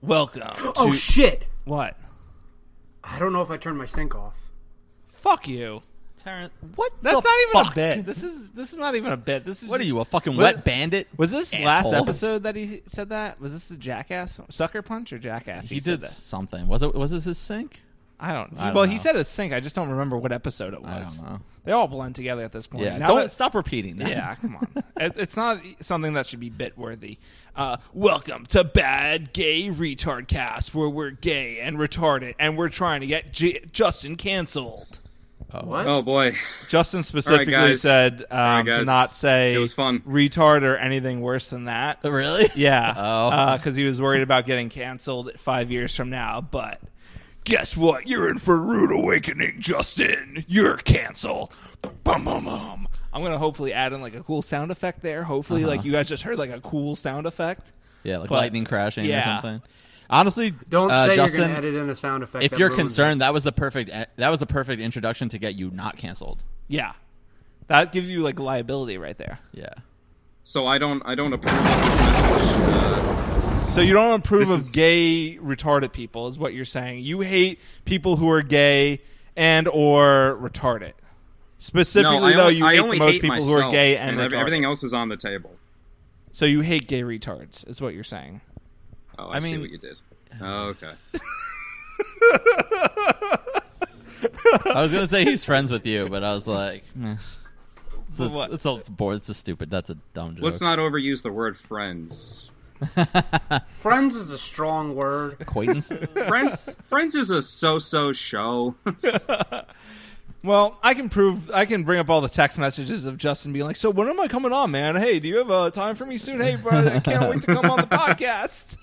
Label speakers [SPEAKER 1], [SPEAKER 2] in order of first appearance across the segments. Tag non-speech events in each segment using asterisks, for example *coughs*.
[SPEAKER 1] Welcome.
[SPEAKER 2] Oh
[SPEAKER 1] to-
[SPEAKER 2] shit!
[SPEAKER 1] What?
[SPEAKER 2] I don't know if I turned my sink off.
[SPEAKER 3] Fuck you.
[SPEAKER 1] Terrence, what?
[SPEAKER 3] That's
[SPEAKER 1] the
[SPEAKER 3] not even
[SPEAKER 1] fuck?
[SPEAKER 3] a bit. This is this is not even a bit. This is
[SPEAKER 1] What are
[SPEAKER 3] just-
[SPEAKER 1] you, a fucking
[SPEAKER 3] What-
[SPEAKER 1] wet bandit?
[SPEAKER 3] Was this last
[SPEAKER 1] Asshole.
[SPEAKER 3] episode that he said that? Was this the jackass sucker punch or jackass?
[SPEAKER 1] He,
[SPEAKER 3] said
[SPEAKER 1] did
[SPEAKER 3] that.
[SPEAKER 1] something. Was it? Was this his sink?
[SPEAKER 3] I don't.
[SPEAKER 1] I don't
[SPEAKER 3] well, he
[SPEAKER 1] know.
[SPEAKER 3] said a sink. I just don't remember what episode it was.
[SPEAKER 1] I don't know.
[SPEAKER 3] They all blend together at this point.
[SPEAKER 1] Yeah.
[SPEAKER 3] Now
[SPEAKER 1] don't
[SPEAKER 3] that-
[SPEAKER 1] stop repeating that.
[SPEAKER 3] yeah, come on. It- it's not something that should be bit worthy. Uh, welcome to Bad Gay Retard Cast, where we're gay and retarded, and we're trying to get J- Justin canceled.
[SPEAKER 2] What?
[SPEAKER 4] Oh boy,
[SPEAKER 3] Justin specifically
[SPEAKER 4] guys.
[SPEAKER 3] said um,
[SPEAKER 4] right,
[SPEAKER 3] to
[SPEAKER 4] guys.
[SPEAKER 3] not say
[SPEAKER 4] It was fun.
[SPEAKER 3] retard or anything worse than that.
[SPEAKER 1] *laughs* Really?
[SPEAKER 3] Yeah.
[SPEAKER 1] Oh.
[SPEAKER 3] Because he was worried about getting canceled five years from now. But guess what? You're in for a rude awakening, Justin. You're canceled. Bum, bum, bum. I'm going to hopefully add in like a cool sound effect there. Hopefully, like you guys just heard like a cool sound effect.
[SPEAKER 1] Yeah, like
[SPEAKER 3] But-
[SPEAKER 1] lightning crashing or
[SPEAKER 3] yeah.
[SPEAKER 1] something. Honestly,
[SPEAKER 2] Don't
[SPEAKER 1] uh,
[SPEAKER 2] say
[SPEAKER 1] Justin,
[SPEAKER 2] you're gonna edit in a sound effect.
[SPEAKER 1] if
[SPEAKER 2] that
[SPEAKER 1] you're
[SPEAKER 2] ruins it.
[SPEAKER 1] concerned, that was the perfect eh, that was the perfect introduction to get you not canceled.
[SPEAKER 3] Yeah. That gives you like liability right there.
[SPEAKER 1] Yeah.
[SPEAKER 4] so I don't I don't approve of this message. Uh, this is-
[SPEAKER 3] So you don't approve
[SPEAKER 4] This
[SPEAKER 3] of
[SPEAKER 4] is-
[SPEAKER 3] gay retarded people is what you're saying. You hate people who are gay and or retarded. Specifically
[SPEAKER 4] Uh, no, I
[SPEAKER 3] though,
[SPEAKER 4] only,
[SPEAKER 3] you
[SPEAKER 4] I
[SPEAKER 3] hate
[SPEAKER 4] only
[SPEAKER 3] the most
[SPEAKER 4] hate
[SPEAKER 3] people
[SPEAKER 4] myself,
[SPEAKER 3] who are gay and,
[SPEAKER 4] ev-
[SPEAKER 3] retarded.
[SPEAKER 4] everything else is on the table.
[SPEAKER 3] So you hate gay retards is what you're saying.
[SPEAKER 4] Oh, I,
[SPEAKER 1] I
[SPEAKER 4] see
[SPEAKER 1] mean-
[SPEAKER 4] what
[SPEAKER 3] *sighs*
[SPEAKER 4] you did. Oh, okay.
[SPEAKER 1] I was gonna say he's friends with you, but I was like, *laughs* eh. it's,
[SPEAKER 3] For
[SPEAKER 1] it's,
[SPEAKER 3] what?
[SPEAKER 1] it's, all- it's bored. It's a stupid. That's a dumb joke.
[SPEAKER 4] Let's not overuse the word friends.
[SPEAKER 2] friends is a strong word.
[SPEAKER 3] *laughs*
[SPEAKER 1] acquaintance.
[SPEAKER 4] Friends, friends is a so-so show.
[SPEAKER 3] Well, I can prove I can bring up all the text messages of Justin being like, "So when am I coming on, man? Hey, do you have uh, time for me soon? Hey, brother, I can't wait to come on the
[SPEAKER 4] *laughs*
[SPEAKER 3] podcast."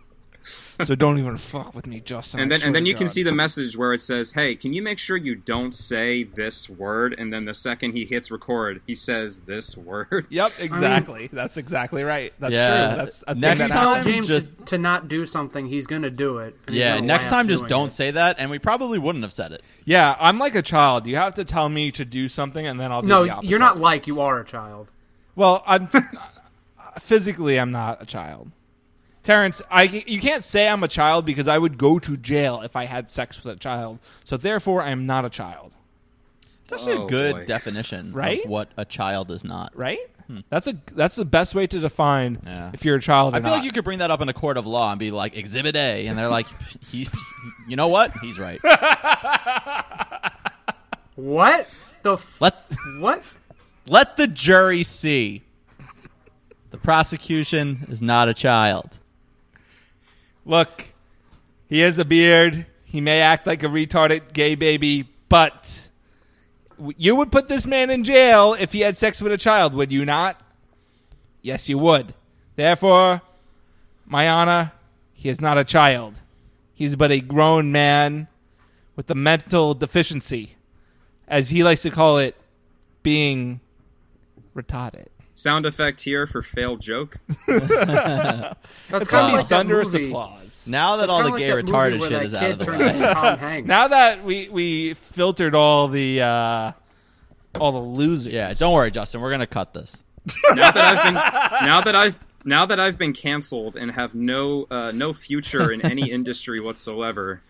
[SPEAKER 3] so don't even fuck with me, Justin.
[SPEAKER 4] and
[SPEAKER 3] I
[SPEAKER 4] then
[SPEAKER 3] swear
[SPEAKER 4] and then
[SPEAKER 3] to
[SPEAKER 4] you can
[SPEAKER 3] God.
[SPEAKER 4] see the message where it says, "Hey, can you make sure you don't say this word?" And then the second he hits record, he says this word.
[SPEAKER 3] Yep, exactly. That's exactly right. That's
[SPEAKER 1] Yeah.
[SPEAKER 3] true. That's a thing
[SPEAKER 1] Next
[SPEAKER 3] that
[SPEAKER 2] If you tell
[SPEAKER 1] time,
[SPEAKER 2] James
[SPEAKER 1] just-
[SPEAKER 2] to, to not do something, he's gonna do it. and he's
[SPEAKER 1] yeah.
[SPEAKER 2] gonna
[SPEAKER 1] Next
[SPEAKER 2] laugh
[SPEAKER 1] time, just
[SPEAKER 2] doing
[SPEAKER 1] don't
[SPEAKER 2] it.
[SPEAKER 1] say that, and we probably wouldn't have said it.
[SPEAKER 3] Yeah, I'm like a child. You have to tell me to do something, and then I'll do the
[SPEAKER 2] No,
[SPEAKER 3] opposite.
[SPEAKER 2] you're not like you are a child.
[SPEAKER 3] Well, I'm
[SPEAKER 2] *laughs*
[SPEAKER 3] physically, I'm not a child. Terrence, I you can't say I'm a child because I would go to jail if I had sex with a child. So therefore, I am not a child,
[SPEAKER 1] It's actually
[SPEAKER 4] Oh,
[SPEAKER 1] a good
[SPEAKER 4] boy.
[SPEAKER 1] definition
[SPEAKER 3] Right?
[SPEAKER 1] of what a child is not.
[SPEAKER 3] right? That's a that's the best way to define
[SPEAKER 1] Hmm. Yeah.
[SPEAKER 3] if you're a child. Or
[SPEAKER 1] I feel
[SPEAKER 3] not.
[SPEAKER 1] like you could bring that up in a court of law and be like, Exhibit A, and they're like, *laughs* he, you know what? He's *laughs* right.
[SPEAKER 2] What the f-
[SPEAKER 1] Let
[SPEAKER 2] what?
[SPEAKER 1] let the jury see. The prosecution is not a child.
[SPEAKER 3] Look, he has a beard. He may act like a retarded gay baby, but w- you would put this man in jail if he had sex with a child, would you not? Yes, you would. Therefore, my honor, he is not a child. He's but a grown man with a mental deficiency, as he likes to call it, being retarded.
[SPEAKER 4] Sound effect here for failed joke.
[SPEAKER 2] That's
[SPEAKER 3] It's gonna
[SPEAKER 2] kinda
[SPEAKER 3] be
[SPEAKER 2] like that
[SPEAKER 3] Uh, thunderous
[SPEAKER 2] movie.
[SPEAKER 3] applause.
[SPEAKER 1] Now that
[SPEAKER 2] It's
[SPEAKER 1] all
[SPEAKER 2] kinda
[SPEAKER 1] the
[SPEAKER 2] like
[SPEAKER 1] gay
[SPEAKER 2] that movie
[SPEAKER 1] retarded
[SPEAKER 2] where
[SPEAKER 1] shit
[SPEAKER 2] that
[SPEAKER 1] is
[SPEAKER 2] kid
[SPEAKER 1] out of the
[SPEAKER 2] turns
[SPEAKER 1] way.
[SPEAKER 2] into
[SPEAKER 1] *laughs*
[SPEAKER 2] Tom Hanks.
[SPEAKER 3] Now that we we filtered all the uh all the losers.
[SPEAKER 1] Yeah, don't worry, Justin. We're gonna cut this.
[SPEAKER 4] Now that I've been now that I've now that I've been canceled and have no uh, no future in any industry whatsoever.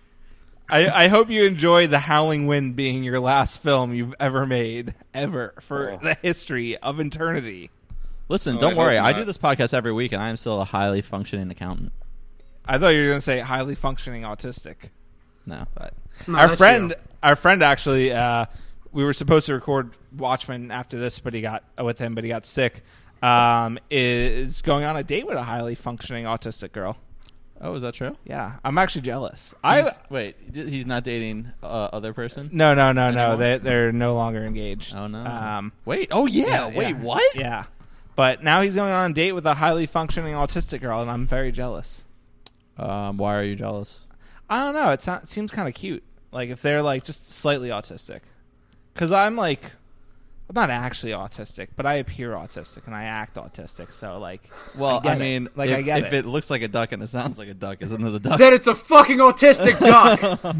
[SPEAKER 3] I, I hope you enjoy The Howling Wind being your last film you've ever made ever for
[SPEAKER 1] Oh.
[SPEAKER 3] the history of eternity.
[SPEAKER 1] Listen,
[SPEAKER 2] Oh,
[SPEAKER 4] I
[SPEAKER 1] don't
[SPEAKER 4] hope
[SPEAKER 1] worry. I
[SPEAKER 4] not.
[SPEAKER 1] do this podcast every week, and I am still a highly functioning accountant.
[SPEAKER 3] I thought you were going to say highly functioning autistic.
[SPEAKER 1] No,
[SPEAKER 3] but
[SPEAKER 2] No,
[SPEAKER 3] our
[SPEAKER 2] that's
[SPEAKER 3] friend
[SPEAKER 2] you.
[SPEAKER 3] our friend actually uh, we were supposed to record watchmen after this but he got uh, with him but he got sick um, is going on a date with a highly functioning autistic girl
[SPEAKER 1] oh, is that true?
[SPEAKER 3] yeah i'm actually jealous i
[SPEAKER 1] He's- wait, th- he's not dating uh, other person.
[SPEAKER 3] no no no no
[SPEAKER 1] Anymore?
[SPEAKER 3] they, they're no longer engaged
[SPEAKER 1] Oh no.
[SPEAKER 3] um,
[SPEAKER 1] wait. Oh yeah. wait.
[SPEAKER 3] yeah.
[SPEAKER 1] What?
[SPEAKER 3] yeah but now he's going on a date with a highly functioning autistic girl and i'm very jealous
[SPEAKER 1] Um, why are you jealous?
[SPEAKER 3] I don't know. It's not, it seems kind of cute. Like if they're like just slightly autistic, because I'm like, I'm not actually autistic, but I appear autistic and I act autistic. So like,
[SPEAKER 1] Well, I,
[SPEAKER 3] get it.
[SPEAKER 1] mean,
[SPEAKER 3] Like,
[SPEAKER 1] if,
[SPEAKER 3] I get
[SPEAKER 1] if
[SPEAKER 3] it.
[SPEAKER 1] looks like a duck and it sounds like a duck, isn't it a duck?
[SPEAKER 2] Then it's a fucking
[SPEAKER 1] *laughs*
[SPEAKER 2] autistic duck.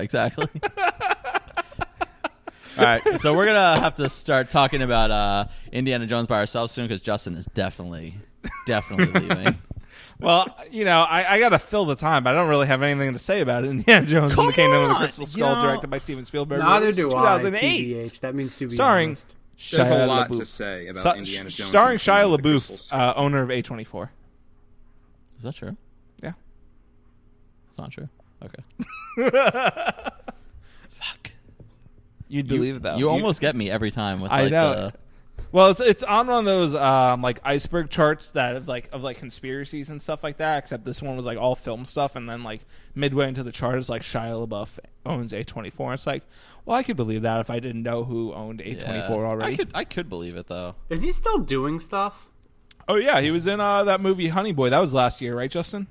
[SPEAKER 3] *laughs*
[SPEAKER 1] exactly. All right, so we're gonna have to start
[SPEAKER 3] *laughs*
[SPEAKER 1] talking about uh, Indiana Jones by ourselves soon because Justin is definitely, definitely leaving.
[SPEAKER 3] Well, you know, I, I got to fill the time, but I don't really have anything to say about it. *laughs* Indiana Jones
[SPEAKER 1] Come
[SPEAKER 3] and the Kingdom of the
[SPEAKER 1] on!
[SPEAKER 3] Crystal Skull,
[SPEAKER 1] You know-
[SPEAKER 3] directed by Steven Spielberg.
[SPEAKER 2] Neither
[SPEAKER 3] released in
[SPEAKER 2] do I.
[SPEAKER 3] 2008.
[SPEAKER 2] TBH. That means to be
[SPEAKER 3] starring
[SPEAKER 2] honest.
[SPEAKER 4] There's
[SPEAKER 3] Shia
[SPEAKER 4] a lot to
[SPEAKER 3] LaBeouf.
[SPEAKER 4] say about
[SPEAKER 3] Sa-
[SPEAKER 4] Indiana Jones. and
[SPEAKER 3] starring
[SPEAKER 4] the Kingdom
[SPEAKER 3] Shia
[SPEAKER 4] of the Crystal
[SPEAKER 3] LaBeouf,
[SPEAKER 4] Skull.
[SPEAKER 3] uh, owner of A24.
[SPEAKER 1] Is that true?
[SPEAKER 3] Yeah.
[SPEAKER 1] It's not true. Okay. Fuck.
[SPEAKER 3] You'd believe it, though.
[SPEAKER 1] You almost get me every time with
[SPEAKER 3] I
[SPEAKER 1] like
[SPEAKER 3] know.
[SPEAKER 1] uh, the
[SPEAKER 3] Well, it's it's on one of those um, like iceberg charts that of like of like conspiracies and stuff like that. Except this one was like all film stuff, and then like midway into the chart is like Shia LaBeouf owns A twenty four. It's like, well, I could believe that if I didn't know who owned A twenty four
[SPEAKER 1] Yeah.
[SPEAKER 3] already.
[SPEAKER 1] I could I could believe it though.
[SPEAKER 2] Is he still doing stuff?
[SPEAKER 3] Oh yeah, he was in uh, that movie Honey Boy. That was last year, right, Justin?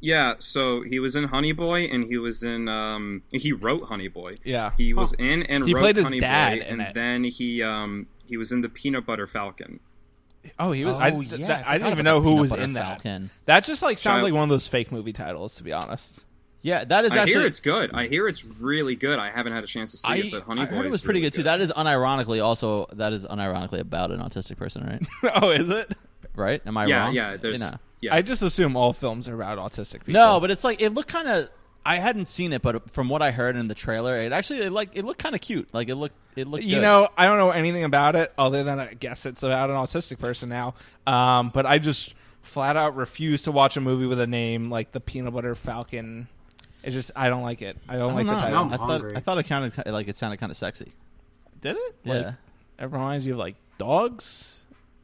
[SPEAKER 4] Yeah, so he was in Honey Boy, and he was in. Um, he wrote Honey Boy.
[SPEAKER 3] Yeah.
[SPEAKER 4] he was in and
[SPEAKER 3] He
[SPEAKER 4] wrote
[SPEAKER 3] played his
[SPEAKER 4] Honey
[SPEAKER 3] dad
[SPEAKER 4] Boy,
[SPEAKER 3] in
[SPEAKER 4] and
[SPEAKER 3] it.
[SPEAKER 4] then he um he was in the Peanut Butter Falcon.
[SPEAKER 3] Oh, he was. I,
[SPEAKER 1] Oh,
[SPEAKER 3] th-
[SPEAKER 1] yeah,
[SPEAKER 3] that-
[SPEAKER 1] I
[SPEAKER 3] I, didn't
[SPEAKER 1] forgot
[SPEAKER 3] even
[SPEAKER 1] about
[SPEAKER 3] know
[SPEAKER 1] the
[SPEAKER 3] who
[SPEAKER 1] Peanut
[SPEAKER 3] was
[SPEAKER 1] Butter
[SPEAKER 3] in that.
[SPEAKER 1] Falcon.
[SPEAKER 3] That just like sounds
[SPEAKER 4] Shia-
[SPEAKER 3] like one of those fake movie titles, to be honest. *laughs*
[SPEAKER 1] Yeah, that is
[SPEAKER 4] I
[SPEAKER 1] actually
[SPEAKER 4] hear it's good. I hear it's really good. I haven't had a chance to see it, but Honey
[SPEAKER 1] I
[SPEAKER 4] Boy
[SPEAKER 1] heard it
[SPEAKER 4] is
[SPEAKER 1] was pretty
[SPEAKER 4] really
[SPEAKER 1] good too. That is unironically also that is unironically about an autistic person, right?
[SPEAKER 3] oh, is it?
[SPEAKER 1] right? Am I
[SPEAKER 4] yeah,
[SPEAKER 1] wrong?
[SPEAKER 4] yeah.
[SPEAKER 1] You
[SPEAKER 4] There's
[SPEAKER 1] know.
[SPEAKER 4] yeah.
[SPEAKER 3] I just assume all films are about autistic people.
[SPEAKER 1] No, but it's like it looked kind of. I hadn't seen it, but from what I heard in the trailer, it actually it like it looked kind of cute. Like it looked it looked.
[SPEAKER 3] You
[SPEAKER 1] good.
[SPEAKER 3] know, I don't know anything about it other than I guess it's about an autistic person now. Um, but I just flat out refuse to watch a movie with a name like the Peanut Butter Falcon. It's just I don't like it. I don't, like the
[SPEAKER 1] I,
[SPEAKER 3] title.
[SPEAKER 1] don't
[SPEAKER 2] I'm
[SPEAKER 1] know. I thought
[SPEAKER 2] hungry.
[SPEAKER 1] I thought it kind of like it sounded kind of sexy.
[SPEAKER 3] Did it?
[SPEAKER 1] Yeah.
[SPEAKER 3] Like, it reminds you of like dogs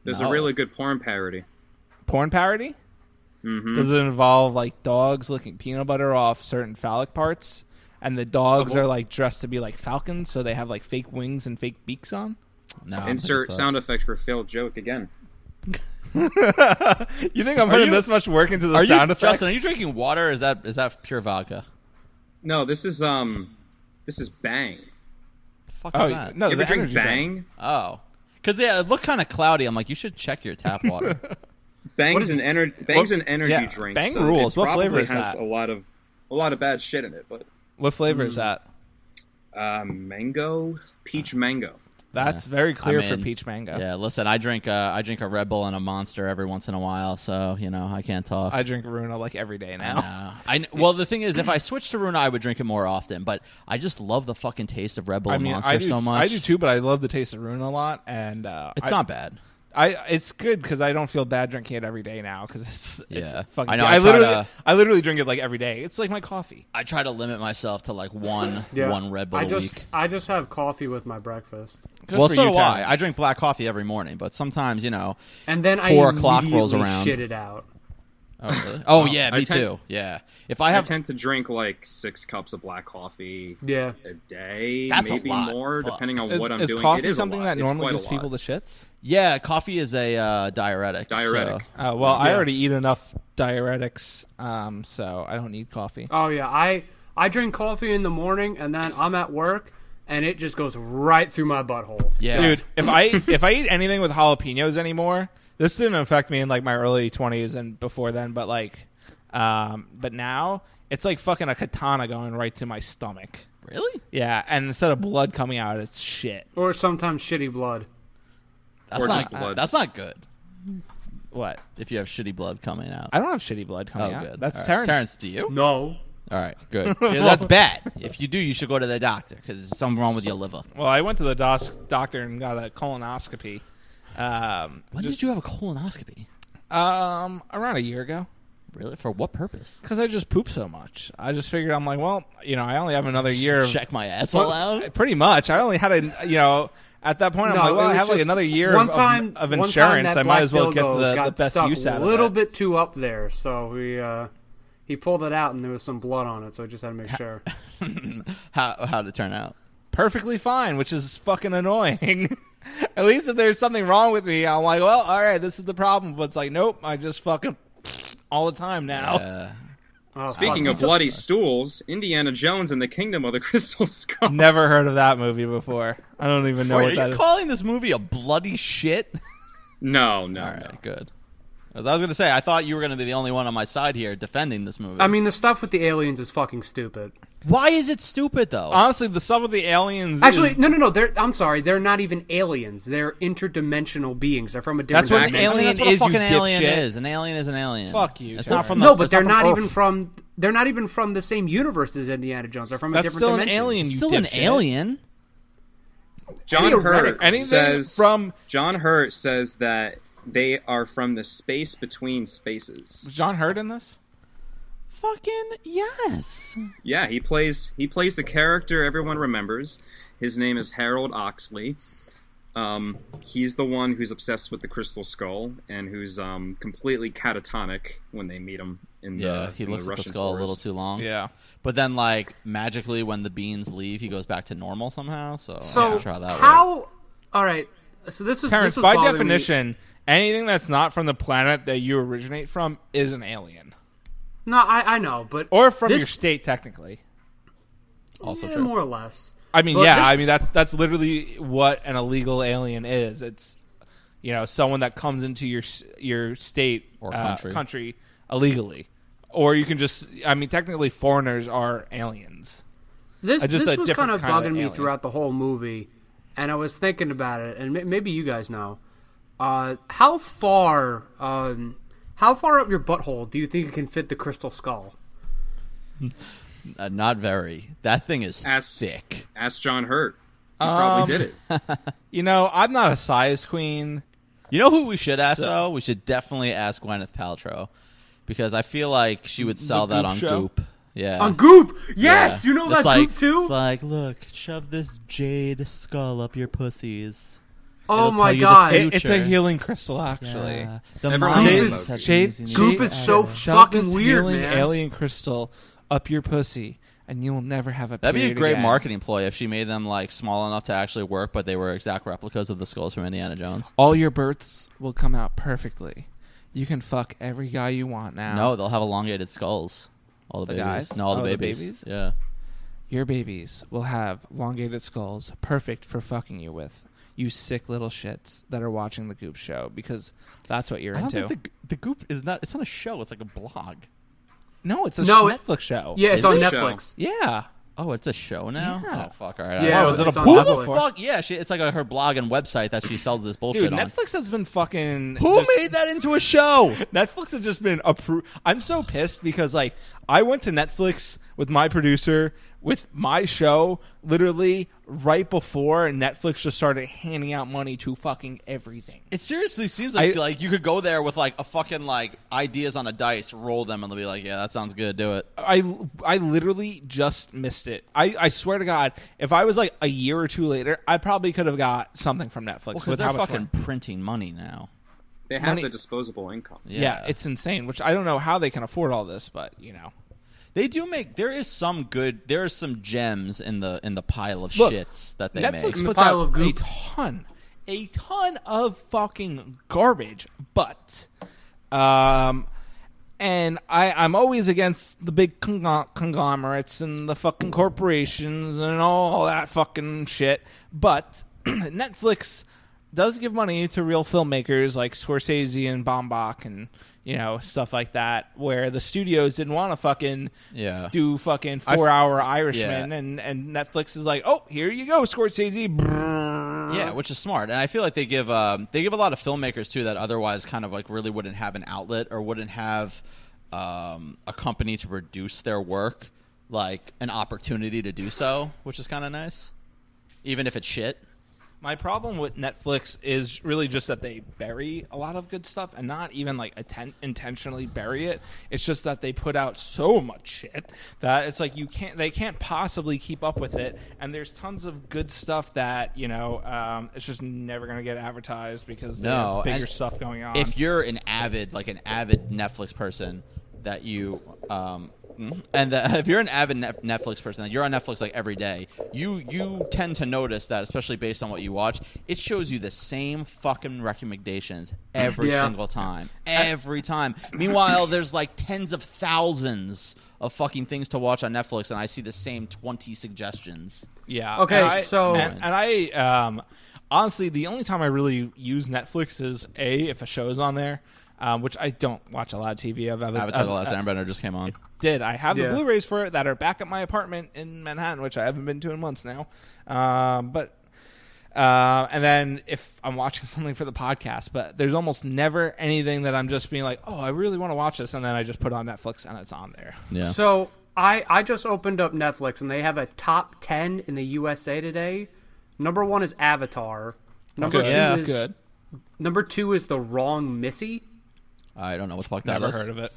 [SPEAKER 4] There's
[SPEAKER 1] No.
[SPEAKER 4] a really good porn parody.
[SPEAKER 3] porn parody.
[SPEAKER 1] Mm-hmm.
[SPEAKER 3] Does it involve like dogs licking peanut butter off certain phallic parts, and the dogs are like dressed to be like falcons, so they have like fake wings and fake beaks
[SPEAKER 1] *laughs*
[SPEAKER 3] on?
[SPEAKER 1] No, I don't think
[SPEAKER 4] Insert
[SPEAKER 1] it's, uh,
[SPEAKER 4] sound effect for failed joke again.
[SPEAKER 3] You think I'm putting
[SPEAKER 1] you-
[SPEAKER 3] this much work into the
[SPEAKER 1] Are you
[SPEAKER 3] sound effects?
[SPEAKER 1] Justin? Are you drinking water? Or is that is that pure vodka?
[SPEAKER 4] No, this is um, this is Bang.
[SPEAKER 1] The fuck
[SPEAKER 3] oh
[SPEAKER 1] is that?
[SPEAKER 3] no,
[SPEAKER 4] You ever
[SPEAKER 3] the
[SPEAKER 4] drink
[SPEAKER 3] energy drink.
[SPEAKER 4] Bang?
[SPEAKER 1] Oh, because yeah, it looked kind of cloudy. I'm like, you should check your
[SPEAKER 3] *laughs*
[SPEAKER 1] tap water.
[SPEAKER 4] Bang's an energy. Bang's an energy
[SPEAKER 3] yeah,
[SPEAKER 4] drink.
[SPEAKER 3] Bang
[SPEAKER 4] so
[SPEAKER 3] rules.
[SPEAKER 4] It
[SPEAKER 3] What flavor
[SPEAKER 4] probably
[SPEAKER 3] is
[SPEAKER 4] has
[SPEAKER 3] that?
[SPEAKER 4] A lot of a lot of bad shit in it, but
[SPEAKER 3] What flavor
[SPEAKER 1] Mm.
[SPEAKER 3] is that?
[SPEAKER 4] uh, mango, peach mango.
[SPEAKER 3] That's very clear for
[SPEAKER 1] in.
[SPEAKER 3] peach mango.
[SPEAKER 1] yeah, listen, I drink uh, I drink a Red Bull and a Monster every once in a while, so you know I can't talk.
[SPEAKER 3] I drink Runa like every day now.
[SPEAKER 1] Uh, I kn- well, the thing is, if I switched to Runa, I would drink it more often. But I just love the fucking taste of Red Bull
[SPEAKER 3] I
[SPEAKER 1] and
[SPEAKER 3] mean,
[SPEAKER 1] Monster
[SPEAKER 3] I do,
[SPEAKER 1] so much.
[SPEAKER 3] I do too, but I love the taste of Runa a lot, and uh,
[SPEAKER 1] It's
[SPEAKER 3] I,
[SPEAKER 1] not bad.
[SPEAKER 3] I it's good because I don't feel bad drinking it every day now because it's,
[SPEAKER 1] Yeah.
[SPEAKER 3] it's fucking.
[SPEAKER 1] I know,
[SPEAKER 3] I,
[SPEAKER 1] I try
[SPEAKER 3] literally
[SPEAKER 1] to-
[SPEAKER 3] I literally drink it like every day. It's like my coffee.
[SPEAKER 1] I try to limit myself to like one
[SPEAKER 2] Yeah.
[SPEAKER 1] one Red Bull
[SPEAKER 2] I
[SPEAKER 1] a
[SPEAKER 2] just,
[SPEAKER 1] week.
[SPEAKER 2] I just have coffee with my breakfast,
[SPEAKER 3] Good
[SPEAKER 1] well,
[SPEAKER 3] for
[SPEAKER 1] so
[SPEAKER 3] you,
[SPEAKER 1] do I.
[SPEAKER 3] Terrence.
[SPEAKER 1] I drink black coffee every morning, but sometimes you know.
[SPEAKER 2] and then
[SPEAKER 1] Four
[SPEAKER 2] I
[SPEAKER 1] o'clock rolls
[SPEAKER 2] immediately
[SPEAKER 1] around.
[SPEAKER 2] Shit it out.
[SPEAKER 1] Oh, really? *laughs* oh yeah,
[SPEAKER 4] I
[SPEAKER 1] me
[SPEAKER 4] tend-
[SPEAKER 1] too. Yeah, if I
[SPEAKER 4] I
[SPEAKER 1] have
[SPEAKER 4] tend to drink like six cups of black coffee
[SPEAKER 2] Yeah,
[SPEAKER 4] a day,
[SPEAKER 1] That's a
[SPEAKER 4] maybe
[SPEAKER 1] lot.
[SPEAKER 4] more,
[SPEAKER 1] Fuck.
[SPEAKER 4] depending on
[SPEAKER 3] Is,
[SPEAKER 4] what I'm
[SPEAKER 3] is
[SPEAKER 4] doing.
[SPEAKER 3] coffee
[SPEAKER 4] it is
[SPEAKER 3] something
[SPEAKER 4] a lot.
[SPEAKER 3] that
[SPEAKER 4] It's
[SPEAKER 3] normally
[SPEAKER 4] quite a
[SPEAKER 3] gives people
[SPEAKER 4] lot.
[SPEAKER 3] the shits?
[SPEAKER 1] yeah, coffee is a uh, diuretic. so-
[SPEAKER 4] Diuretic.
[SPEAKER 3] Uh, well, I
[SPEAKER 2] Yeah.
[SPEAKER 3] already eat enough diuretics, um, so I don't need coffee.
[SPEAKER 2] Oh yeah, I I drink coffee in the morning and then I'm at work and it just goes right through my butthole.
[SPEAKER 1] yeah,
[SPEAKER 3] Dude, if I *laughs* if I eat anything with jalapenos anymore, this didn't affect me in like my early twenties and before then, but like, um, but now it's like fucking a katana going right to my stomach.
[SPEAKER 1] Really?
[SPEAKER 3] Yeah, and instead of blood coming out, it's shit.
[SPEAKER 2] Or sometimes shitty blood.
[SPEAKER 1] That's
[SPEAKER 4] Or just
[SPEAKER 1] not
[SPEAKER 4] blood.
[SPEAKER 1] that's not good.
[SPEAKER 3] What?
[SPEAKER 1] If you have shitty blood coming out.
[SPEAKER 3] I don't have shitty blood
[SPEAKER 1] Oh,
[SPEAKER 3] coming out.
[SPEAKER 1] good.
[SPEAKER 3] That's
[SPEAKER 1] All right.
[SPEAKER 3] Terrence.
[SPEAKER 1] Terrence, do you?
[SPEAKER 2] No.
[SPEAKER 1] All right, *laughs* good. Yeah, that's bad. If you do, you should go to the doctor because there's something wrong with your liver.
[SPEAKER 3] Well, I went to the dos- doctor and got a colonoscopy. Um,
[SPEAKER 1] When did you have a colonoscopy?
[SPEAKER 3] um, around a year ago.
[SPEAKER 1] Really? For what purpose?
[SPEAKER 3] Because I just poop so much. I just figured I'm like, well, you know, I only have another year. Of, Uh,
[SPEAKER 1] Check my asshole out.
[SPEAKER 3] Pretty much. I only had a, you know, at that point, I'm
[SPEAKER 2] No,
[SPEAKER 3] like, well,
[SPEAKER 2] it
[SPEAKER 3] I
[SPEAKER 2] was
[SPEAKER 3] have like
[SPEAKER 2] just-
[SPEAKER 3] another year
[SPEAKER 2] one
[SPEAKER 3] of,
[SPEAKER 2] time,
[SPEAKER 3] of
[SPEAKER 2] one time
[SPEAKER 3] insurance.
[SPEAKER 2] that
[SPEAKER 3] I might
[SPEAKER 2] black
[SPEAKER 3] as well get
[SPEAKER 2] dildo
[SPEAKER 3] the, the
[SPEAKER 2] got
[SPEAKER 3] best
[SPEAKER 2] stuck
[SPEAKER 3] use out
[SPEAKER 2] A little
[SPEAKER 3] of it.
[SPEAKER 2] bit too up there, so we uh he pulled it out and there was some blood on it, so I just had to make
[SPEAKER 4] *laughs*
[SPEAKER 2] sure.
[SPEAKER 1] How how did it turn out?
[SPEAKER 3] Perfectly fine, which is fucking annoying. *laughs* at least if there's something wrong with me, I'm like, well, all right, this is the problem. But it's like, nope, I just fucking *laughs* all the time now.
[SPEAKER 1] Uh,
[SPEAKER 2] Oh,
[SPEAKER 4] Speaking
[SPEAKER 2] fuck.
[SPEAKER 4] of bloody stools, Indiana Jones and the Kingdom of the *laughs* Crystal Skull.
[SPEAKER 3] Never heard of that movie before. I don't even know
[SPEAKER 1] wait,
[SPEAKER 3] what
[SPEAKER 1] are
[SPEAKER 3] that
[SPEAKER 1] you
[SPEAKER 3] is.
[SPEAKER 1] calling this movie a bloody shit?
[SPEAKER 4] No, no,
[SPEAKER 1] All
[SPEAKER 4] no.
[SPEAKER 1] right, good. As I was gonna say, I thought you were gonna be the only one on my side here defending this movie.
[SPEAKER 2] I mean the stuff with the aliens is fucking stupid.
[SPEAKER 1] Why is it stupid though?
[SPEAKER 3] Honestly, the stuff with the aliens.
[SPEAKER 2] Actually,
[SPEAKER 3] is-
[SPEAKER 2] no, no, no. They're I'm sorry. They're not even aliens. They're interdimensional beings. They're from a different.
[SPEAKER 3] That's what an
[SPEAKER 2] dimension.
[SPEAKER 1] I mean,
[SPEAKER 3] alien
[SPEAKER 1] that's what a
[SPEAKER 3] is, you
[SPEAKER 1] fucking alien
[SPEAKER 3] dipshit.
[SPEAKER 1] is. An alien is an alien.
[SPEAKER 3] Fuck you,
[SPEAKER 1] It's
[SPEAKER 3] Terry.
[SPEAKER 1] not from the,
[SPEAKER 2] No, but
[SPEAKER 1] it's
[SPEAKER 2] they're
[SPEAKER 1] not,
[SPEAKER 2] not
[SPEAKER 1] from
[SPEAKER 2] even
[SPEAKER 1] Earth.
[SPEAKER 2] from. They're not even from the same universe as Indiana Jones. They're from a
[SPEAKER 3] That's
[SPEAKER 2] different
[SPEAKER 3] still
[SPEAKER 2] dimension.
[SPEAKER 3] an alien. You
[SPEAKER 1] It's still an
[SPEAKER 3] dipshit.
[SPEAKER 1] alien.
[SPEAKER 4] John
[SPEAKER 2] Any
[SPEAKER 4] Hurt
[SPEAKER 2] rhetoric-
[SPEAKER 3] anything
[SPEAKER 4] says
[SPEAKER 3] from-
[SPEAKER 4] John Hurt says that they are from the space between spaces.
[SPEAKER 3] Was John Hurt in this?
[SPEAKER 1] Fucking yes.
[SPEAKER 4] Yeah, he plays he plays the character everyone remembers. His name is Harold Oxley. Um, he's the one who's obsessed with the crystal skull and who's um, completely catatonic when they meet him in the
[SPEAKER 1] Yeah, he
[SPEAKER 4] in
[SPEAKER 1] looks
[SPEAKER 4] the
[SPEAKER 1] at the
[SPEAKER 4] Russian
[SPEAKER 1] skull a little
[SPEAKER 4] forest.
[SPEAKER 1] too long.
[SPEAKER 3] Yeah.
[SPEAKER 1] But then, like magically, when the beans leave, he goes back to normal somehow. So, I
[SPEAKER 2] So
[SPEAKER 1] have to try that. way.
[SPEAKER 2] how? All right. So this is
[SPEAKER 3] Terrence,
[SPEAKER 2] This was
[SPEAKER 3] by
[SPEAKER 2] bothering me.
[SPEAKER 3] definition, anything that's not from the planet that you originate from is an alien,
[SPEAKER 2] No, I I know, but
[SPEAKER 3] or from
[SPEAKER 2] this,
[SPEAKER 3] your state, technically.
[SPEAKER 1] Also
[SPEAKER 2] eh,
[SPEAKER 1] true.
[SPEAKER 2] more or less.
[SPEAKER 3] I mean,
[SPEAKER 2] But
[SPEAKER 3] yeah,
[SPEAKER 2] this-
[SPEAKER 3] I mean that's that's literally what an illegal alien is. It's you know someone that comes into your s- your state
[SPEAKER 1] Or
[SPEAKER 3] uh,
[SPEAKER 1] country.
[SPEAKER 3] country illegally, or you can just I mean technically foreigners are aliens.
[SPEAKER 2] This
[SPEAKER 3] Uh, just
[SPEAKER 2] this
[SPEAKER 3] a
[SPEAKER 2] was
[SPEAKER 3] different
[SPEAKER 2] kind of
[SPEAKER 3] kind of
[SPEAKER 2] bugging me
[SPEAKER 3] alien.
[SPEAKER 2] throughout the whole movie, and I was thinking about it, and m- maybe you guys know. Uh, how far, um, how far up your butthole do you think it can fit the crystal skull?
[SPEAKER 1] Uh, not very. That thing is
[SPEAKER 4] As-
[SPEAKER 1] sick.
[SPEAKER 4] Ask John Hurt. He
[SPEAKER 3] Um,
[SPEAKER 4] probably did it.
[SPEAKER 3] You know, I'm not a size queen.
[SPEAKER 1] You know who we should ask though? We should definitely ask Gwyneth Paltrow because I feel like she would sell that
[SPEAKER 3] Goop
[SPEAKER 1] on
[SPEAKER 3] show?
[SPEAKER 1] Goop. Yeah.
[SPEAKER 2] On Goop,
[SPEAKER 1] Yeah.
[SPEAKER 2] yes, you know
[SPEAKER 1] It's
[SPEAKER 2] that
[SPEAKER 1] like,
[SPEAKER 2] Goop too.
[SPEAKER 1] It's like, look, shove this jade skull up your pussies.
[SPEAKER 2] oh
[SPEAKER 1] it'll tell
[SPEAKER 2] my
[SPEAKER 1] you the
[SPEAKER 2] god,
[SPEAKER 1] future.
[SPEAKER 3] It- it's a healing crystal, actually.
[SPEAKER 1] Yeah. Uh, The
[SPEAKER 4] Everyone
[SPEAKER 1] mind
[SPEAKER 4] knows
[SPEAKER 1] is
[SPEAKER 4] that.
[SPEAKER 1] such
[SPEAKER 3] Jade-
[SPEAKER 1] an easy
[SPEAKER 2] Goop
[SPEAKER 1] name.
[SPEAKER 2] is so
[SPEAKER 3] Shove
[SPEAKER 2] fucking
[SPEAKER 3] this
[SPEAKER 2] weird,
[SPEAKER 3] healing
[SPEAKER 2] man.
[SPEAKER 3] Alien crystal up your pussy, and you will never have a.
[SPEAKER 1] That'd be a
[SPEAKER 3] period
[SPEAKER 1] great
[SPEAKER 3] again.
[SPEAKER 1] marketing ploy if she made them like small enough to actually work, but they were exact replicas of the skulls from Indiana Jones.
[SPEAKER 3] All your births will come out perfectly. You can fuck every guy you want now.
[SPEAKER 1] No, they'll have elongated skulls. All Um, the,
[SPEAKER 3] The
[SPEAKER 1] babies.
[SPEAKER 3] guys?
[SPEAKER 1] No, all the
[SPEAKER 3] Oh, the
[SPEAKER 1] babies.
[SPEAKER 3] babies?
[SPEAKER 1] Yeah.
[SPEAKER 3] Your babies will have elongated skulls, perfect for fucking you with. You sick little shits that are watching the Goop Show because that's what you're
[SPEAKER 1] I don't
[SPEAKER 3] into.
[SPEAKER 1] think the, the Goop is not. It's not a show. It's like a blog.
[SPEAKER 3] no, it's a
[SPEAKER 2] No, it-
[SPEAKER 3] Netflix show.
[SPEAKER 2] yeah, it's
[SPEAKER 4] Is
[SPEAKER 2] on
[SPEAKER 4] it?
[SPEAKER 2] Netflix.
[SPEAKER 3] yeah.
[SPEAKER 1] Oh, it's a show now.
[SPEAKER 3] Yeah.
[SPEAKER 1] Oh fuck! All right.
[SPEAKER 2] Yeah,
[SPEAKER 1] I-
[SPEAKER 3] was it a
[SPEAKER 2] it's on
[SPEAKER 3] pool?
[SPEAKER 1] Who the
[SPEAKER 2] Netflix.
[SPEAKER 1] fuck? Yeah, she, it's like a, her blog and website that she sells this bullshit
[SPEAKER 3] Dude,
[SPEAKER 1] on.
[SPEAKER 3] Netflix has been fucking.
[SPEAKER 1] Who
[SPEAKER 3] just-
[SPEAKER 1] made that into a show?
[SPEAKER 3] *laughs* Netflix has just been approved. I'm so pissed because like I went to Netflix with my producer with my show literally right before Netflix just started handing out money to fucking everything.
[SPEAKER 1] It seriously seems like
[SPEAKER 3] I-
[SPEAKER 1] like you could go there with like a fucking like ideas on a dice, roll them, and they'll be like, "Yeah, that sounds good. Do it."
[SPEAKER 3] I I literally just missed it. I, I swear to God, if I was like a year or two later, I probably could have got something from Netflix.
[SPEAKER 1] Because
[SPEAKER 3] with
[SPEAKER 1] they're
[SPEAKER 3] how much
[SPEAKER 1] fucking
[SPEAKER 3] money-
[SPEAKER 1] printing money now.
[SPEAKER 4] They have
[SPEAKER 3] Money-
[SPEAKER 4] the disposable income.
[SPEAKER 1] Yeah.
[SPEAKER 3] Yeah. it's insane. Which I don't know how they can afford all this, but you know,
[SPEAKER 1] they do make. There is some good. There is some gems in the in the pile of
[SPEAKER 3] Look,
[SPEAKER 1] shits that they
[SPEAKER 3] Netflix
[SPEAKER 1] make.
[SPEAKER 3] puts
[SPEAKER 2] pile
[SPEAKER 3] out
[SPEAKER 2] of
[SPEAKER 3] a
[SPEAKER 2] goop.
[SPEAKER 3] ton, a ton of fucking garbage. But, um, and I, I'm always against the big congl- conglomerates and the fucking corporations and all that fucking shit. But *clears throat* Netflix does give money to real filmmakers like Scorsese and Bombach and you know stuff like that, where the studios didn't want to fucking
[SPEAKER 1] Yeah.
[SPEAKER 3] do fucking four hour Irishman
[SPEAKER 1] Yeah.
[SPEAKER 3] and and Netflix is like, oh, here you go, Scorsese.
[SPEAKER 1] Yeah, which is smart, and I feel like they give um, they give a lot of filmmakers too that otherwise kind of like really wouldn't have an outlet or wouldn't have um, a company to produce their work, like an opportunity to do so, which is kind of nice, even if it's shit.
[SPEAKER 3] My problem with Netflix is really just that they bury a lot of good stuff and not even like atten- intentionally bury it. It's just that they put out so much shit that it's like you can't they can't possibly keep up with it. And there's tons of good stuff that you know um, it's just never gonna get advertised because they
[SPEAKER 1] No,
[SPEAKER 3] have bigger
[SPEAKER 1] and
[SPEAKER 3] stuff going on.
[SPEAKER 1] If you're an avid, like an avid Netflix person, that you um,
[SPEAKER 3] Mm-hmm.
[SPEAKER 1] mhm. and that *laughs* if you're an avid Nef- Netflix person, that you're on Netflix like every day, you you tend to notice that, especially based on what you watch, it shows you the same fucking recommendations every
[SPEAKER 2] Yeah.
[SPEAKER 1] single time, every time. Meanwhile, there's like tens of thousands of fucking things to watch on Netflix, and I see the same twenty suggestions.
[SPEAKER 3] Yeah.
[SPEAKER 2] Okay,
[SPEAKER 3] and I-
[SPEAKER 2] so-
[SPEAKER 3] and, and I um honestly the only time I really use Netflix is a if a show's on there um, which I don't watch a lot of TV of. I was-
[SPEAKER 1] Avatar: The
[SPEAKER 3] I was-
[SPEAKER 1] Last Airbender just came on.
[SPEAKER 3] did. I have
[SPEAKER 2] Yeah.
[SPEAKER 3] the Blu-rays for it that are back at my apartment in Manhattan, which I haven't been to in months now. Um, but uh, and then if I'm watching *laughs* something for the podcast, but there's almost never anything that I'm just being like, oh, I really want to watch this, and then I just put on Netflix and it's on there.
[SPEAKER 1] Yeah.
[SPEAKER 2] So I I just opened up Netflix and they have a top ten in the USA today. Number one is Avatar. Number
[SPEAKER 3] Good.
[SPEAKER 2] two
[SPEAKER 1] Yeah.
[SPEAKER 2] is
[SPEAKER 3] Good.
[SPEAKER 2] number two is The Wrong Missy.
[SPEAKER 1] I don't know what the fuck that
[SPEAKER 3] Never
[SPEAKER 1] is.
[SPEAKER 3] heard of it.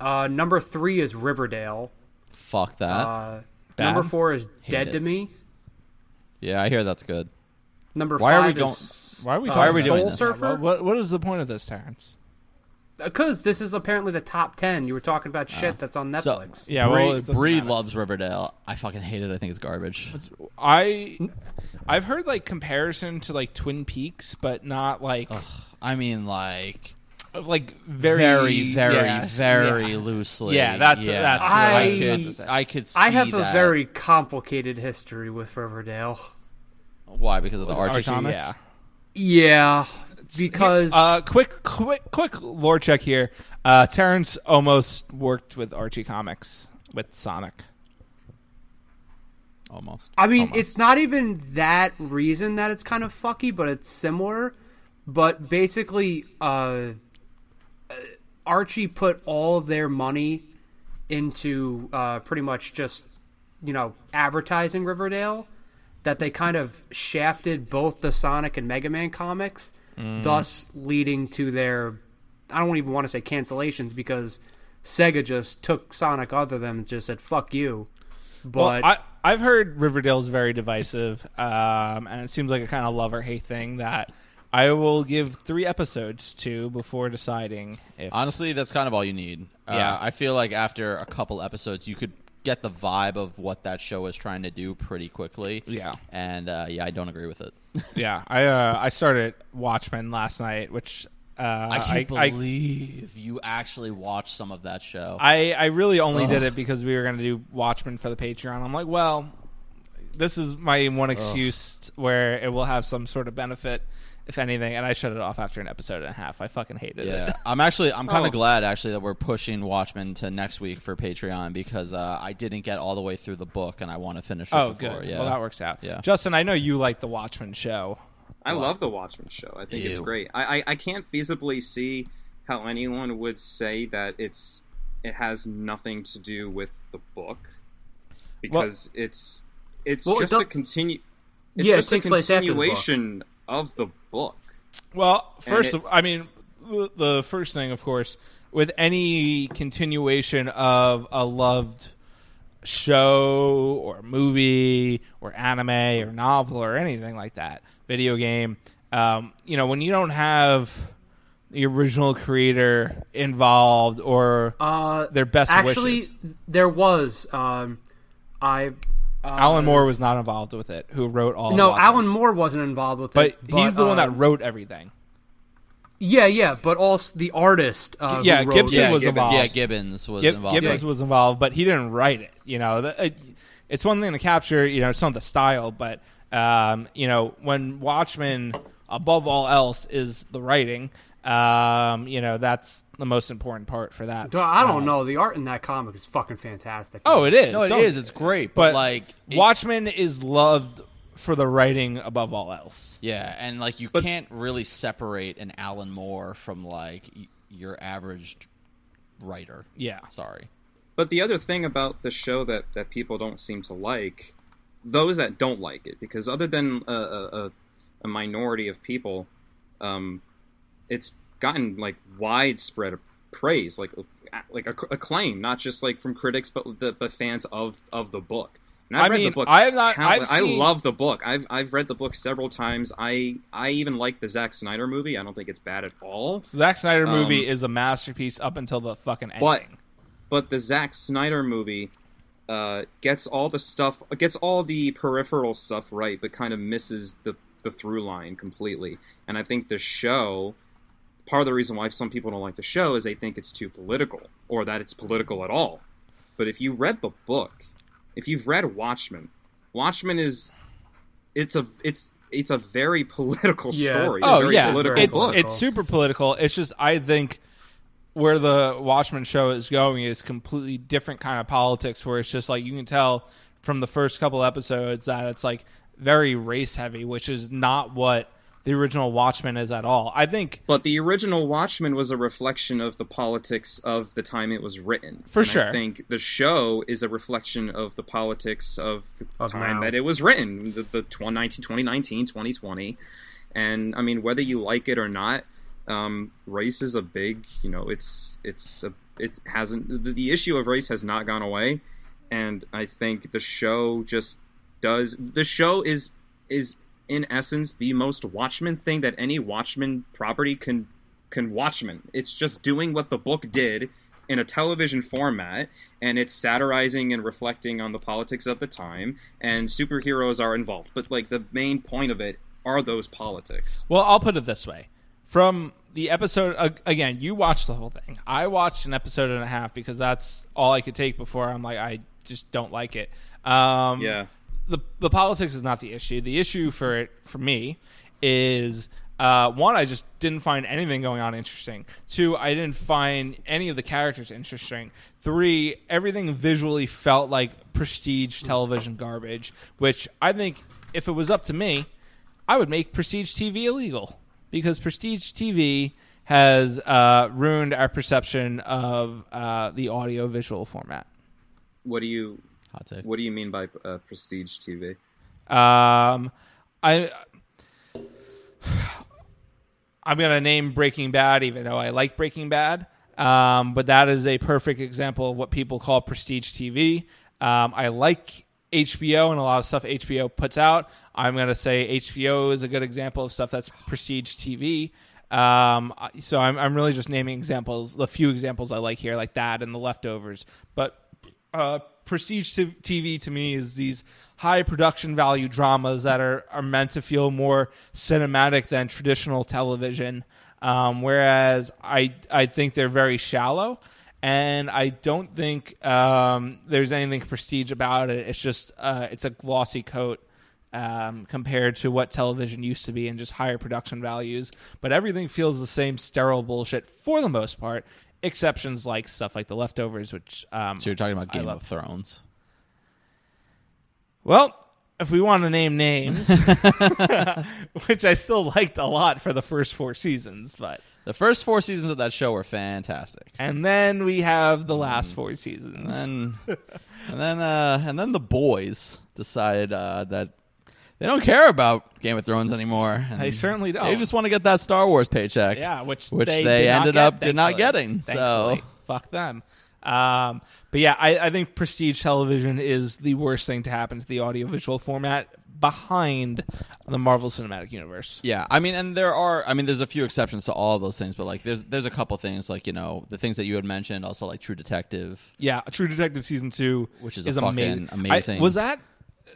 [SPEAKER 2] Uh, number three is Riverdale.
[SPEAKER 1] Fuck that.
[SPEAKER 3] Uh, Bad.
[SPEAKER 2] Number four is Dead
[SPEAKER 1] it.
[SPEAKER 2] to Me.
[SPEAKER 1] yeah, I hear that's good.
[SPEAKER 2] Number
[SPEAKER 1] Why are
[SPEAKER 2] five
[SPEAKER 1] we going-
[SPEAKER 2] is
[SPEAKER 3] Why are we?
[SPEAKER 2] uh,
[SPEAKER 3] talking
[SPEAKER 1] Oh, why are we
[SPEAKER 3] about
[SPEAKER 1] doing
[SPEAKER 2] Soul
[SPEAKER 1] this?
[SPEAKER 3] What,
[SPEAKER 2] Surfer.
[SPEAKER 3] what, what is the point of this, Terrence?
[SPEAKER 2] Because this is apparently the top ten. You were talking about shit that's on
[SPEAKER 1] Oh. So
[SPEAKER 2] Netflix.
[SPEAKER 3] Yeah, well, it
[SPEAKER 1] Bree,
[SPEAKER 3] doesn't
[SPEAKER 1] Bree
[SPEAKER 3] matter.
[SPEAKER 1] loves Riverdale. I fucking hate it. I think it's garbage.
[SPEAKER 3] I I've heard like comparison to like Twin Peaks, but not like
[SPEAKER 1] I mean, like
[SPEAKER 3] like very
[SPEAKER 1] very, very,
[SPEAKER 3] yeah,
[SPEAKER 1] very
[SPEAKER 3] yeah.
[SPEAKER 1] loosely.
[SPEAKER 3] Yeah, that's-
[SPEAKER 1] yeah.
[SPEAKER 3] that's
[SPEAKER 2] what I
[SPEAKER 1] I,
[SPEAKER 2] was about to
[SPEAKER 1] could,
[SPEAKER 2] say.
[SPEAKER 1] I could. See
[SPEAKER 2] I have a
[SPEAKER 1] that.
[SPEAKER 2] very complicated history with Riverdale.
[SPEAKER 1] why because of the Archie,
[SPEAKER 3] Archie,
[SPEAKER 1] comics.
[SPEAKER 3] yeah.
[SPEAKER 2] Yeah, because
[SPEAKER 3] Uh, quick, quick, quick lore check here. Uh, Terrence almost worked with Archie Comics with Sonic.
[SPEAKER 1] Almost.
[SPEAKER 2] I mean, it's not even that reason that it's kind of fucky, but it's similar. But basically, uh, uh, Archie put all of their money into uh, pretty much just you know advertising Riverdale. That they kind of shafted both the Sonic and Mega Man comics, thus leading to their I don't even want to say cancellations because Sega just took Sonic other than and just said fuck you. But
[SPEAKER 3] I, I've heard Riverdale's very divisive, um, and it seems like a kind of love or hate thing that I will give three episodes to before deciding if.
[SPEAKER 1] Honestly, that's kind of all you need.
[SPEAKER 3] Yeah.
[SPEAKER 1] Uh, I feel like after a couple episodes, you could get the vibe of what that show is trying to do pretty quickly.
[SPEAKER 3] Yeah.
[SPEAKER 1] And uh, yeah, I don't agree with it.
[SPEAKER 3] yeah, I uh, I started Watchmen last night, which uh,
[SPEAKER 1] *laughs* I can't
[SPEAKER 3] I,
[SPEAKER 1] believe you actually watched some of that show.
[SPEAKER 3] I, I really only did it because we were going to do Watchmen for the Patreon. I'm like, well, this is my one excuse where it will have some sort of benefit, if anything. And I shut it off after an episode and a half. I fucking hated
[SPEAKER 1] yeah,
[SPEAKER 3] it.
[SPEAKER 1] *laughs* I'm actually I'm kind
[SPEAKER 2] Oh.
[SPEAKER 1] of glad actually that we're pushing Watchmen to next week for Patreon because uh, I didn't get all the way through the book and I want to finish.
[SPEAKER 3] *laughs*
[SPEAKER 1] It
[SPEAKER 3] Oh,
[SPEAKER 1] before.
[SPEAKER 3] good.
[SPEAKER 1] Yeah,
[SPEAKER 3] Well, that works out.
[SPEAKER 1] Yeah.
[SPEAKER 3] Justin, I know you like the Watchmen show.
[SPEAKER 4] I love the Watchmen show. I think it's
[SPEAKER 1] Ew.
[SPEAKER 4] great. I, I I can't feasibly see how anyone would say that it's it has nothing to do with the book because it's it's
[SPEAKER 2] Well, it
[SPEAKER 4] just
[SPEAKER 2] don't-
[SPEAKER 4] a continue. It's
[SPEAKER 2] Yeah, it
[SPEAKER 4] just
[SPEAKER 2] takes
[SPEAKER 4] a
[SPEAKER 2] place after the book.
[SPEAKER 4] continuation of the book.
[SPEAKER 3] Well,
[SPEAKER 4] And
[SPEAKER 3] first,
[SPEAKER 4] it-
[SPEAKER 3] of, I mean, the- the first thing, of course, with any continuation of a loved show or movie or anime or novel or anything like that, video game, um, you know, when you don't have the original creator involved or
[SPEAKER 2] Uh,
[SPEAKER 3] their best
[SPEAKER 2] actually,
[SPEAKER 3] wishes,
[SPEAKER 2] th- there was. Um, I uh,
[SPEAKER 3] Alan Moore was not involved with it, who wrote all.
[SPEAKER 2] no,
[SPEAKER 3] of Watchmen.
[SPEAKER 2] Alan Moore wasn't involved with
[SPEAKER 3] but
[SPEAKER 2] it.
[SPEAKER 3] he's the one
[SPEAKER 2] uh,
[SPEAKER 3] that wrote everything.
[SPEAKER 2] Yeah, yeah, but also the artist. Uh, who
[SPEAKER 3] yeah,
[SPEAKER 2] wrote
[SPEAKER 3] Gibson
[SPEAKER 2] it.
[SPEAKER 1] yeah,
[SPEAKER 3] was
[SPEAKER 1] Gibbons,
[SPEAKER 3] involved.
[SPEAKER 1] yeah, Gibbons was
[SPEAKER 3] Gib-
[SPEAKER 1] involved.
[SPEAKER 3] Gibbons was involved, but he didn't write it. You know, The- it- it's one thing to capture. You know, it's not the style, but um, you know, when Watchmen, above all else, is the writing. Um, you know, that's the most important part for that.
[SPEAKER 2] Duh, I don't know. The art in that comic is fucking fantastic.
[SPEAKER 3] Uh-huh. Oh, it is.
[SPEAKER 1] no, it
[SPEAKER 3] Don't-
[SPEAKER 1] is. It's great, but,
[SPEAKER 3] But
[SPEAKER 1] like it-
[SPEAKER 3] Watchmen is loved for the writing above all else.
[SPEAKER 1] Yeah, and like you can't really separate an Alan Moore from like y- your average writer.
[SPEAKER 3] Yeah.
[SPEAKER 1] Sorry.
[SPEAKER 4] But the other thing about the show that, that people don't seem to like, those that don't like it, because other than a, a, a- a minority of people, um, it's gotten like widespread praise, like like acc- acclaim, not just like from critics, but the but fans of of the book. And I've
[SPEAKER 3] I
[SPEAKER 4] read
[SPEAKER 3] mean,
[SPEAKER 4] the book.
[SPEAKER 3] I have not-
[SPEAKER 4] countless-
[SPEAKER 3] I've
[SPEAKER 4] I
[SPEAKER 3] seen-
[SPEAKER 4] love the book. I've I've read the book several times. I I even like the Zack Snyder movie. I don't think it's bad at all.
[SPEAKER 3] The Zack Snyder
[SPEAKER 4] Um,
[SPEAKER 3] movie is a masterpiece up until the fucking ending.
[SPEAKER 4] But- but the Zack Snyder movie uh, gets all the stuff, gets all the peripheral stuff right, but kind of misses the the through line completely. And I think the show, part of the reason why some people don't like the show is they think it's too political or that it's political at all. But if you read the book, if you've read Watchmen, Watchmen is it's a it's it's a very *laughs* political
[SPEAKER 2] Yeah,
[SPEAKER 4] story.
[SPEAKER 2] it's-
[SPEAKER 4] It's a
[SPEAKER 3] oh
[SPEAKER 4] very
[SPEAKER 3] yeah,
[SPEAKER 4] political
[SPEAKER 3] it's,
[SPEAKER 4] book.
[SPEAKER 3] it's super political. It's just I think where the Watchmen show is going is completely different kind of politics where it's just like you can tell from the first couple episodes that it's like very race heavy, which is not what the original Watchmen is at all. I think
[SPEAKER 4] But the original Watchmen was a reflection of the politics of the time it was written.
[SPEAKER 3] For
[SPEAKER 4] And
[SPEAKER 3] sure.
[SPEAKER 4] I think the show is a reflection of the politics of the
[SPEAKER 2] Of
[SPEAKER 4] time
[SPEAKER 2] now.
[SPEAKER 4] that it was written, the, the 2019, 2019, 2020. And I mean, whether you like it or not, um, race is a big, you know, it's, it's, a, it hasn't, the, the issue of race has not gone away. And I think the show just does, the show is, is in essence the most Watchmen thing that any Watchmen property can can Watchmen. It's just doing what the book did in a television format, and it's satirizing and reflecting on the politics of the time, and superheroes are involved. But like the main point of it are those politics.
[SPEAKER 3] Well, I'll put it this way: from the episode ag- again, you watched the whole thing. I watched an episode and a half because that's all I could take before I'm like, I just don't like it. Um,
[SPEAKER 4] Yeah.
[SPEAKER 3] the the politics is not the issue. The issue for it for me is uh, one, I just didn't find anything going on interesting. Two, I didn't find any of the characters interesting. Three, everything visually felt like prestige television garbage, which I think if it was up to me, I would make prestige TV illegal because prestige TV has uh, ruined our perception of uh, the audio visual format.
[SPEAKER 4] What do you
[SPEAKER 1] Hot take.
[SPEAKER 4] what do you mean by uh, prestige TV?
[SPEAKER 3] Um, I I'm gonna name Breaking Bad, even though I like Breaking Bad. Um, but that is a perfect example of what people call prestige TV. Um, I like HBO and a lot of stuff HBO puts out. I'm gonna say HBO is a good example of stuff that's prestige TV. Um, I- so I'm, I'm really just naming examples, the few examples I like here, like that and the leftovers. But uh, prestige t- TV to me is these high production value dramas that are, are meant to feel more cinematic than traditional television. Um, whereas I I think they're very shallow, and I don't think um, there's anything prestige about it. It's just uh, it's a glossy coat um, compared to what television used to be and just higher production values. But everything feels the same sterile bullshit for the most part. Exceptions like stuff like The Leftovers, which um,
[SPEAKER 1] So you're talking about
[SPEAKER 3] I
[SPEAKER 1] Game
[SPEAKER 3] love-
[SPEAKER 1] of Thrones.
[SPEAKER 3] well, if we want to name
[SPEAKER 1] *laughs*
[SPEAKER 3] names, *laughs* which I still liked a lot for the first four seasons, but
[SPEAKER 1] The first four seasons of that show were fantastic.
[SPEAKER 3] and then we have the last four seasons.
[SPEAKER 1] Mm. And and then uh, and then the boys decided uh, that they don't care about Game of Thrones anymore. and
[SPEAKER 3] They certainly don't.
[SPEAKER 1] They just want to get that Star Wars paycheck.
[SPEAKER 3] Oh. yeah, which
[SPEAKER 1] which
[SPEAKER 3] they,
[SPEAKER 1] they,
[SPEAKER 3] did not
[SPEAKER 1] ended
[SPEAKER 3] get,
[SPEAKER 1] up did not
[SPEAKER 3] thankfully.
[SPEAKER 1] getting.
[SPEAKER 3] Thankfully.
[SPEAKER 1] So
[SPEAKER 3] fuck them. Um, but yeah, I, I think prestige television is the worst thing to happen to the audiovisual format behind the Marvel Cinematic Universe.
[SPEAKER 1] Yeah, I mean, and there are, I mean, there's a few exceptions to all of those things, but like, there's there's a couple things, like you know, the things that you had mentioned, also like True Detective.
[SPEAKER 3] Yeah, True Detective season two,
[SPEAKER 1] Which is a fucking
[SPEAKER 3] I-
[SPEAKER 1] amazing-
[SPEAKER 3] was that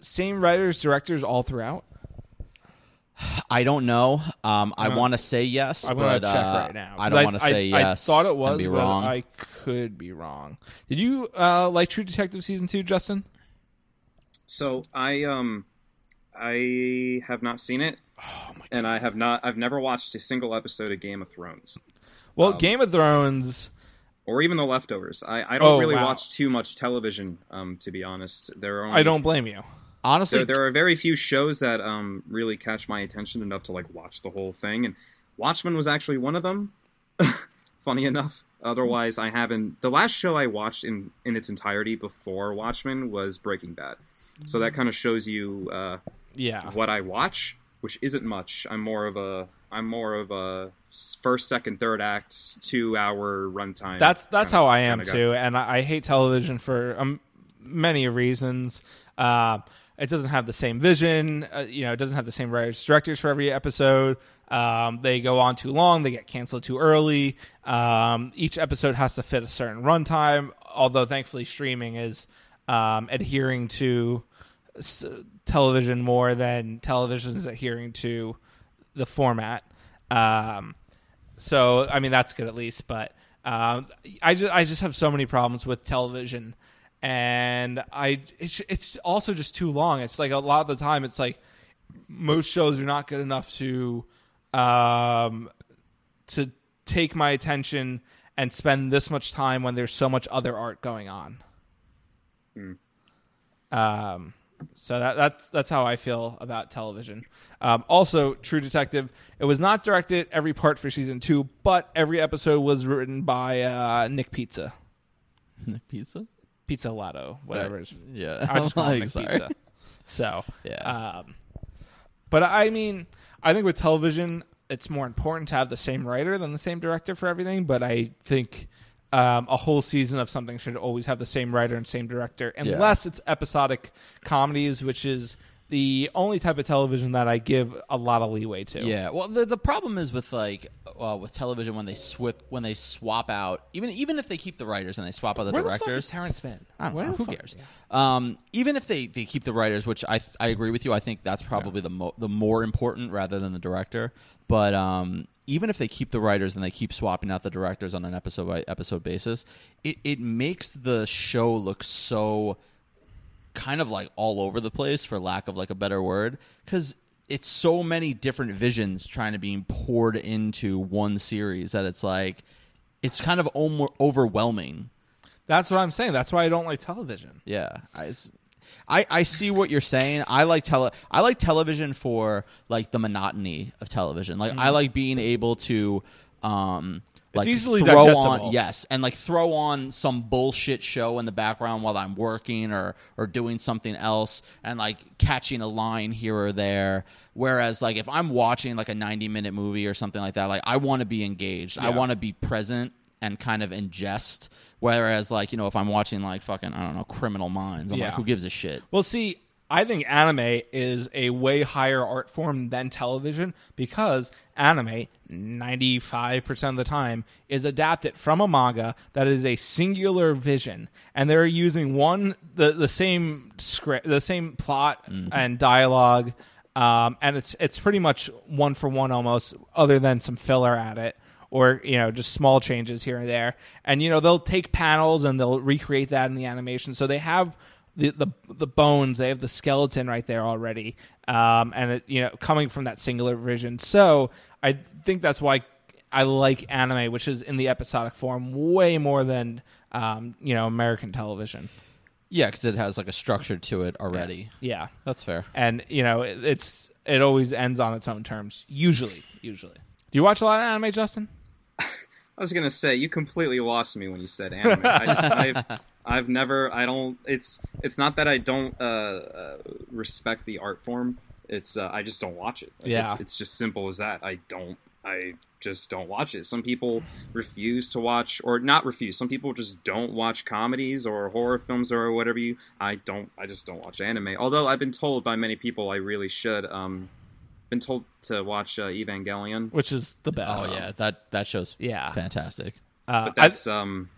[SPEAKER 3] same writers, directors all throughout?
[SPEAKER 1] I don't know. Um, I want to say yes,
[SPEAKER 3] Uh-huh. I want
[SPEAKER 1] but
[SPEAKER 3] to check
[SPEAKER 1] uh,
[SPEAKER 3] right now.
[SPEAKER 1] I
[SPEAKER 3] 'cause
[SPEAKER 1] don't want to
[SPEAKER 3] I-
[SPEAKER 1] say
[SPEAKER 3] I
[SPEAKER 1] yes.
[SPEAKER 3] thought it
[SPEAKER 1] and
[SPEAKER 3] was,
[SPEAKER 1] be
[SPEAKER 3] but
[SPEAKER 1] wrong.
[SPEAKER 3] I could be wrong. Did you uh, like True Detective season two, Justin?
[SPEAKER 4] So I um I have not seen it.
[SPEAKER 3] Oh
[SPEAKER 4] And I have not. I've never watched a single episode of Game of Thrones,
[SPEAKER 3] Well,
[SPEAKER 1] Um,
[SPEAKER 3] Game of Thrones.
[SPEAKER 4] or even The Leftovers. I, I don't
[SPEAKER 3] Oh,
[SPEAKER 4] really
[SPEAKER 3] wow.
[SPEAKER 4] watch too much television, um, to be honest. There are only
[SPEAKER 1] mm.
[SPEAKER 3] I don't blame you.
[SPEAKER 1] Honestly,
[SPEAKER 4] there, there are very few shows that um, really catch my attention enough to like watch the whole thing and watchmen was actually one of them *laughs* funny enough otherwise i haven't the last show i watched in in its entirety before watchmen was breaking bad so
[SPEAKER 3] Mm.
[SPEAKER 4] that kind of shows you uh,
[SPEAKER 3] Yeah,
[SPEAKER 4] what i watch which isn't much i'm more of a i'm more of a s- first second third act two hour runtime
[SPEAKER 3] that's that's
[SPEAKER 4] kinda-
[SPEAKER 3] how I am
[SPEAKER 4] kinda guy.
[SPEAKER 3] too, and I, I hate television for um, many reasons. Uh, it doesn't have the same vision, uh, you know. It doesn't have the same writers, directors for every episode. Um, they go on too long. They get canceled too early. Um, each episode has to fit a certain runtime. Although, thankfully, streaming is um, adhering to s- television more than television is adhering to the format. Um, so I mean that's good at least, but um, I just I just have so many problems with television, and I it's it's also just too long. It's like a lot of the time it's like most shows are not good enough to um, to take my attention and spend this much time when there's so much other art going on. Um, so that, that's that's how I feel about television. Um, also, True Detective. It was not directed every part for season two, but every episode was written by uh, Nick Pizza,
[SPEAKER 1] *laughs* pizza.
[SPEAKER 3] Pizza Lato, whatever. His,
[SPEAKER 1] *laughs* Yeah,
[SPEAKER 3] *laughs* I just call him
[SPEAKER 1] Like,
[SPEAKER 3] Nick
[SPEAKER 1] sorry.
[SPEAKER 3] Pizza. So
[SPEAKER 1] Yeah.
[SPEAKER 3] Um, but I mean, I think with television, it's more important to have the same writer than the same director for everything. But I think um, a whole season of something should always have the same writer and same director, unless it's episodic comedies, which is the only type of television that I give a lot of leeway to.
[SPEAKER 1] Yeah. Well, the, the problem is with like uh, with television when they swip when they swap out even even if they keep the writers and they swap out the
[SPEAKER 3] Where the fuck
[SPEAKER 1] directors.
[SPEAKER 3] is Terrence Mann?
[SPEAKER 1] I don't
[SPEAKER 3] Where
[SPEAKER 1] know.
[SPEAKER 3] the
[SPEAKER 1] Who
[SPEAKER 3] fuck-
[SPEAKER 1] cares? Um, even if they, they keep the writers, which I I agree with you. I think that's probably the mo- the more important rather than the director. But um, even if they keep the writers and they keep swapping out the directors on an episode by episode basis, it it makes the show look so kind of like all over the place for lack of like a better word because it's so many different visions trying to be poured into one series that it's like it's kind of om- overwhelming
[SPEAKER 3] That's what I'm saying. That's why I don't like television.
[SPEAKER 1] yeah, I, it's- I I see what you're saying. I like tele I like television for like the monotony of television. Like
[SPEAKER 3] Mm-hmm.
[SPEAKER 1] I like being able to um like
[SPEAKER 3] easily
[SPEAKER 1] throw
[SPEAKER 3] digestible.
[SPEAKER 1] on yes and like throw on some bullshit show in the background while I'm working or or doing something else and like catching a line here or there whereas like if I'm watching like a 90 minute movie or something like that like I want to be engaged I
[SPEAKER 3] Yeah.
[SPEAKER 1] want to be present and kind of ingest whereas like you know if I'm watching like fucking I don't know Criminal Minds I'm like
[SPEAKER 3] Yeah.
[SPEAKER 1] who gives a shit
[SPEAKER 3] Well, see, I think anime is a way higher art form than television because anime, 95% of the time, is adapted from a manga that is a singular vision. And they're using one, the, the same script, the same plot and dialogue. Um, and it's it's pretty much one for one almost, other than some filler at it or you know just small changes here and there and you know they'll take panels and they'll recreate that in the animation so they have the the, the bones they have the skeleton right there already um, and it, you know coming from that singular vision so i think that's why i like anime which is in the episodic form way more than um, you know american television
[SPEAKER 1] yeah cuz it has like a structure to it already
[SPEAKER 3] yeah
[SPEAKER 1] that's fair
[SPEAKER 3] and you know it, it's it always ends on its own terms usually usually do you watch a lot of anime justin
[SPEAKER 4] I was gonna say you completely lost me when you said anime. I just, I've, I've never, I don't. It's, it's not that I don't uh, uh, respect the art form. It's, uh, I just don't watch it. Like,
[SPEAKER 3] Yeah.
[SPEAKER 4] it's, it's just simple as that. I don't. I just don't watch it. Some people refuse to watch, or not refuse. Some people just don't watch comedies or horror films or whatever. You, I don't. I just don't watch anime. Although I've been told by many people I really should. Um, been told to watch uh, Evangelion.
[SPEAKER 3] which is the best
[SPEAKER 1] oh yeah that that shows
[SPEAKER 3] Yeah.
[SPEAKER 1] fantastic
[SPEAKER 3] Uh, I,
[SPEAKER 4] That's um,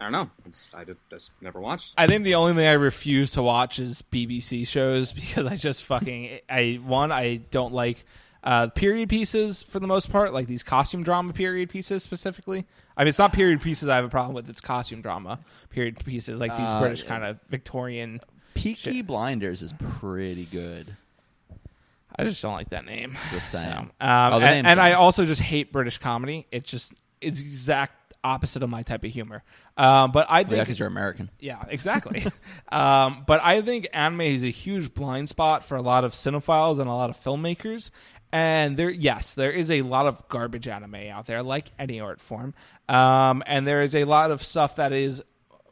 [SPEAKER 4] I don't know. It's, I did, just never watched.
[SPEAKER 3] I think the only thing I refuse to watch is BBC shows *laughs* because I just fucking I one I don't like uh, period pieces for the most part, like these costume drama period pieces specifically. I mean, it's not period pieces I have a problem with; it's costume drama period pieces, like
[SPEAKER 1] Uh,
[SPEAKER 3] these British kind of Victorian.
[SPEAKER 1] Peaky Blinders is pretty good
[SPEAKER 3] I just don't like that name.
[SPEAKER 1] Just saying.
[SPEAKER 3] *laughs* So, um,
[SPEAKER 1] Oh, the
[SPEAKER 3] and,
[SPEAKER 1] name's
[SPEAKER 3] and I
[SPEAKER 1] on.
[SPEAKER 3] also just hate British comedy. It's just it's exact opposite of my type of humor. Um, but I think
[SPEAKER 1] Oh, yeah cuz you're American
[SPEAKER 3] Yeah, exactly. *laughs* um, but I think anime is a huge blind spot for a lot of cinephiles and a lot of filmmakers. And there, yes, there is a lot of garbage anime out there, like any art form. Um, and there is a lot of stuff that is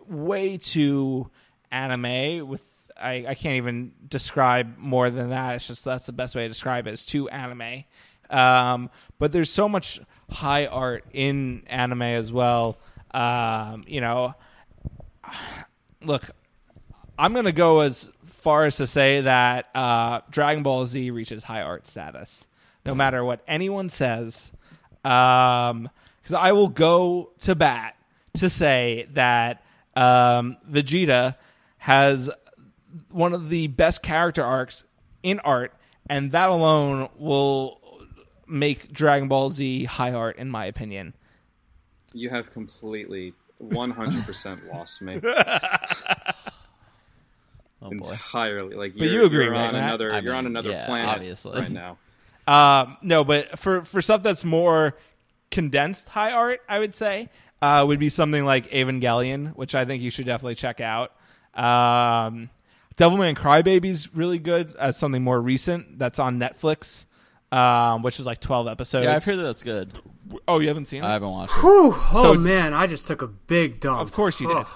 [SPEAKER 3] way too anime with. I, I can't even describe more than that. It's just that's the best way to describe it. It's too anime. Um, but there's so much high art in anime as well. Um, you know, look, I'm gonna go as far as to say that uh, Dragon Ball Z reaches high art status, no matter what anyone says, because I will go to bat to say that um, Vegeta has one of the best character arcs in art, and that alone will make Dragon Ball Z high art, in my opinion.
[SPEAKER 4] You have completely, one hundred
[SPEAKER 1] *laughs*
[SPEAKER 4] percent lost me
[SPEAKER 1] oh boy
[SPEAKER 4] entirely. Like,
[SPEAKER 3] But
[SPEAKER 4] you're,
[SPEAKER 3] you agree,
[SPEAKER 4] you're
[SPEAKER 3] right,
[SPEAKER 4] on
[SPEAKER 3] Matt?
[SPEAKER 4] another,
[SPEAKER 1] I
[SPEAKER 4] you're on
[SPEAKER 1] mean,
[SPEAKER 4] another
[SPEAKER 1] yeah, *laughs*
[SPEAKER 4] planet,
[SPEAKER 1] obviously.
[SPEAKER 4] right now.
[SPEAKER 3] Um, no, but for for stuff that's more condensed high art, I would say, uh, would be something like Evangelion, which I think you should definitely check out. Um, Devilman Crybaby's really good. Uh, something more recent that's on Netflix, um, which is like twelve episodes.
[SPEAKER 1] Yeah, I've heard that that's good.
[SPEAKER 3] oh, you haven't seen it?
[SPEAKER 1] I haven't watched it.
[SPEAKER 2] Whew, oh
[SPEAKER 3] So-
[SPEAKER 2] man, I just took a big dump.
[SPEAKER 3] of course you did.
[SPEAKER 2] Ugh.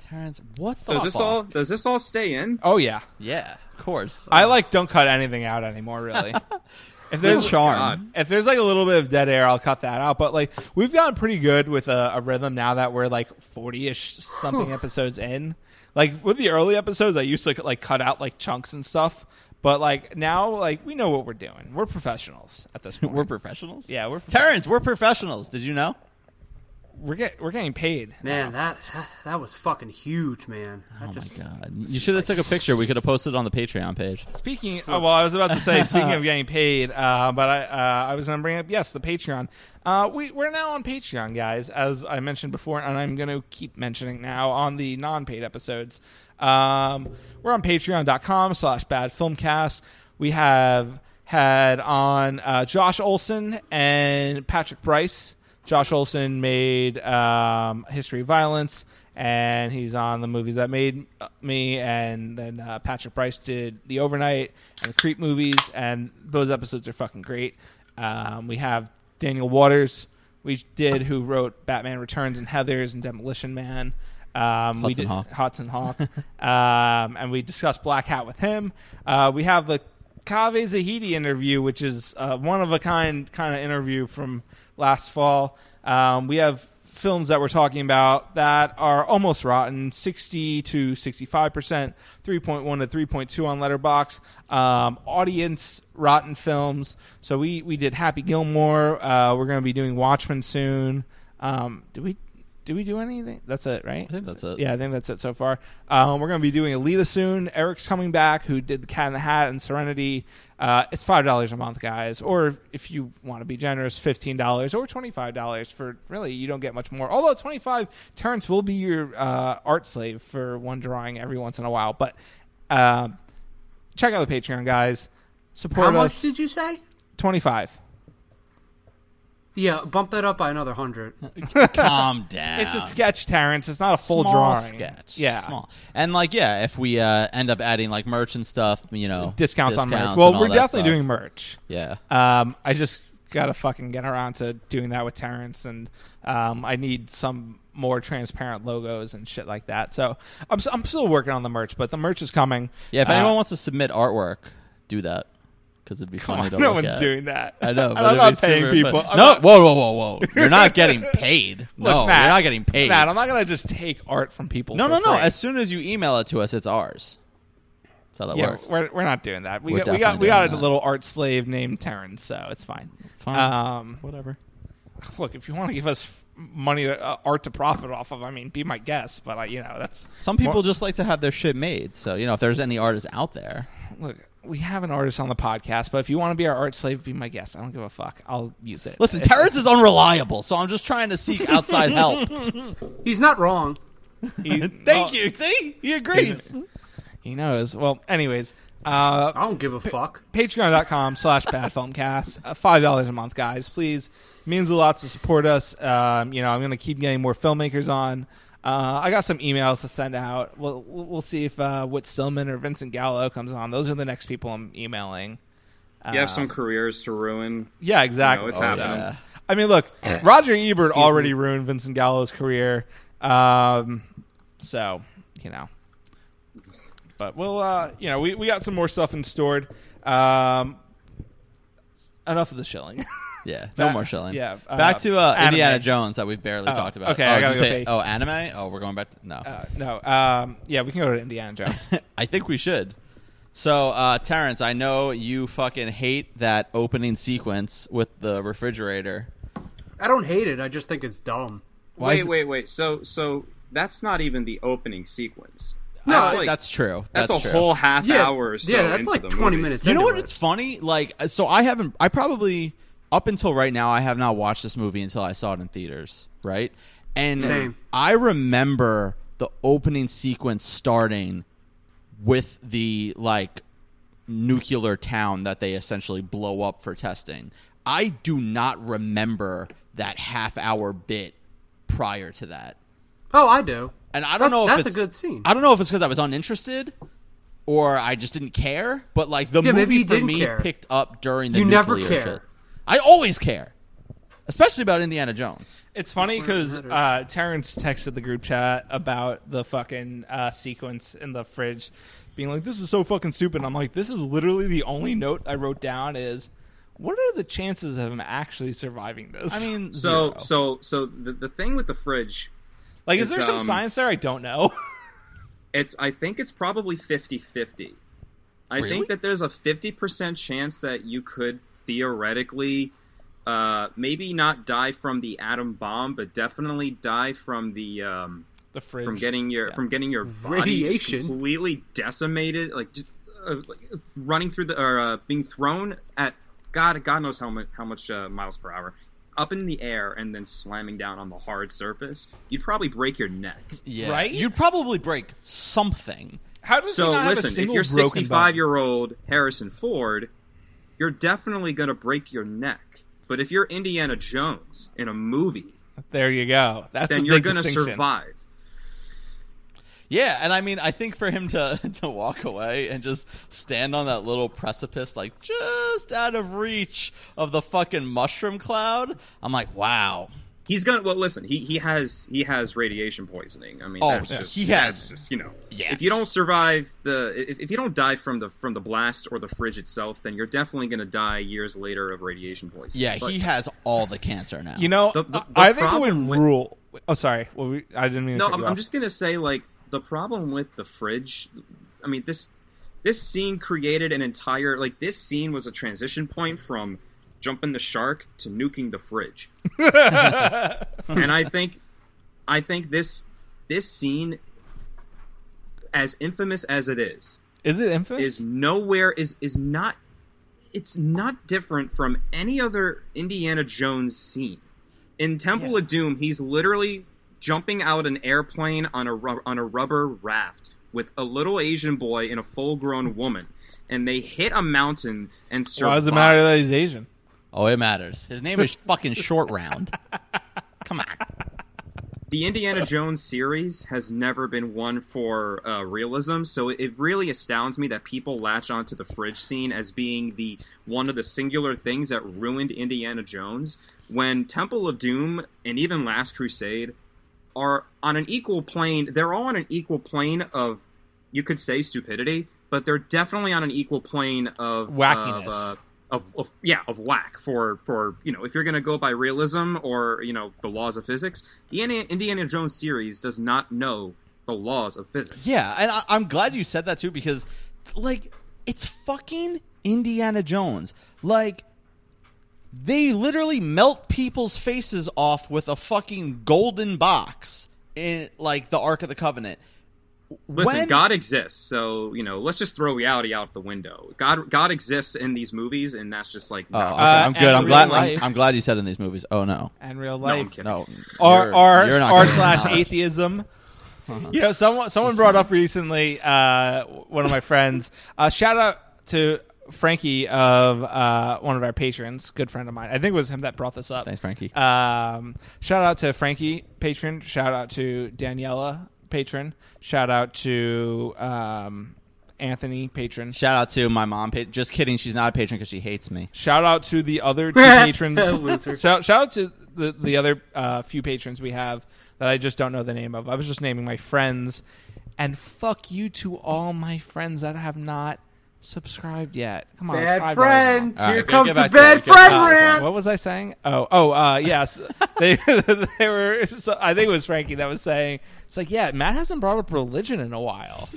[SPEAKER 1] Terrence, what the
[SPEAKER 4] Does this
[SPEAKER 1] fuck?
[SPEAKER 4] all does this all stay in?
[SPEAKER 3] Oh yeah,
[SPEAKER 1] Yeah, of course.
[SPEAKER 3] I like don't cut anything out anymore. Really, if
[SPEAKER 1] the
[SPEAKER 3] there's
[SPEAKER 1] charm.
[SPEAKER 4] God.
[SPEAKER 3] if there's like a little bit of dead air, I'll cut that out. But like we've gotten pretty good with a, a rhythm now that we're like forty ish something episodes in. Like with the early episodes, I used to like cut out like chunks and stuff. But like now, like we know what we're doing. We're professionals at this point.
[SPEAKER 1] We're professionals.
[SPEAKER 3] yeah, we're
[SPEAKER 1] Terrence, we're professionals. Did you know?
[SPEAKER 3] we're get, we're getting paid.
[SPEAKER 2] Man, that, that that was fucking huge, man.
[SPEAKER 4] Oh,
[SPEAKER 2] That
[SPEAKER 3] Oh
[SPEAKER 2] just,
[SPEAKER 1] God, you should have took a picture. We could have posted it on the Patreon
[SPEAKER 3] *laughs*
[SPEAKER 1] page.
[SPEAKER 3] Speaking, oh, well, I was about to say, speaking of getting paid, uh, but I, uh, I was going to bring up, yes, the Patreon. Uh, we, we're now on Patreon, guys, as I mentioned before, and I'm going to keep mentioning now on the non-paid episodes. Um, we're on patreon.com slash bad filmcast. We have had on uh, Josh Olson and Patrick Bryce. Josh Olson made um, History of Violence, and he's on the movies that made uh, me. And then uh, Patrick Bryce did The Overnight and the Creep movies, and those episodes are fucking great. Um, we have Daniel Waters, we did who wrote Batman Returns and Heather's and Demolition Man. Um, we
[SPEAKER 1] Hudson
[SPEAKER 3] did
[SPEAKER 1] Hawk.
[SPEAKER 3] Hudson Hawk, *laughs* um, and we discussed Black Hat with him. Uh, we have the Kaveh Zahidi interview, which is uh, one of a kind kind of interview from last fall. Um, we have films that we're talking about that are almost rotten 60 to 65 percent 3.1 to 3.2 on letterbox um, audience rotten films so we we did happy gilmore uh, we're going to be doing watchmen soon um, do we do we do anything that's it right
[SPEAKER 1] I think that's it.
[SPEAKER 3] yeah, I think that's it so far. Um, we're going to be doing Alita soon. Eric's coming back, who did the Cat in the Hat and Serenity. Uh, it's five dollars a month, guys, or if you want to be generous, fifteen dollars or twenty-five dollars for really you don't get much more. Although twenty-five, Terrence will be your uh, art slave for one drawing every once in a while. But um check out the Patreon, guys.
[SPEAKER 2] how
[SPEAKER 3] Support
[SPEAKER 2] much
[SPEAKER 3] us.
[SPEAKER 2] did you say?
[SPEAKER 3] Twenty-five.
[SPEAKER 2] Yeah, bump that up by another hundred.
[SPEAKER 1] Calm down.
[SPEAKER 3] It's a sketch, Terrence. It's not a full
[SPEAKER 1] Small
[SPEAKER 3] drawing.
[SPEAKER 1] sketch.
[SPEAKER 3] Yeah.
[SPEAKER 1] Small. And like, yeah, if we uh, end up adding like merch and stuff, you know,
[SPEAKER 3] Discounts, on merch.
[SPEAKER 1] and
[SPEAKER 3] Well,
[SPEAKER 1] all
[SPEAKER 3] we're
[SPEAKER 1] that
[SPEAKER 3] definitely
[SPEAKER 1] stuff.
[SPEAKER 3] doing merch.
[SPEAKER 1] Yeah.
[SPEAKER 3] Um, I just gotta fucking get around to doing that with Terrence, and um, I need some more transparent logos and shit like that. So I'm s- I'm still working on the merch, but the merch is coming.
[SPEAKER 1] Yeah. If
[SPEAKER 3] Uh,
[SPEAKER 1] anyone wants to submit artwork, do that because it'd be
[SPEAKER 3] come
[SPEAKER 1] funny
[SPEAKER 3] on, *laughs*
[SPEAKER 1] to
[SPEAKER 3] no
[SPEAKER 1] look
[SPEAKER 3] one's
[SPEAKER 1] at.
[SPEAKER 3] doing that.
[SPEAKER 1] I know.
[SPEAKER 3] *laughs* I'm
[SPEAKER 1] But it'd be
[SPEAKER 3] not paying
[SPEAKER 1] super
[SPEAKER 3] people.
[SPEAKER 1] funny.
[SPEAKER 3] I'm
[SPEAKER 1] no.
[SPEAKER 3] not-
[SPEAKER 1] whoa, whoa, whoa, whoa.
[SPEAKER 3] *laughs*
[SPEAKER 1] You're not getting paid.
[SPEAKER 3] Look,
[SPEAKER 1] no,
[SPEAKER 3] Matt,
[SPEAKER 1] you're not getting paid.
[SPEAKER 3] Matt, I'm not gonna just take art from people.
[SPEAKER 1] no,
[SPEAKER 3] for
[SPEAKER 1] no, no.
[SPEAKER 3] free.
[SPEAKER 1] As soon as you email it to us, it's ours. That's how that
[SPEAKER 3] yeah,
[SPEAKER 1] works.
[SPEAKER 3] we're, we're not doing that. We
[SPEAKER 1] We're
[SPEAKER 3] got we got we
[SPEAKER 1] definitely
[SPEAKER 3] got a
[SPEAKER 1] doing that.
[SPEAKER 3] little art slave named Terrence, so it's fine.
[SPEAKER 1] Fine.
[SPEAKER 3] Um,
[SPEAKER 1] Whatever.
[SPEAKER 3] look, if you want to give us money to uh, art to profit off of, I mean, be my guest. But I, you know, that's
[SPEAKER 1] Some people just like to have their shit made. So, you know, if there's any artists out there,
[SPEAKER 3] look, we have an artist on the podcast, but if you want to be our art slave, be my guest. I don't give a fuck. I'll use it.
[SPEAKER 1] listen,
[SPEAKER 3] If-
[SPEAKER 1] Terrence is unreliable. So I'm just trying to seek outside
[SPEAKER 3] *laughs*
[SPEAKER 1] help.
[SPEAKER 2] He's not wrong.
[SPEAKER 3] he- well,
[SPEAKER 1] Thank you. See? Oh. He agrees.
[SPEAKER 3] He knows. Well, anyways, uh,
[SPEAKER 2] I don't give a fuck.
[SPEAKER 3] patreon.com slash badfilmcast. Uh, $5 a month, guys. Please. Means a lot to support us. Um, you know, I'm going to keep getting more filmmakers on. Uh, I got some emails to send out. We'll, we'll we'll see if uh, Whit Stillman or Vincent Gallo comes on. Those are the next people I'm emailing.
[SPEAKER 4] You have
[SPEAKER 1] Uh,
[SPEAKER 4] some careers to ruin.
[SPEAKER 3] Yeah, exactly.
[SPEAKER 4] No, it's
[SPEAKER 3] So-
[SPEAKER 4] happening.
[SPEAKER 1] yeah.
[SPEAKER 3] I mean, look,
[SPEAKER 4] *coughs*
[SPEAKER 3] Roger Ebert already ruined Vincent Gallo's career. Um, so, you know. But we'll, uh, you know, we, we got some more stuff in stored. Um, enough of the shilling. *laughs*
[SPEAKER 1] Yeah, no
[SPEAKER 3] Back-
[SPEAKER 1] more shilling.
[SPEAKER 3] yeah, uh,
[SPEAKER 1] back to uh,
[SPEAKER 3] anime.
[SPEAKER 1] Indiana Jones that we've barely talked about.
[SPEAKER 3] okay,
[SPEAKER 1] oh,
[SPEAKER 3] I
[SPEAKER 1] did
[SPEAKER 3] gotta
[SPEAKER 1] you
[SPEAKER 3] go
[SPEAKER 1] say,
[SPEAKER 3] pee.
[SPEAKER 1] oh anime. Oh, we're going back. To, no,
[SPEAKER 3] uh, no. Um, yeah, we can go to Indiana Jones.
[SPEAKER 1] I think we should. So, uh, Terrence, I know you fucking hate that opening sequence with the refrigerator.
[SPEAKER 2] I don't hate it. I just think it's dumb.
[SPEAKER 1] Why
[SPEAKER 4] wait,
[SPEAKER 1] is it-
[SPEAKER 4] wait, wait. So, so that's not even the opening sequence.
[SPEAKER 2] No,
[SPEAKER 4] that's,
[SPEAKER 2] it-
[SPEAKER 4] like,
[SPEAKER 1] that's true.
[SPEAKER 4] that's, a
[SPEAKER 1] true.
[SPEAKER 4] whole half
[SPEAKER 2] Yeah,
[SPEAKER 4] hour or so
[SPEAKER 2] yeah, that's
[SPEAKER 4] into
[SPEAKER 2] like
[SPEAKER 4] the
[SPEAKER 2] twenty
[SPEAKER 4] movie.
[SPEAKER 2] minutes.
[SPEAKER 1] You know
[SPEAKER 2] into
[SPEAKER 1] what?
[SPEAKER 2] it.
[SPEAKER 1] It's funny. Like, uh, so I haven't. I probably up until right now, I have not watched this movie until I saw it in theaters. Right, and
[SPEAKER 2] Same.
[SPEAKER 1] I remember the opening sequence starting with the like nuclear town that they essentially blow up for testing. I do not remember that half hour bit prior to that.
[SPEAKER 2] Oh, I do.
[SPEAKER 1] And I
[SPEAKER 2] That-
[SPEAKER 1] don't know if
[SPEAKER 2] that's a
[SPEAKER 1] it's,
[SPEAKER 2] good scene.
[SPEAKER 1] I don't know if it's because I was uninterested or I just didn't care. But like the
[SPEAKER 2] Yeah,
[SPEAKER 1] movie
[SPEAKER 2] maybe you
[SPEAKER 1] for
[SPEAKER 2] didn't
[SPEAKER 1] me
[SPEAKER 2] care.
[SPEAKER 1] picked up during the
[SPEAKER 2] You never
[SPEAKER 1] nuclear
[SPEAKER 2] care.
[SPEAKER 1] shit. I always care, especially about Indiana Jones.
[SPEAKER 3] It's funny because uh, Terrence texted the group chat about the fucking uh, sequence in the fridge, being like, "This is so fucking stupid." I'm like, "This is literally the only note I wrote down is, what are the chances of him actually surviving this?
[SPEAKER 1] I mean,
[SPEAKER 4] So
[SPEAKER 1] zero.
[SPEAKER 4] so so the the thing with the fridge,
[SPEAKER 3] *laughs* like, is there
[SPEAKER 4] it's,
[SPEAKER 3] some
[SPEAKER 4] um,
[SPEAKER 3] science there? I don't know. *laughs*
[SPEAKER 4] it's I think it's probably 50-50. I
[SPEAKER 1] Really?
[SPEAKER 4] think that there's a 50% chance that you could theoretically uh, maybe not die from the atom bomb, but definitely die from the um,
[SPEAKER 3] the fridge.
[SPEAKER 4] from getting your from getting your body just
[SPEAKER 2] Radiation.
[SPEAKER 4] completely decimated, like just uh, like, running through the or uh, being thrown at God God knows how much how much uh, miles per hour up in the air and then slamming down on the hard surface. You'd probably break your neck.
[SPEAKER 1] yeah,
[SPEAKER 3] right?
[SPEAKER 1] You'd probably break something.
[SPEAKER 3] How does he
[SPEAKER 4] So
[SPEAKER 3] not have a
[SPEAKER 4] listen, if
[SPEAKER 3] single
[SPEAKER 4] you're
[SPEAKER 3] broken
[SPEAKER 4] 65
[SPEAKER 3] bone?
[SPEAKER 4] year old Harrison Ford, you're definitely gonna break your neck. But if you're Indiana Jones in a movie,
[SPEAKER 3] there you go. That's
[SPEAKER 4] then
[SPEAKER 3] the
[SPEAKER 4] you're
[SPEAKER 3] big
[SPEAKER 4] gonna
[SPEAKER 3] distinction.
[SPEAKER 4] survive.
[SPEAKER 1] Yeah, and I mean, I think for him to *laughs* to walk away and just stand on that little precipice, like just out of reach of the fucking mushroom cloud, I'm like, wow.
[SPEAKER 4] He's gonna well listen, he he has he has radiation poisoning. I mean
[SPEAKER 1] Oh,
[SPEAKER 4] that's
[SPEAKER 1] yeah,
[SPEAKER 4] just
[SPEAKER 1] he
[SPEAKER 4] that's
[SPEAKER 1] has.
[SPEAKER 4] just you know
[SPEAKER 1] Yes.
[SPEAKER 4] if you don't survive the if, if you don't die from the from the blast or the fridge itself, then you're definitely gonna die years later of radiation poisoning.
[SPEAKER 1] Yeah,
[SPEAKER 4] But-
[SPEAKER 1] he has all the cancer now.
[SPEAKER 3] You know,
[SPEAKER 4] The- the- the
[SPEAKER 3] I think it would
[SPEAKER 4] problem with-
[SPEAKER 3] rule. Oh, sorry. Well, we, I didn't mean. to
[SPEAKER 4] No,
[SPEAKER 3] cut
[SPEAKER 4] I'm,
[SPEAKER 3] you
[SPEAKER 4] I'm
[SPEAKER 3] off.
[SPEAKER 4] just gonna say like the problem with the fridge. I mean this this scene created an entire like this scene was a transition point from jumping the shark to nuking the fridge. and I think I think this this scene, as infamous as it is,
[SPEAKER 3] Is it infamous?
[SPEAKER 4] is nowhere is is not it's not different from any other Indiana Jones scene. In Temple of Doom, he's literally jumping out an airplane on a ru- on a rubber raft with a little Asian boy and a full-grown woman, and they hit a mountain and survive.
[SPEAKER 3] Why does it matter that he's Asian?
[SPEAKER 1] oh, it matters. His name is fucking Short Round. Come on.
[SPEAKER 4] the Indiana Jones series has never been one for uh, realism, so it, it really astounds me that people latch onto the fridge scene as being the one of the singular things that ruined Indiana Jones. When Temple of Doom and even Last Crusade are on an equal plane, they're all on an equal plane of you could say stupidity, but they're definitely on an equal plane of
[SPEAKER 3] Wackiness.
[SPEAKER 4] Of, uh, of, of yeah, of whack for for you know if you're gonna go by realism or you know the laws of physics, the Indiana, Indiana Jones series does not know the laws of physics.
[SPEAKER 1] *laughs* Yeah, and I, I'm glad you said that too because, like, it's fucking Indiana Jones. Like, they literally melt people's faces off with a fucking golden box in, like, the Ark of the Covenant.
[SPEAKER 4] Listen,
[SPEAKER 1] When-
[SPEAKER 4] God exists, so you know let's just throw reality out the window. God God exists in these movies, and that's just like
[SPEAKER 1] Oh,
[SPEAKER 4] no.
[SPEAKER 1] okay,
[SPEAKER 3] Uh,
[SPEAKER 1] I'm good.
[SPEAKER 3] as
[SPEAKER 1] I'm
[SPEAKER 3] a
[SPEAKER 1] glad.
[SPEAKER 3] real
[SPEAKER 1] I'm,
[SPEAKER 3] life-
[SPEAKER 1] I'm glad you said in these movies. Oh no,
[SPEAKER 3] And real
[SPEAKER 4] No, I'm
[SPEAKER 3] life.
[SPEAKER 4] kidding.
[SPEAKER 1] no.
[SPEAKER 3] R
[SPEAKER 1] you're-
[SPEAKER 3] R
[SPEAKER 1] you're not
[SPEAKER 3] R
[SPEAKER 1] gonna Uh-huh.
[SPEAKER 3] slash
[SPEAKER 1] acknowledge- *laughs*
[SPEAKER 3] atheism. You know, someone someone brought up recently. Uh, one of my friends. Uh, shout out to Frankie of uh, one of our patrons, good friend of mine. I think it was him that brought this up.
[SPEAKER 1] Thanks, Frankie.
[SPEAKER 3] Um, shout out to Frankie, patron. Shout out to Daniela, patron. Shout out to um, Anthony, patron.
[SPEAKER 1] Shout out to my mom. pa- Just kidding. She's not a patron because she hates me.
[SPEAKER 3] Shout out to the
[SPEAKER 2] *laughs*
[SPEAKER 3] other two patrons.
[SPEAKER 2] Loser.
[SPEAKER 3] shout, shout out to the, the other uh, few patrons we have that I just don't know the name of. I was just naming my friends. And fuck you to all my friends that have not subscribed yet. Come on, it's
[SPEAKER 2] Bad
[SPEAKER 3] $5 a
[SPEAKER 2] friend.
[SPEAKER 3] month.
[SPEAKER 1] All right,
[SPEAKER 2] Here
[SPEAKER 1] get
[SPEAKER 2] comes
[SPEAKER 1] back
[SPEAKER 2] the
[SPEAKER 1] to that.
[SPEAKER 2] bad
[SPEAKER 1] Get back
[SPEAKER 2] friend
[SPEAKER 1] to that.
[SPEAKER 2] rant.
[SPEAKER 3] What was I saying? Oh, oh, uh, yes. *laughs* they, they were. So, I think it was Frankie that was saying. It's like, yeah, Matt hasn't brought up religion in a while.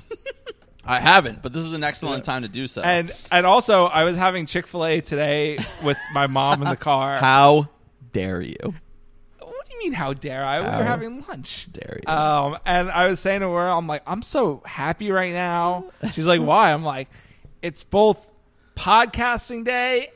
[SPEAKER 1] I haven't, but this is an excellent time to do so.
[SPEAKER 3] And and also, I was having Chick Fil A today with my mom in the car.
[SPEAKER 1] *laughs* how dare you?
[SPEAKER 3] what do you mean how dare I? We
[SPEAKER 1] How
[SPEAKER 3] were having lunch.
[SPEAKER 1] dare you.
[SPEAKER 3] Um, and I was saying to her, I'm like, I'm so happy right now. She's like, why? I'm like, it's both podcasting day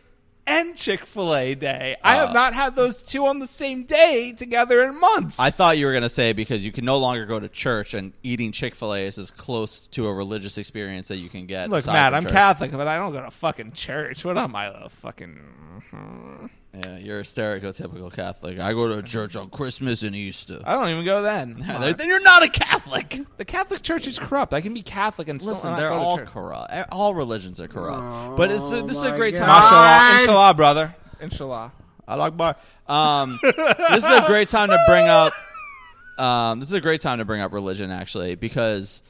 [SPEAKER 3] and Chick Fil A day. I have
[SPEAKER 1] Uh,
[SPEAKER 3] not had those two on the same day together in months.
[SPEAKER 1] I thought you were going to say because you can no longer go to church and eating Chick fil A is as close to a religious experience that you can get.
[SPEAKER 3] Look,
[SPEAKER 1] aside
[SPEAKER 3] Matt,
[SPEAKER 1] from
[SPEAKER 3] I'm
[SPEAKER 1] church.
[SPEAKER 3] Catholic, but I don't go to fucking church. What am I, a fucking?
[SPEAKER 1] Yeah, you're a stereotypical Catholic. I go to church on Christmas and Easter.
[SPEAKER 3] I don't even go then.
[SPEAKER 1] *laughs* Yeah, they- then you're not a Catholic.
[SPEAKER 3] The Catholic Church is corrupt. I can be Catholic and still
[SPEAKER 1] Listen,
[SPEAKER 3] not
[SPEAKER 1] they're
[SPEAKER 3] go to
[SPEAKER 1] all
[SPEAKER 3] church. Oh
[SPEAKER 1] corrupt. Eh, All religions are corrupt. but it's a, this is a
[SPEAKER 2] my
[SPEAKER 1] great
[SPEAKER 2] God.
[SPEAKER 1] time.
[SPEAKER 3] Mashallah, inshallah, brother. Inshallah.
[SPEAKER 1] I like bar. Um, this is a great time to bring up. Um, this is a great time to bring up religion, actually, because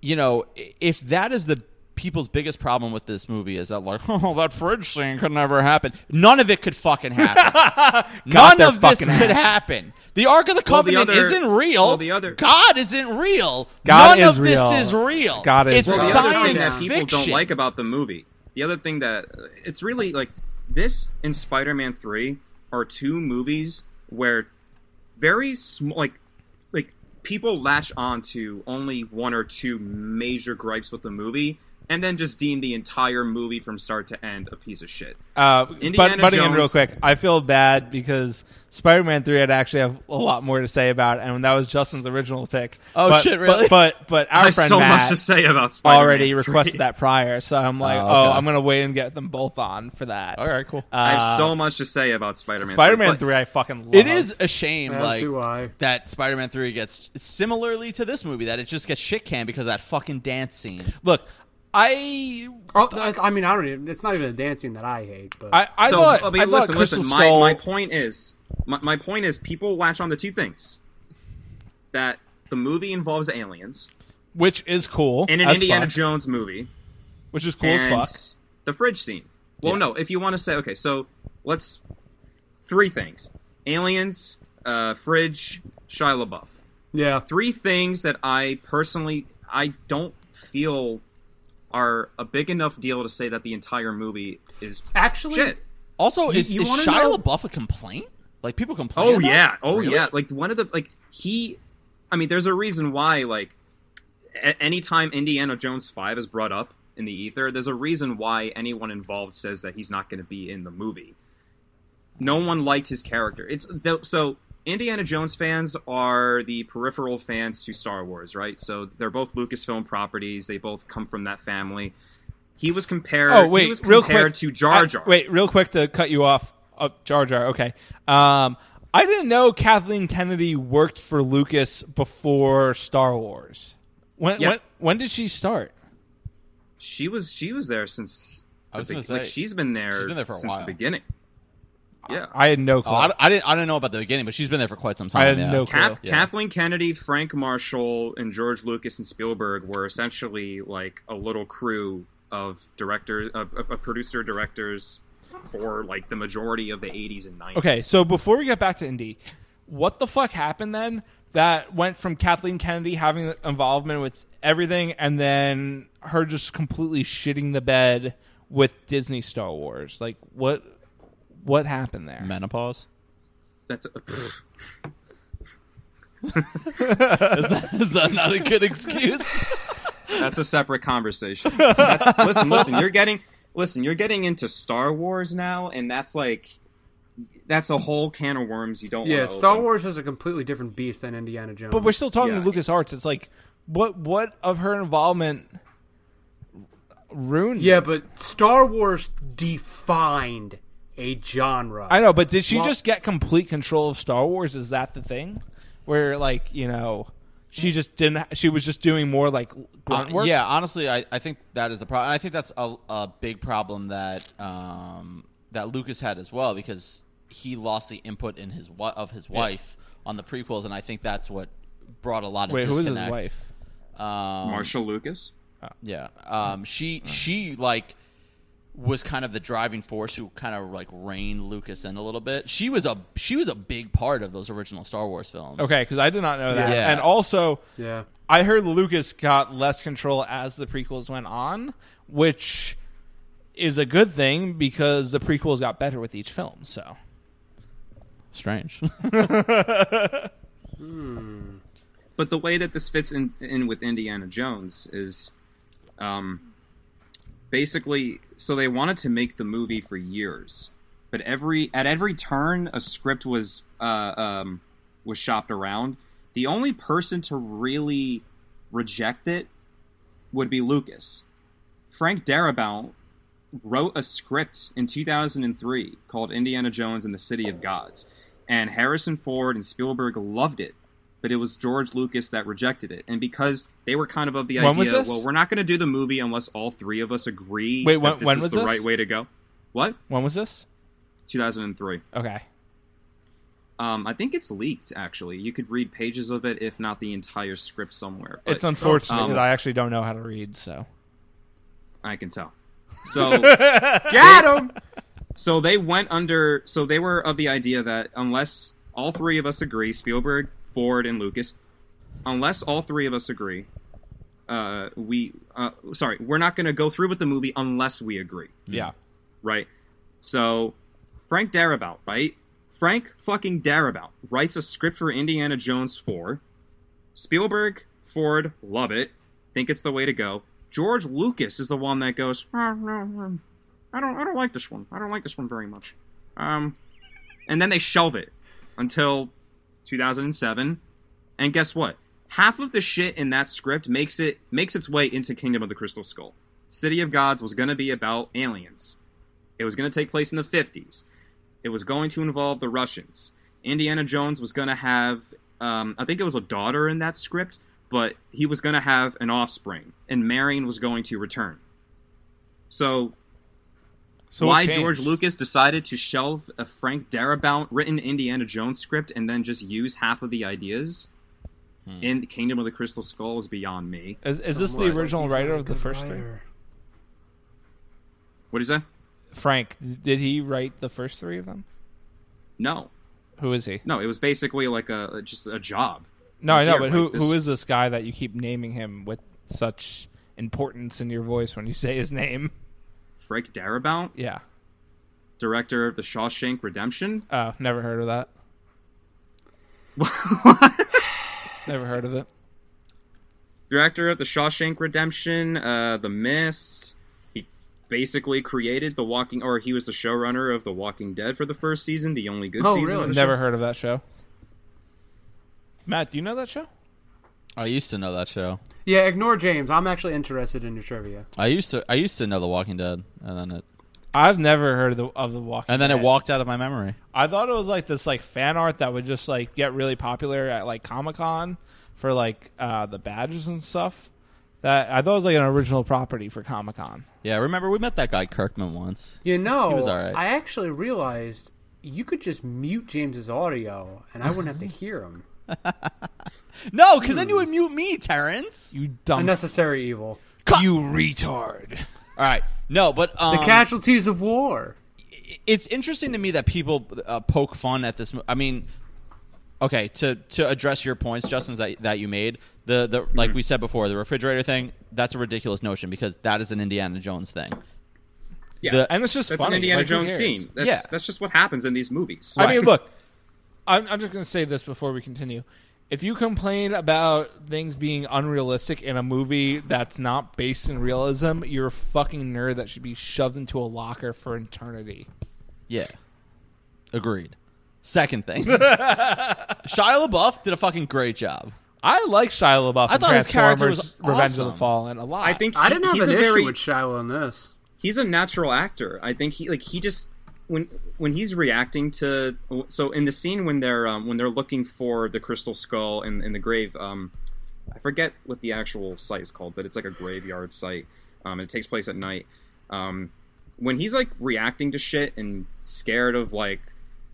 [SPEAKER 1] you know i- if that is the people's biggest problem with this movie is that like *laughs* oh that fridge scene could never happen. None of it could
[SPEAKER 3] *laughs*
[SPEAKER 1] fucking happen. None
[SPEAKER 3] their
[SPEAKER 1] of this
[SPEAKER 3] fucking
[SPEAKER 1] could happen. The Ark of the
[SPEAKER 4] Well, the
[SPEAKER 1] Covenant
[SPEAKER 4] other-
[SPEAKER 1] isn't real.
[SPEAKER 4] well, the other-
[SPEAKER 1] God isn't real.
[SPEAKER 3] God
[SPEAKER 1] None
[SPEAKER 3] is
[SPEAKER 1] of
[SPEAKER 3] real.
[SPEAKER 1] this is real.
[SPEAKER 3] God is
[SPEAKER 1] it's
[SPEAKER 3] real.
[SPEAKER 4] Well, the other thing
[SPEAKER 1] science
[SPEAKER 4] that people
[SPEAKER 1] fiction.
[SPEAKER 4] don't like about the movie, the other thing that it's really like this and Spider-Man Three are two movies where very small, like like people latch on to only one or two major gripes with the movie, and then just deem the entire movie from start to end a piece of shit.
[SPEAKER 3] Uh, but
[SPEAKER 4] Indiana
[SPEAKER 3] butting in real
[SPEAKER 4] Jones.
[SPEAKER 3] quick, I feel bad because Spider-Man Three, I'd actually have a lot more to say about, and that was Justin's original pick.
[SPEAKER 1] Oh,
[SPEAKER 3] But-
[SPEAKER 1] shit, really?
[SPEAKER 3] But but, but
[SPEAKER 4] *laughs* I
[SPEAKER 3] our
[SPEAKER 4] have
[SPEAKER 3] friend
[SPEAKER 4] so
[SPEAKER 3] Matt
[SPEAKER 4] much to say about Spider-Man.
[SPEAKER 3] already
[SPEAKER 4] 3.
[SPEAKER 3] requested that prior, so I'm like,
[SPEAKER 1] Oh,
[SPEAKER 3] oh,
[SPEAKER 1] okay.
[SPEAKER 3] I'm gonna wait and get them both on for that.
[SPEAKER 1] All right, cool.
[SPEAKER 3] Uh,
[SPEAKER 4] I have so much to say about Spider-Man.
[SPEAKER 3] Spider-Man
[SPEAKER 4] but-
[SPEAKER 3] Three, I fucking love.
[SPEAKER 1] It is a shame,
[SPEAKER 2] As
[SPEAKER 1] like
[SPEAKER 4] uh,
[SPEAKER 2] do I.
[SPEAKER 1] that Spider-Man Three gets similarly to this movie that it just gets shit canned because of that fucking dance scene.
[SPEAKER 3] Look, I
[SPEAKER 2] Oh, I I mean, I don't even. It's not even a dancing that I hate, but
[SPEAKER 3] I, I
[SPEAKER 4] so,
[SPEAKER 3] thought.
[SPEAKER 4] I mean,
[SPEAKER 3] I thought
[SPEAKER 4] listen,
[SPEAKER 3] Crystal
[SPEAKER 4] listen.
[SPEAKER 3] Skull-
[SPEAKER 4] My, my point is, my, my point is, people latch on to two things: that the movie involves aliens
[SPEAKER 3] which is cool
[SPEAKER 4] in an
[SPEAKER 3] as
[SPEAKER 4] Indiana
[SPEAKER 3] fuck,
[SPEAKER 4] Jones movie,
[SPEAKER 3] which is cool as
[SPEAKER 4] and
[SPEAKER 3] fuck.
[SPEAKER 4] the fridge scene. Well,
[SPEAKER 1] Yeah.
[SPEAKER 4] no, if you want to say, okay, so let's three things: aliens, uh, fridge, Shia LaBeouf.
[SPEAKER 2] yeah,
[SPEAKER 4] Three things that I personally I don't feel are a big enough deal to say that the entire movie is
[SPEAKER 2] actually,
[SPEAKER 4] shit.
[SPEAKER 1] Also, is,
[SPEAKER 2] you
[SPEAKER 1] is
[SPEAKER 2] wanna
[SPEAKER 1] Shia
[SPEAKER 2] know-
[SPEAKER 1] LaBeouf a complaint? Like people complain.
[SPEAKER 4] Oh
[SPEAKER 1] about
[SPEAKER 4] yeah,
[SPEAKER 1] it?
[SPEAKER 4] oh
[SPEAKER 1] Really?
[SPEAKER 4] yeah. Like one of the like he, I mean, there's a reason why like a- anytime Indiana Jones Five is brought up in the ether, there's a reason why anyone involved says that he's not going to be in the movie. No one liked his character. It's th- so Indiana Jones fans are the peripheral fans to Star Wars, right? So they're both Lucasfilm properties. They both come from that family. He was compared.
[SPEAKER 3] Oh wait,
[SPEAKER 4] he was
[SPEAKER 3] real
[SPEAKER 4] compared
[SPEAKER 3] quick
[SPEAKER 4] to Jar
[SPEAKER 3] I-
[SPEAKER 4] Jar.
[SPEAKER 3] wait, real quick to cut you off. Uh, Jar Jar. Okay. Um, I didn't know Kathleen Kennedy worked for Lucas before Star Wars. When
[SPEAKER 4] Yeah.
[SPEAKER 3] when when did she start?
[SPEAKER 4] she was she was there since
[SPEAKER 1] I was
[SPEAKER 4] the
[SPEAKER 1] gonna
[SPEAKER 4] be- like
[SPEAKER 1] say,
[SPEAKER 4] she's been there
[SPEAKER 1] she's been there for a
[SPEAKER 4] since
[SPEAKER 1] while.
[SPEAKER 4] the beginning. Yeah.
[SPEAKER 3] I had no clue.
[SPEAKER 1] Oh, I, I didn't. I didn't know about the beginning, but she's been there for quite some time.
[SPEAKER 3] I had
[SPEAKER 1] yeah.
[SPEAKER 3] no clue.
[SPEAKER 4] Kath-
[SPEAKER 1] Yeah.
[SPEAKER 4] Kathleen Kennedy, Frank Marshall, and George Lucas and Spielberg were essentially like a little crew of directors, of, of, of producer directors for like the majority of the 80s and 90s.
[SPEAKER 3] Okay, so before we get back to Indy, what the fuck happened then that went from Kathleen Kennedy having involvement with everything and then her just completely shitting the bed with Disney Star Wars? Like what what happened there?
[SPEAKER 1] *laughs* menopause. *laughs*
[SPEAKER 4] That's a, pff,
[SPEAKER 1] Is that, is that not a good excuse?
[SPEAKER 3] *laughs*
[SPEAKER 4] that's a
[SPEAKER 1] *laughs*
[SPEAKER 4] separate conversation. That's, listen, listen, you're getting listen, you're getting into Star Wars now and that's like that's a whole can of worms you don't
[SPEAKER 2] yeah,
[SPEAKER 4] want
[SPEAKER 2] Star Wars is a completely different beast than Indiana Jones.
[SPEAKER 3] But we're still talking
[SPEAKER 4] Yeah.
[SPEAKER 3] to Lucas Arts. It's like what what of her involvement ruined
[SPEAKER 2] yeah,
[SPEAKER 3] it?
[SPEAKER 2] but Star Wars defined a genre.
[SPEAKER 3] I know, but did she
[SPEAKER 2] Well-
[SPEAKER 3] just get complete control of Star Wars? Is that the thing? Where like, you know, she just didn't she was just doing more like grunt
[SPEAKER 1] Uh,
[SPEAKER 3] work?
[SPEAKER 1] Yeah, honestly, I, I think that is the problem. I think that's a, a big problem that um, that Lucas had as well because he lost the input in his wi- of his wife on the prequels, and I think that's what brought a lot of
[SPEAKER 3] Wait, who is
[SPEAKER 1] disconnect.
[SPEAKER 3] his wife?
[SPEAKER 1] Um,
[SPEAKER 4] Marshall Lucas?
[SPEAKER 1] Yeah, um, she she like was kind of the driving force who kind of like reined Lucas in a little bit. She was a she was a big part of those original Star Wars films.
[SPEAKER 3] Okay, because I did not know that.
[SPEAKER 1] Yeah.
[SPEAKER 3] And also,
[SPEAKER 2] yeah,
[SPEAKER 3] I heard Lucas got less control as the prequels went on, which is a good thing because the prequels got better with each film. So
[SPEAKER 1] strange.
[SPEAKER 4] but the way that this fits in, in with Indiana Jones is um, basically so they wanted to make the movie for years, but every at every turn a script was uh, um, was shopped around. The only person to really reject it would be Lucas. Frank Darabont wrote a script in 2003 called Indiana Jones and the City of Gods, and Harrison Ford and Spielberg loved it, but it was George Lucas that rejected it. And because they were kind of of the
[SPEAKER 3] When was
[SPEAKER 4] idea,
[SPEAKER 3] this?
[SPEAKER 4] well, we're not going to do the movie unless all three of us agree
[SPEAKER 3] Wait,
[SPEAKER 4] that
[SPEAKER 3] when-
[SPEAKER 4] this
[SPEAKER 3] when
[SPEAKER 4] is
[SPEAKER 3] was
[SPEAKER 4] the
[SPEAKER 3] this?
[SPEAKER 4] right way to go. What?
[SPEAKER 3] When was this?
[SPEAKER 4] 2003.
[SPEAKER 3] Okay.
[SPEAKER 4] Um, I think it's leaked. Actually, you could read pages of it, if not the entire script somewhere. but-
[SPEAKER 3] It's unfortunate
[SPEAKER 4] Um,
[SPEAKER 3] because I actually don't know how to read, so.
[SPEAKER 4] I can tell. So
[SPEAKER 2] Got him.
[SPEAKER 4] so they went under so they were of the idea that unless all three of us agree, Spielberg, Ford, and Lucas, unless all three of us agree, uh we uh sorry, we're not going to go through with the movie unless we agree,
[SPEAKER 3] Yeah.
[SPEAKER 4] right? So Frank Darabont, right? Frank fucking Darabont writes a script for Indiana Jones 4. Spielberg, Ford love it, think it's the way to go. George Lucas is the one that goes, "Oh, no, no, I don't, I don't like this one. I don't like this one very much. Um, and then they shelve it until 2007, and guess what? Half of the shit in that script makes it makes its way into Kingdom of the Crystal Skull. City of Gods was going to be about aliens. It was going to take place in the 50s. It was going to involve the Russians. Indiana Jones was going to have, um, I think it was a daughter in that script, but he was going to have an offspring, and Marion was going to return. So,
[SPEAKER 3] So
[SPEAKER 4] why
[SPEAKER 3] it changed.
[SPEAKER 4] George Lucas decided to shelve a Frank Darabont written Indiana Jones script and then just use half of the ideas in the Kingdom of the Crystal Skull is beyond me.
[SPEAKER 3] Is, is this the
[SPEAKER 2] Somewhat.
[SPEAKER 3] original
[SPEAKER 2] He's not
[SPEAKER 3] writer
[SPEAKER 2] a
[SPEAKER 3] of the
[SPEAKER 2] good
[SPEAKER 3] first three?
[SPEAKER 2] writer.
[SPEAKER 4] What is that?
[SPEAKER 3] Frank, did he write the first three of them?
[SPEAKER 4] No,
[SPEAKER 3] Who is he?
[SPEAKER 4] no, it was basically like a just a job.
[SPEAKER 3] No, I know,
[SPEAKER 4] Here,
[SPEAKER 3] but who
[SPEAKER 4] like this-
[SPEAKER 3] who is this guy that you keep naming him with such importance in your voice when you say his name?
[SPEAKER 4] Frank Darabont,
[SPEAKER 3] Yeah.
[SPEAKER 4] director of The Shawshank Redemption.
[SPEAKER 3] Oh, never heard of
[SPEAKER 4] *laughs*
[SPEAKER 3] that. never heard of it.
[SPEAKER 4] director of The Shawshank Redemption, uh, The Mist. He basically created The Walking, or he was the showrunner of The Walking Dead for the first season, the only good
[SPEAKER 2] Oh,
[SPEAKER 4] season.
[SPEAKER 2] really?
[SPEAKER 4] of the
[SPEAKER 3] Never heard of that show. Matt, do you know that show?
[SPEAKER 1] *laughs* I used to know that show.
[SPEAKER 2] Yeah, ignore James. I'm actually interested in your trivia.
[SPEAKER 1] I used to I used to know The Walking Dead, and then it
[SPEAKER 3] I've never heard of the, of the Walking.
[SPEAKER 1] and then it
[SPEAKER 3] Dead.
[SPEAKER 1] walked out of my memory.
[SPEAKER 3] I thought it was like this like fan art that would just like get really popular at like Comic Con for like uh, the badges and stuff. That I thought it was like an original property for Comic Con.
[SPEAKER 1] Yeah, remember we met that guy Kirkman once.
[SPEAKER 2] You know,
[SPEAKER 1] was all right.
[SPEAKER 2] I actually realized you could just mute James's audio, and I wouldn't have to hear him.
[SPEAKER 1] No, because then you would mute me, Terrence.
[SPEAKER 3] You dumb,
[SPEAKER 2] Unnecessary evil.
[SPEAKER 3] you retard.
[SPEAKER 1] All right, no, but um,
[SPEAKER 2] The casualties of war.
[SPEAKER 1] it's interesting to me that people uh, poke fun at this. mo- I mean, okay, to to address your points, Justin's that that you made the the
[SPEAKER 4] Mm-hmm.
[SPEAKER 1] like we said before, the refrigerator thing. That's a ridiculous notion because that is an Indiana Jones thing.
[SPEAKER 4] Yeah.
[SPEAKER 1] The-
[SPEAKER 3] And it's just
[SPEAKER 4] That's
[SPEAKER 3] funny.
[SPEAKER 4] an Indiana
[SPEAKER 3] like, who
[SPEAKER 4] Jones
[SPEAKER 3] cares?
[SPEAKER 4] scene. That's,
[SPEAKER 1] Yeah.
[SPEAKER 4] that's just what happens in these movies.
[SPEAKER 3] I mean, look, I'm, I'm just going to say this before we continue. If you complain about things being unrealistic in a movie that's not based in realism, you're a fucking nerd that should be shoved into a locker for eternity.
[SPEAKER 1] Yeah, agreed. Second thing, *laughs* Shia LaBeouf did a fucking great job.
[SPEAKER 3] I like Shia LaBeouf.
[SPEAKER 1] I
[SPEAKER 3] in
[SPEAKER 1] thought his character
[SPEAKER 3] Transformers
[SPEAKER 1] was
[SPEAKER 3] Revenge of
[SPEAKER 1] awesome.
[SPEAKER 3] the Fallen a lot.
[SPEAKER 4] I think
[SPEAKER 2] I
[SPEAKER 4] he-
[SPEAKER 2] didn't have
[SPEAKER 4] he's
[SPEAKER 2] an
[SPEAKER 4] a
[SPEAKER 2] issue
[SPEAKER 4] very
[SPEAKER 2] with Shiloh in this.
[SPEAKER 4] he's a natural actor. I think he like he just when when he's reacting to so in the scene when they're um, when they're looking for the crystal skull in, in the grave. Um, I forget what the actual site is called, but it's like a graveyard site. Um, it takes place at night. Um, when he's like reacting to shit and scared of like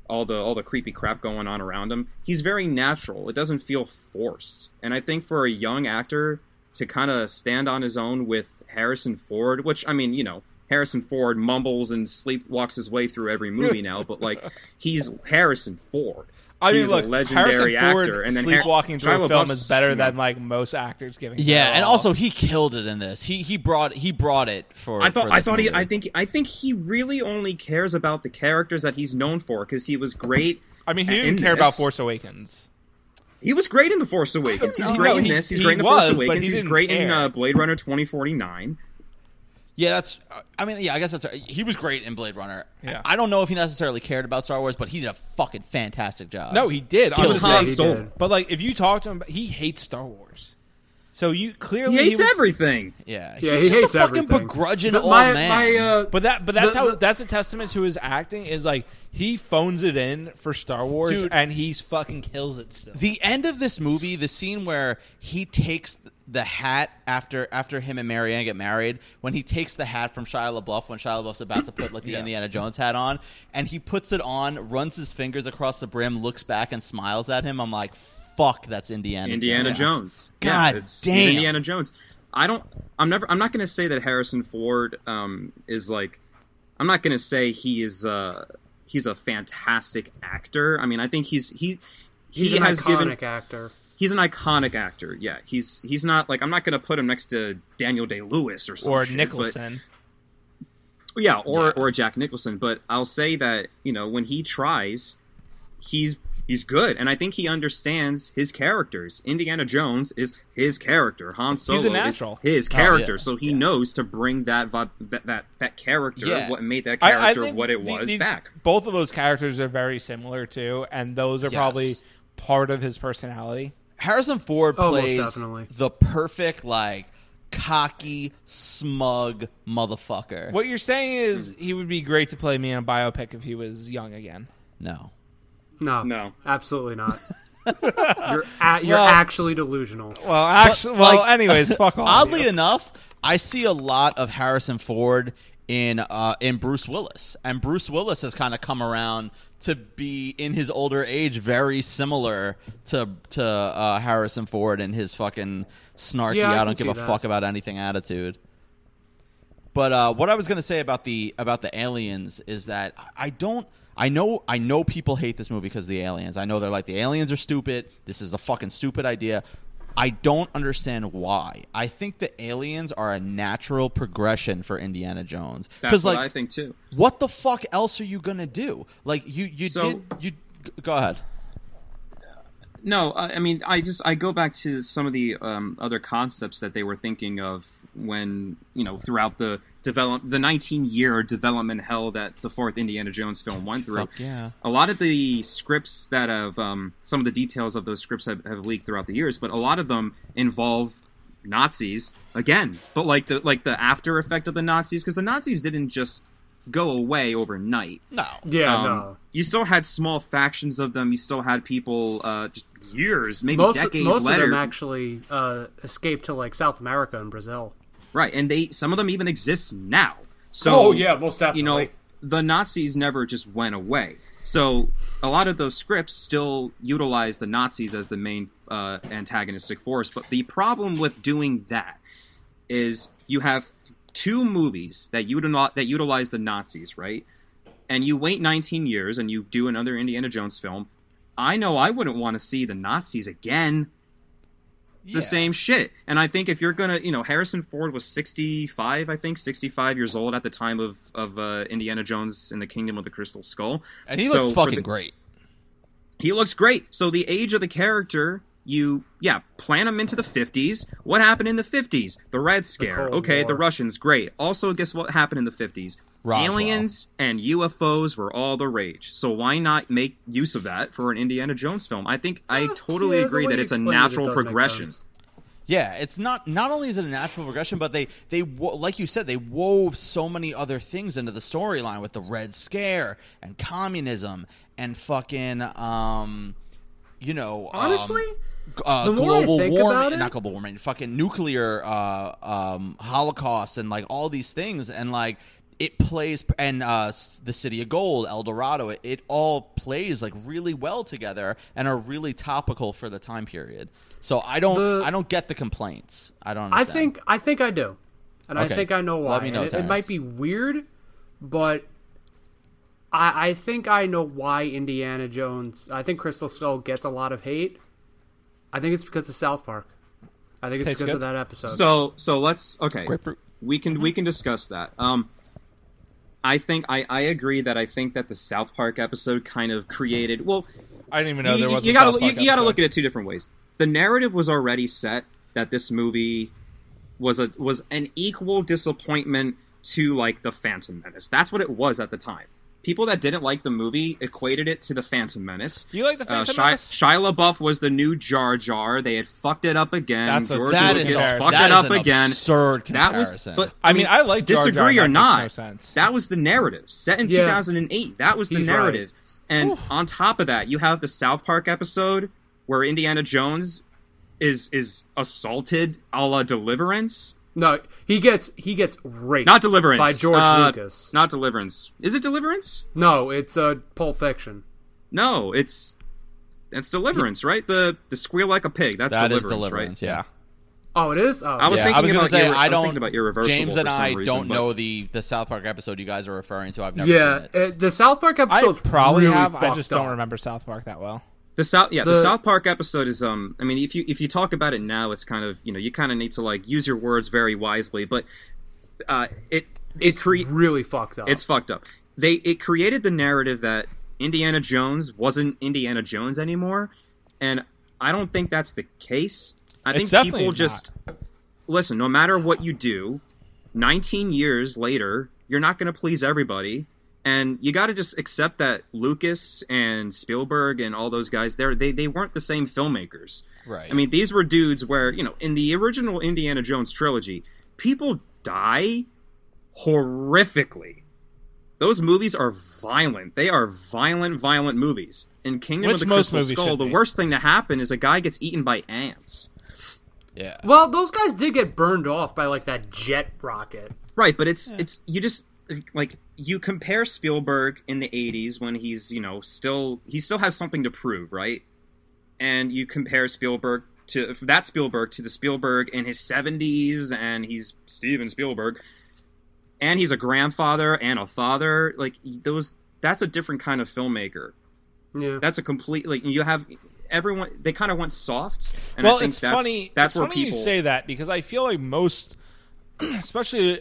[SPEAKER 4] all the all the creepy crap going on around him, he's very natural. It doesn't feel forced. And I think for a young actor to kind of stand on his own with Harrison Ford, which I mean, you know, Harrison Ford mumbles and sleepwalks his way through every movie now,
[SPEAKER 3] *laughs*
[SPEAKER 4] but like he's Harrison Ford.
[SPEAKER 3] I mean,
[SPEAKER 4] he's
[SPEAKER 3] look,
[SPEAKER 4] a legendary
[SPEAKER 3] Harrison Ford
[SPEAKER 4] actor, and then Har-
[SPEAKER 3] sleepwalking through
[SPEAKER 4] Shia
[SPEAKER 3] a film
[SPEAKER 4] LaBeouf's,
[SPEAKER 3] is better
[SPEAKER 4] you know,
[SPEAKER 3] than like most actors giving.
[SPEAKER 1] Yeah,
[SPEAKER 3] their
[SPEAKER 1] and
[SPEAKER 3] all.
[SPEAKER 1] also he killed it in this. He he brought he brought it for.
[SPEAKER 4] I thought
[SPEAKER 1] for
[SPEAKER 4] I
[SPEAKER 1] this
[SPEAKER 4] thought he
[SPEAKER 1] movie.
[SPEAKER 4] I think I think he really only cares about the characters that he's known for because he was great.
[SPEAKER 3] I mean, he
[SPEAKER 4] in
[SPEAKER 3] didn't care about
[SPEAKER 4] this.
[SPEAKER 3] Force Awakens.
[SPEAKER 4] He was great in the Force Awakens. He's
[SPEAKER 3] No,
[SPEAKER 4] great in
[SPEAKER 3] he-
[SPEAKER 4] this. He's
[SPEAKER 3] he
[SPEAKER 4] great in the
[SPEAKER 3] was,
[SPEAKER 4] Force
[SPEAKER 3] but
[SPEAKER 4] Awakens.
[SPEAKER 3] he
[SPEAKER 4] He's
[SPEAKER 3] didn't
[SPEAKER 4] great in
[SPEAKER 3] care.
[SPEAKER 4] uh, Blade Runner twenty forty nine.
[SPEAKER 1] Yeah, that's. I mean, yeah, I guess that's. He was great in Blade Runner.
[SPEAKER 3] Yeah.
[SPEAKER 1] I, I don't know if he necessarily cared about Star Wars, but he did a fucking fantastic job.
[SPEAKER 3] No, he did.
[SPEAKER 1] Killed
[SPEAKER 3] honestly.
[SPEAKER 1] Han
[SPEAKER 2] He
[SPEAKER 4] Solo.
[SPEAKER 2] did.
[SPEAKER 3] But like, if you talk to him, he hates Star Wars. So you clearly
[SPEAKER 4] He hates
[SPEAKER 3] was-
[SPEAKER 4] everything.
[SPEAKER 1] Yeah,
[SPEAKER 2] Yeah,
[SPEAKER 1] he's
[SPEAKER 2] he
[SPEAKER 1] just
[SPEAKER 2] hates
[SPEAKER 1] a fucking
[SPEAKER 2] everything.
[SPEAKER 1] begrudging
[SPEAKER 2] But
[SPEAKER 1] old
[SPEAKER 2] my,
[SPEAKER 1] man.
[SPEAKER 2] my, uh,
[SPEAKER 3] But that, but that's
[SPEAKER 2] The-
[SPEAKER 3] how
[SPEAKER 2] the-
[SPEAKER 3] that's a testament to his acting is like he phones it in for Star Wars
[SPEAKER 1] Dude.
[SPEAKER 3] and he's fucking kills it still.
[SPEAKER 1] the end of this movie, the scene where he takes the hat after after him and Marianne get married, when he takes the hat from Shia LaBeouf when Shia LaBeouf's about to put like the Indiana Jones hat on, and he puts it on, runs his fingers across the brim, looks back and smiles at him. I'm like, fuck, that's Indiana.
[SPEAKER 4] Indiana Jones. Yeah,
[SPEAKER 1] God
[SPEAKER 4] it's,
[SPEAKER 1] damn.
[SPEAKER 4] he's Indiana Jones. I don't. I'm never. I'm not going to say that Harrison Ford um, is like. I'm not going to say he is. Uh, he's a fantastic actor. I mean, I think he's he. He
[SPEAKER 2] he's an
[SPEAKER 4] has
[SPEAKER 2] iconic
[SPEAKER 4] given.
[SPEAKER 2] actor.
[SPEAKER 4] He's an iconic actor. Yeah, he's he's not like. I'm not going to put him next to Daniel Day Lewis or some
[SPEAKER 3] or
[SPEAKER 4] shit, but-
[SPEAKER 3] Nicholson.
[SPEAKER 4] yeah, or or Jack Nicholson. But I'll say that you know when he tries, he's he's good, and I think he understands his characters. Indiana Jones is his character. Han Solo
[SPEAKER 3] an
[SPEAKER 4] is
[SPEAKER 3] natural. Oh,
[SPEAKER 4] his character,
[SPEAKER 1] yeah,
[SPEAKER 4] so he knows to bring that vi- that that, that character,
[SPEAKER 1] Yeah.
[SPEAKER 4] what made that
[SPEAKER 3] I- I
[SPEAKER 4] character
[SPEAKER 3] think
[SPEAKER 4] what it
[SPEAKER 3] the-
[SPEAKER 4] was
[SPEAKER 3] these-
[SPEAKER 4] back.
[SPEAKER 3] Both of those characters are very similar too, and those are
[SPEAKER 1] Yes.
[SPEAKER 3] probably part of his personality.
[SPEAKER 1] Harrison Ford
[SPEAKER 2] Oh, most
[SPEAKER 1] plays
[SPEAKER 2] definitely.
[SPEAKER 1] the perfect like cocky, smug motherfucker.
[SPEAKER 3] What you're saying is
[SPEAKER 4] Hmm.
[SPEAKER 3] he would be great to play me in a biopic if he was young again.
[SPEAKER 1] No.
[SPEAKER 2] No,
[SPEAKER 4] No.
[SPEAKER 2] absolutely *laughs* not. you're at, you're
[SPEAKER 3] Well-
[SPEAKER 2] actually delusional.
[SPEAKER 3] Well, actually, well,
[SPEAKER 1] like, *laughs*
[SPEAKER 3] anyways, fuck off.
[SPEAKER 1] Oddly enough, I see a lot of Harrison Ford in uh, in Bruce Willis, and Bruce Willis has kind of come around to be in his older age very similar to to uh, Harrison Ford and his fucking snarky
[SPEAKER 2] Yeah, I
[SPEAKER 1] I,
[SPEAKER 2] can
[SPEAKER 1] don't give
[SPEAKER 2] see
[SPEAKER 1] a
[SPEAKER 2] that.
[SPEAKER 1] fuck about anything attitude. But uh, what I was gonna say about the about the aliens is that I- I don't. I know. I know people hate this movie because of the aliens. I know they're like the aliens are stupid. This is a fucking stupid idea. I don't understand why. I think the aliens are a natural progression for Indiana Jones.
[SPEAKER 4] That's
[SPEAKER 1] Because
[SPEAKER 4] what
[SPEAKER 1] like,
[SPEAKER 4] I think too.
[SPEAKER 1] what the fuck else are you gonna do? Like you, you
[SPEAKER 4] So-
[SPEAKER 1] did. You g- go ahead.
[SPEAKER 4] No, I, I mean, I just I go back to some of the um, other concepts that they were thinking of when you know throughout the develop the 19 year development hell that the fourth Indiana Jones film went through.
[SPEAKER 1] Fuck yeah.
[SPEAKER 4] A lot of the scripts that have um, some of the details of those scripts have, have leaked throughout the years, but a lot of them involve Nazis again, but like the like the after effect of the Nazis because the Nazis didn't just go away overnight.
[SPEAKER 1] No.
[SPEAKER 2] Yeah,
[SPEAKER 4] Um,
[SPEAKER 2] no.
[SPEAKER 4] You still had small factions of them. You still had people uh, just years, maybe
[SPEAKER 2] Most
[SPEAKER 4] decades
[SPEAKER 2] most
[SPEAKER 4] later.
[SPEAKER 2] of them actually uh, escaped to like South America and Brazil.
[SPEAKER 4] right, and they some of them even exist now. So
[SPEAKER 2] Oh, yeah, most
[SPEAKER 4] You know,
[SPEAKER 2] definitely.
[SPEAKER 4] the Nazis never just went away. So a lot of those scripts still utilize the Nazis as the main uh, antagonistic force. But the problem with doing that is you have two movies that you do not that utilize the Nazis, right? And you wait 19 years and you do another Indiana Jones film. I know I wouldn't want to see the Nazis again. It's the same shit. And I think if you're gonna, you know, Harrison Ford was 65, I think 65 years old at the time of of uh, Indiana Jones and the Kingdom of the Crystal Skull,
[SPEAKER 1] And he
[SPEAKER 4] So
[SPEAKER 1] looks
[SPEAKER 4] for
[SPEAKER 1] fucking
[SPEAKER 4] the-
[SPEAKER 1] great.
[SPEAKER 4] he looks great. So the age of the character, you yeah, plan him into the 50s. What happened in the 50s? The Red Scare.
[SPEAKER 2] Cold
[SPEAKER 4] okay, the
[SPEAKER 2] War.
[SPEAKER 4] Russians, great. Also, guess what happened in the 50s?
[SPEAKER 1] Roswell.
[SPEAKER 4] Aliens and UFOs were all the rage. So why not make use of that for an Indiana Jones film? I think I totally
[SPEAKER 2] Ah, Yeah, the
[SPEAKER 4] agree
[SPEAKER 2] way
[SPEAKER 4] that
[SPEAKER 2] you
[SPEAKER 4] it's a
[SPEAKER 2] explained it, it
[SPEAKER 4] natural
[SPEAKER 2] does make
[SPEAKER 4] progression.
[SPEAKER 2] sense.
[SPEAKER 1] Yeah, it's not. Not only is it a natural progression, but they they wo- like you said they wove so many other things into the storyline with the Red Scare and communism and fucking um, you know, um,
[SPEAKER 2] Honestly,
[SPEAKER 1] g- uh,
[SPEAKER 2] the more I
[SPEAKER 1] global
[SPEAKER 2] think
[SPEAKER 1] warming,
[SPEAKER 2] about it-
[SPEAKER 1] not global warming, fucking nuclear uh, um, holocaust and like all these things and like. It plays and uh, s- the city of gold, El Dorado. It, it all plays like really well together and are really topical for the time period. So I don't,
[SPEAKER 2] The-
[SPEAKER 1] I don't get the complaints. I don't.
[SPEAKER 2] I
[SPEAKER 1] Understand.
[SPEAKER 2] think I think I do, and
[SPEAKER 1] Okay.
[SPEAKER 2] I think I know why.
[SPEAKER 1] Let me know,
[SPEAKER 2] And it, it
[SPEAKER 1] Terrence.
[SPEAKER 2] might be weird, but I I think I know why Indiana Jones. I think Crystal Skull gets a lot of hate. I think it's because of South Park. I think it's
[SPEAKER 3] Tastes
[SPEAKER 2] because of
[SPEAKER 3] good.
[SPEAKER 2] that episode.
[SPEAKER 4] So so let's okay.
[SPEAKER 1] Grapefruit.
[SPEAKER 4] We can we can discuss that. Um I think I, I agree that I think that the South Park episode kind of created well
[SPEAKER 3] I didn't even know
[SPEAKER 4] you,
[SPEAKER 3] there
[SPEAKER 4] you-
[SPEAKER 3] was.
[SPEAKER 4] you
[SPEAKER 3] a
[SPEAKER 4] gotta
[SPEAKER 3] South
[SPEAKER 4] you,
[SPEAKER 3] Park
[SPEAKER 4] you gotta
[SPEAKER 3] episode.
[SPEAKER 4] look at it two different ways. The narrative was already set that this movie was a was an equal disappointment to like the Phantom Menace. That's what it was at the time. people that didn't like the movie equated it to the Phantom Menace.
[SPEAKER 3] You like the
[SPEAKER 4] Uh,
[SPEAKER 3] Phantom
[SPEAKER 4] Shia,
[SPEAKER 3] Menace?
[SPEAKER 4] Shia LaBeouf was the new Jar Jar. They had fucked it up again.
[SPEAKER 3] That's a-
[SPEAKER 4] George
[SPEAKER 3] That
[SPEAKER 1] That
[SPEAKER 4] Lucas
[SPEAKER 1] is
[SPEAKER 3] a-
[SPEAKER 4] fucked
[SPEAKER 1] that
[SPEAKER 4] it up
[SPEAKER 1] is an
[SPEAKER 4] again.
[SPEAKER 1] absurd
[SPEAKER 4] That
[SPEAKER 1] comparison.
[SPEAKER 4] was, but
[SPEAKER 3] I mean, I like Jar Jar,
[SPEAKER 4] disagree
[SPEAKER 3] that
[SPEAKER 4] or
[SPEAKER 3] makes
[SPEAKER 4] not.
[SPEAKER 3] no sense.
[SPEAKER 4] That was the narrative set in
[SPEAKER 2] Yeah.
[SPEAKER 4] 2008. That was the
[SPEAKER 2] He's right.
[SPEAKER 4] narrative, and on top of that, you have the South Park episode where Indiana Jones is is assaulted a la Deliverance.
[SPEAKER 2] No, he gets he gets raped.
[SPEAKER 4] Not Deliverance
[SPEAKER 2] by George
[SPEAKER 4] Uh,
[SPEAKER 2] Lucas.
[SPEAKER 4] Not Deliverance. Is it Deliverance?
[SPEAKER 2] no, it's uh, Pulp Fiction.
[SPEAKER 4] No, it's it's Deliverance, right? The the squeal like a pig. That's
[SPEAKER 1] That is
[SPEAKER 4] Deliverance,
[SPEAKER 1] deliverance.
[SPEAKER 4] right?
[SPEAKER 1] Yeah.
[SPEAKER 2] Oh, it is. Oh,
[SPEAKER 4] I was
[SPEAKER 1] Yeah,
[SPEAKER 4] thinking
[SPEAKER 1] I was gonna
[SPEAKER 4] about
[SPEAKER 1] say
[SPEAKER 4] irre-
[SPEAKER 1] I
[SPEAKER 4] I was
[SPEAKER 1] don't.
[SPEAKER 4] thinking about Irreversible
[SPEAKER 1] James and
[SPEAKER 4] for some
[SPEAKER 1] I
[SPEAKER 4] reason,
[SPEAKER 1] don't
[SPEAKER 4] but-
[SPEAKER 1] know the the South Park episode you guys are referring to. I've never
[SPEAKER 2] yeah.
[SPEAKER 1] seen it.
[SPEAKER 2] uh, the South Park
[SPEAKER 3] I
[SPEAKER 2] episode
[SPEAKER 3] probably
[SPEAKER 2] really
[SPEAKER 3] have. I
[SPEAKER 2] fucked
[SPEAKER 3] just
[SPEAKER 2] up.
[SPEAKER 3] don't remember South Park that well.
[SPEAKER 4] The South, yeah, the,
[SPEAKER 2] The-
[SPEAKER 4] South Park episode is. Um, I mean, if you if you talk about it now, it's kind of you know you kind of need to like use your words very wisely, but uh, it it
[SPEAKER 2] It's
[SPEAKER 4] cre-
[SPEAKER 2] really fucked up.
[SPEAKER 4] it's fucked up. They it created the narrative that Indiana Jones wasn't Indiana Jones anymore, and I don't think that's the case. I
[SPEAKER 3] It's
[SPEAKER 4] think
[SPEAKER 3] definitely
[SPEAKER 4] people just listen. No matter what you do, 19 years later, you're not going to please everybody. And you got to just accept that Lucas and Spielberg and all those guys there, they, they weren't the same filmmakers.
[SPEAKER 1] Right.
[SPEAKER 4] I mean, these were dudes where, you know, in the original Indiana Jones trilogy, people die horrifically. Those movies are violent. They are violent, violent movies. In Kingdom
[SPEAKER 3] Which
[SPEAKER 4] of the
[SPEAKER 3] most
[SPEAKER 4] Crystal
[SPEAKER 3] movies
[SPEAKER 4] Skull,
[SPEAKER 3] should
[SPEAKER 4] the
[SPEAKER 3] be.
[SPEAKER 4] worst thing to happen is a guy gets eaten by ants.
[SPEAKER 1] Yeah.
[SPEAKER 2] well, those guys did get burned off by like that jet rocket.
[SPEAKER 4] Right, but it's it's you just like you compare Spielberg in the 80s when he's, you know, still he still has something to prove, right? And you compare Spielberg to that Spielberg to the Spielberg in his 70s and he's Steven Spielberg and he's a grandfather and a father, like those that's a different kind of filmmaker.
[SPEAKER 2] Yeah.
[SPEAKER 4] That's a complete like you have everyone they kind of went soft and I
[SPEAKER 3] well,
[SPEAKER 4] think
[SPEAKER 3] it's
[SPEAKER 4] that's
[SPEAKER 3] funny.
[SPEAKER 4] that's
[SPEAKER 3] it's
[SPEAKER 4] where
[SPEAKER 3] funny
[SPEAKER 4] people
[SPEAKER 3] you say that because I feel like most, *clears throat* especially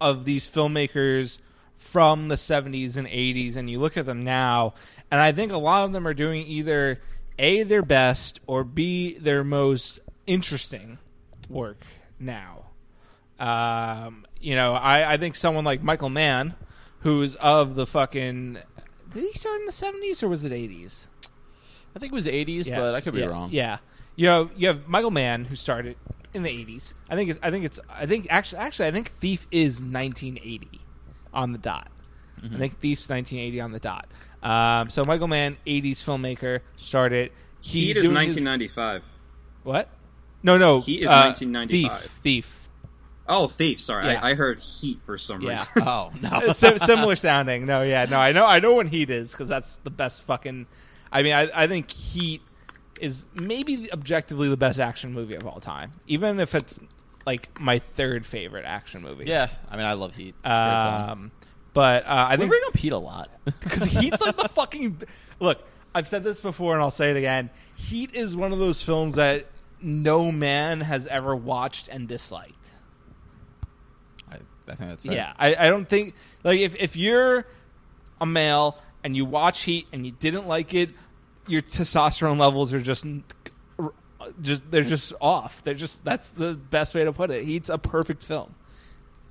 [SPEAKER 3] of these filmmakers from the '70s and '80s, and you look at them now, and I think a lot of them are doing either a their best or b their most interesting work now. Um, you know, I, I think someone like Michael Mann, who's of the fucking. Did he start in the 70s or was it 80s?
[SPEAKER 1] I think it was 80s, but I could be
[SPEAKER 3] yeah,
[SPEAKER 1] wrong.
[SPEAKER 3] Yeah, you know, you have Michael Mann who started in the eighties. I think it's, I think it's, I think actually, actually, I think Thief is nineteen eighty on the dot.
[SPEAKER 1] Mm-hmm.
[SPEAKER 3] I think Thief's nineteen eighty on the dot. Um, so Michael Mann, eighties filmmaker, started. He's
[SPEAKER 4] Heat is
[SPEAKER 3] doing his-
[SPEAKER 4] 1995.
[SPEAKER 3] what? No, no.
[SPEAKER 4] Heat is
[SPEAKER 3] uh,
[SPEAKER 4] 1995.
[SPEAKER 3] Thief. Thief.
[SPEAKER 4] Oh, thief. Sorry,
[SPEAKER 3] Yeah.
[SPEAKER 4] I, I heard heat for some
[SPEAKER 3] Yeah.
[SPEAKER 4] reason. *laughs*
[SPEAKER 1] Oh no.
[SPEAKER 3] It's *laughs* sim- similar sounding. No, yeah, no. I know, I know when Heat is because that's the best fucking. I mean, I, I think Heat is maybe objectively the best action movie of all time, even if it's like my third favorite action movie.
[SPEAKER 1] yeah. I mean, I love Heat. It's very fun.
[SPEAKER 3] Um, but uh, I
[SPEAKER 1] We
[SPEAKER 3] think
[SPEAKER 1] bring up Heat a lot. *laughs*
[SPEAKER 3] because Heat's like the fucking look. I've said this before and I'll say it again. Heat is one of those films that no man has ever watched and disliked.
[SPEAKER 1] I, I think that's fair.
[SPEAKER 3] Yeah, I, I don't think like if if you're a male and you watch Heat and you didn't like it, your testosterone levels are just just they're just off. They're just that's the best way to put it. Heat's a perfect film.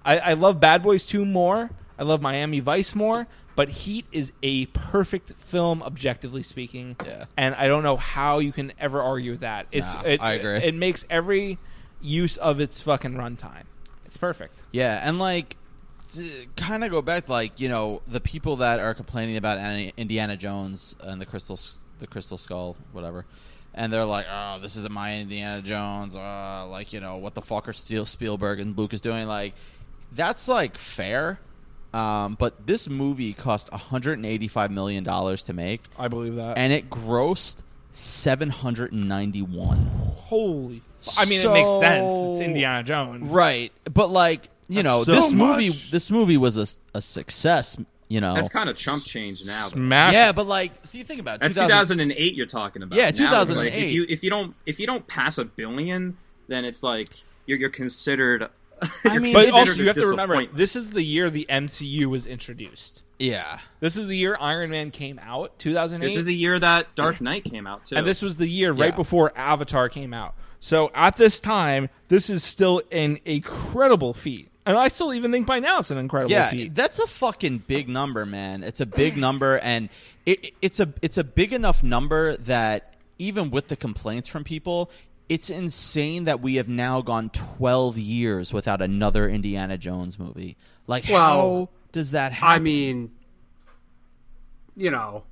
[SPEAKER 3] I, I love Bad Boys Two more. I love Miami Vice more, but Heat is a perfect film, objectively speaking.
[SPEAKER 1] Yeah.
[SPEAKER 3] And I don't know how you can ever argue with that. It's
[SPEAKER 1] Nah,
[SPEAKER 3] it,
[SPEAKER 1] I agree.
[SPEAKER 3] It makes every use of its fucking runtime. It's perfect.
[SPEAKER 1] Yeah, and like kind of go back like, you know, the people that are complaining about Ani- Indiana Jones and the crystal S- the crystal skull whatever. And they're like, "Oh, this isn't my Indiana Jones." Uh, like, you know, what the fuck are Steel Spielberg and Lucas doing? Like that's like fair. Um, but this movie cost 185 million dollars to make
[SPEAKER 3] I believe that.
[SPEAKER 1] and it grossed 791.
[SPEAKER 3] Holy! F- I mean, it makes
[SPEAKER 1] So-
[SPEAKER 3] sense. It's Indiana Jones,
[SPEAKER 1] Right, but like you know,
[SPEAKER 3] so
[SPEAKER 1] this movie
[SPEAKER 3] much.
[SPEAKER 1] this movie was a, s- a success. You know,
[SPEAKER 3] Oh.
[SPEAKER 4] That's kind of chump change now. Though.
[SPEAKER 3] Smash.
[SPEAKER 1] yeah, but like if you think about it,
[SPEAKER 4] That's
[SPEAKER 1] 2000
[SPEAKER 4] 2008 you're talking about.
[SPEAKER 1] Yeah,
[SPEAKER 4] Now it's like,
[SPEAKER 1] 2008.
[SPEAKER 4] if you if you don't if you don't pass a billion, then it's like you're you're considered. *laughs*
[SPEAKER 1] I
[SPEAKER 4] you're
[SPEAKER 1] mean,
[SPEAKER 3] But
[SPEAKER 1] It's
[SPEAKER 3] also,
[SPEAKER 4] considered a
[SPEAKER 3] you have to remember
[SPEAKER 4] disappointment.
[SPEAKER 3] this is the year the MCU was introduced.
[SPEAKER 1] yeah,
[SPEAKER 3] This is the year Iron Man came out, 2008.
[SPEAKER 4] This is the year that Dark Knight came out too.
[SPEAKER 3] and this was the year right
[SPEAKER 1] Yeah.
[SPEAKER 3] before Avatar came out. So at this time, this is still an incredible feat. and I still even think by now it's an incredible
[SPEAKER 1] yeah,
[SPEAKER 3] feat.
[SPEAKER 1] that's a fucking big number, man. It's a big number, and it, it's a it's a big enough number that even with the complaints from people, it's insane that we have now gone twelve years without another Indiana Jones movie. Like, how
[SPEAKER 2] Well,
[SPEAKER 1] does that happen?
[SPEAKER 2] I mean, you know,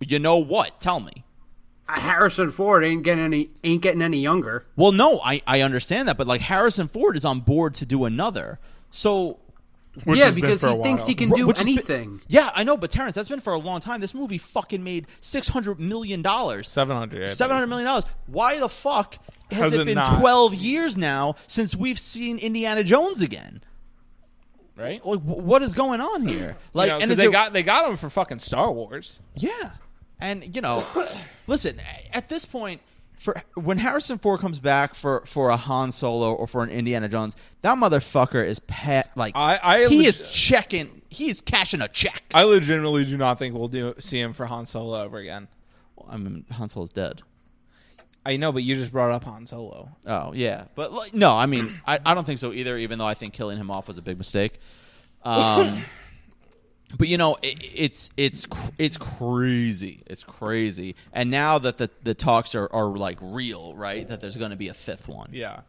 [SPEAKER 1] you know what? Tell me.
[SPEAKER 2] Harrison Ford ain't getting any ain't getting any younger.
[SPEAKER 1] Well, no, I I understand that, but like Harrison Ford is on board to do another, so
[SPEAKER 3] which
[SPEAKER 2] yeah,
[SPEAKER 3] has been
[SPEAKER 2] because
[SPEAKER 3] for
[SPEAKER 2] he
[SPEAKER 3] a
[SPEAKER 2] thinks
[SPEAKER 3] while.
[SPEAKER 2] he can do
[SPEAKER 1] Which has been-
[SPEAKER 2] anything.
[SPEAKER 1] yeah, I know, but Terrence, that's been for a long time. This movie fucking made six hundred million dollars.
[SPEAKER 3] seven hundred.
[SPEAKER 1] Seven hundred million dollars. Why the fuck has
[SPEAKER 3] Has
[SPEAKER 1] it
[SPEAKER 3] it
[SPEAKER 1] been
[SPEAKER 3] not?
[SPEAKER 1] twelve years now since we've seen Indiana Jones again?
[SPEAKER 3] right?
[SPEAKER 1] Like, wh- what is going on here? Like,
[SPEAKER 3] You know, 'cause
[SPEAKER 1] and is
[SPEAKER 3] they
[SPEAKER 1] it,
[SPEAKER 3] got they got him for fucking Star Wars.
[SPEAKER 1] yeah, and you know, listen. At this point, for when Harrison Ford comes back for for a Han Solo or for an Indiana Jones, that motherfucker is pet like
[SPEAKER 3] I- I
[SPEAKER 1] he
[SPEAKER 3] leg-
[SPEAKER 1] is checking. He is cashing a check. I,
[SPEAKER 3] I legitimately do not think we'll do see him for Han Solo ever again.
[SPEAKER 1] mean, Han Solo's dead.
[SPEAKER 3] I know, but you just brought up Han Solo.
[SPEAKER 1] Oh yeah, but like, no, I mean, I, I don't think so either. Even though I think killing him off was a big mistake. Um, but you know, it, it's it's cr- it's crazy, it's crazy. And now that the the talks are are like real, right? That there's going to be a fifth one.
[SPEAKER 3] Yeah,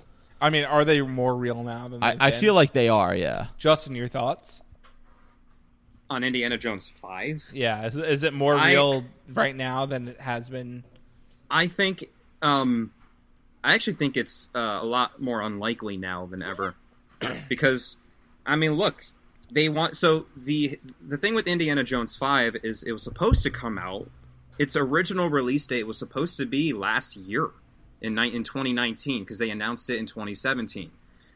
[SPEAKER 3] I mean, are they more real now than
[SPEAKER 1] I, I feel like they are. Yeah,
[SPEAKER 3] Justin, your thoughts?
[SPEAKER 4] on Indiana Jones five.
[SPEAKER 3] Yeah, is, is it more
[SPEAKER 4] I-
[SPEAKER 3] real right now than it has been?
[SPEAKER 4] I think um, I actually think it's uh, a lot more unlikely now than ever *clears throat* because I mean, look, they want so the the thing with Indiana Jones 5 is it was supposed to come out its original release date was supposed to be last year in ni- in 2019 because they announced it in 2017.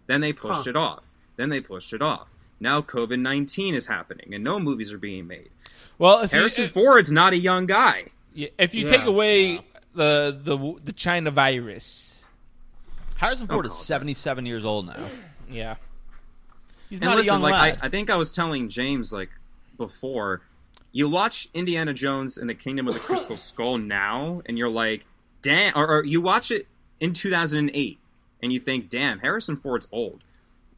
[SPEAKER 4] Then they pushed
[SPEAKER 2] Huh.
[SPEAKER 4] it off. Then they pushed it off. Now COVID 19 is happening and no movies are being made.
[SPEAKER 3] Well, if
[SPEAKER 4] Harrison
[SPEAKER 3] you,
[SPEAKER 4] Ford's not a young guy.
[SPEAKER 3] Yeah, If you
[SPEAKER 2] Yeah.
[SPEAKER 3] take away the the the China virus,
[SPEAKER 1] Harrison Ford is 77 years old now.
[SPEAKER 3] yeah,
[SPEAKER 1] He's
[SPEAKER 4] And
[SPEAKER 1] not
[SPEAKER 4] listen,
[SPEAKER 1] a young
[SPEAKER 4] like
[SPEAKER 1] lad.
[SPEAKER 4] I, I think I was telling James like before, you watch Indiana Jones and the Kingdom of the Crystal Skull now, and you're like, damn, or, or you watch it in 2008, and you think, damn, Harrison Ford's old.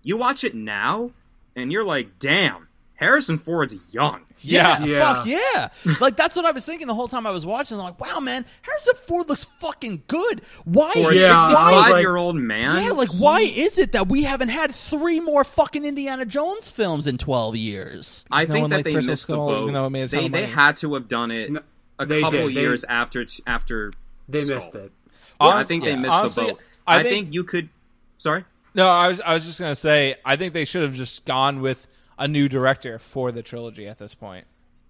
[SPEAKER 4] You watch it now, and you're like, damn, Harrison Ford's young.
[SPEAKER 1] Yeah,
[SPEAKER 2] Yeah.
[SPEAKER 1] fuck yeah. Like that's what I was thinking the whole time I was watching. I'm like, wow, man, Harrison Ford looks fucking good. Why
[SPEAKER 4] For
[SPEAKER 1] is
[SPEAKER 4] a
[SPEAKER 2] Yeah, I was like-
[SPEAKER 4] 65 year old man,
[SPEAKER 1] Yeah, like why is it that we haven't had three more fucking Indiana Jones films in twelve years?
[SPEAKER 4] I
[SPEAKER 3] no
[SPEAKER 4] think
[SPEAKER 3] one
[SPEAKER 4] that
[SPEAKER 3] liked
[SPEAKER 4] they
[SPEAKER 3] Crystal
[SPEAKER 4] missed
[SPEAKER 3] Skull,
[SPEAKER 4] the boat.
[SPEAKER 3] even though it made a ton
[SPEAKER 4] they
[SPEAKER 3] of
[SPEAKER 4] they
[SPEAKER 3] money.
[SPEAKER 4] had to have done it
[SPEAKER 2] No,
[SPEAKER 4] a
[SPEAKER 2] they
[SPEAKER 4] couple
[SPEAKER 2] did. They-
[SPEAKER 4] years after after.
[SPEAKER 2] They
[SPEAKER 4] Skull.
[SPEAKER 2] missed it.
[SPEAKER 4] I think they
[SPEAKER 1] yeah.
[SPEAKER 4] missed
[SPEAKER 3] Honestly,
[SPEAKER 4] the boat.
[SPEAKER 3] I
[SPEAKER 4] I
[SPEAKER 3] think-
[SPEAKER 4] think you could. Sorry.
[SPEAKER 3] No, I was I was just gonna say I think they should have just gone with a new director for the trilogy at this point.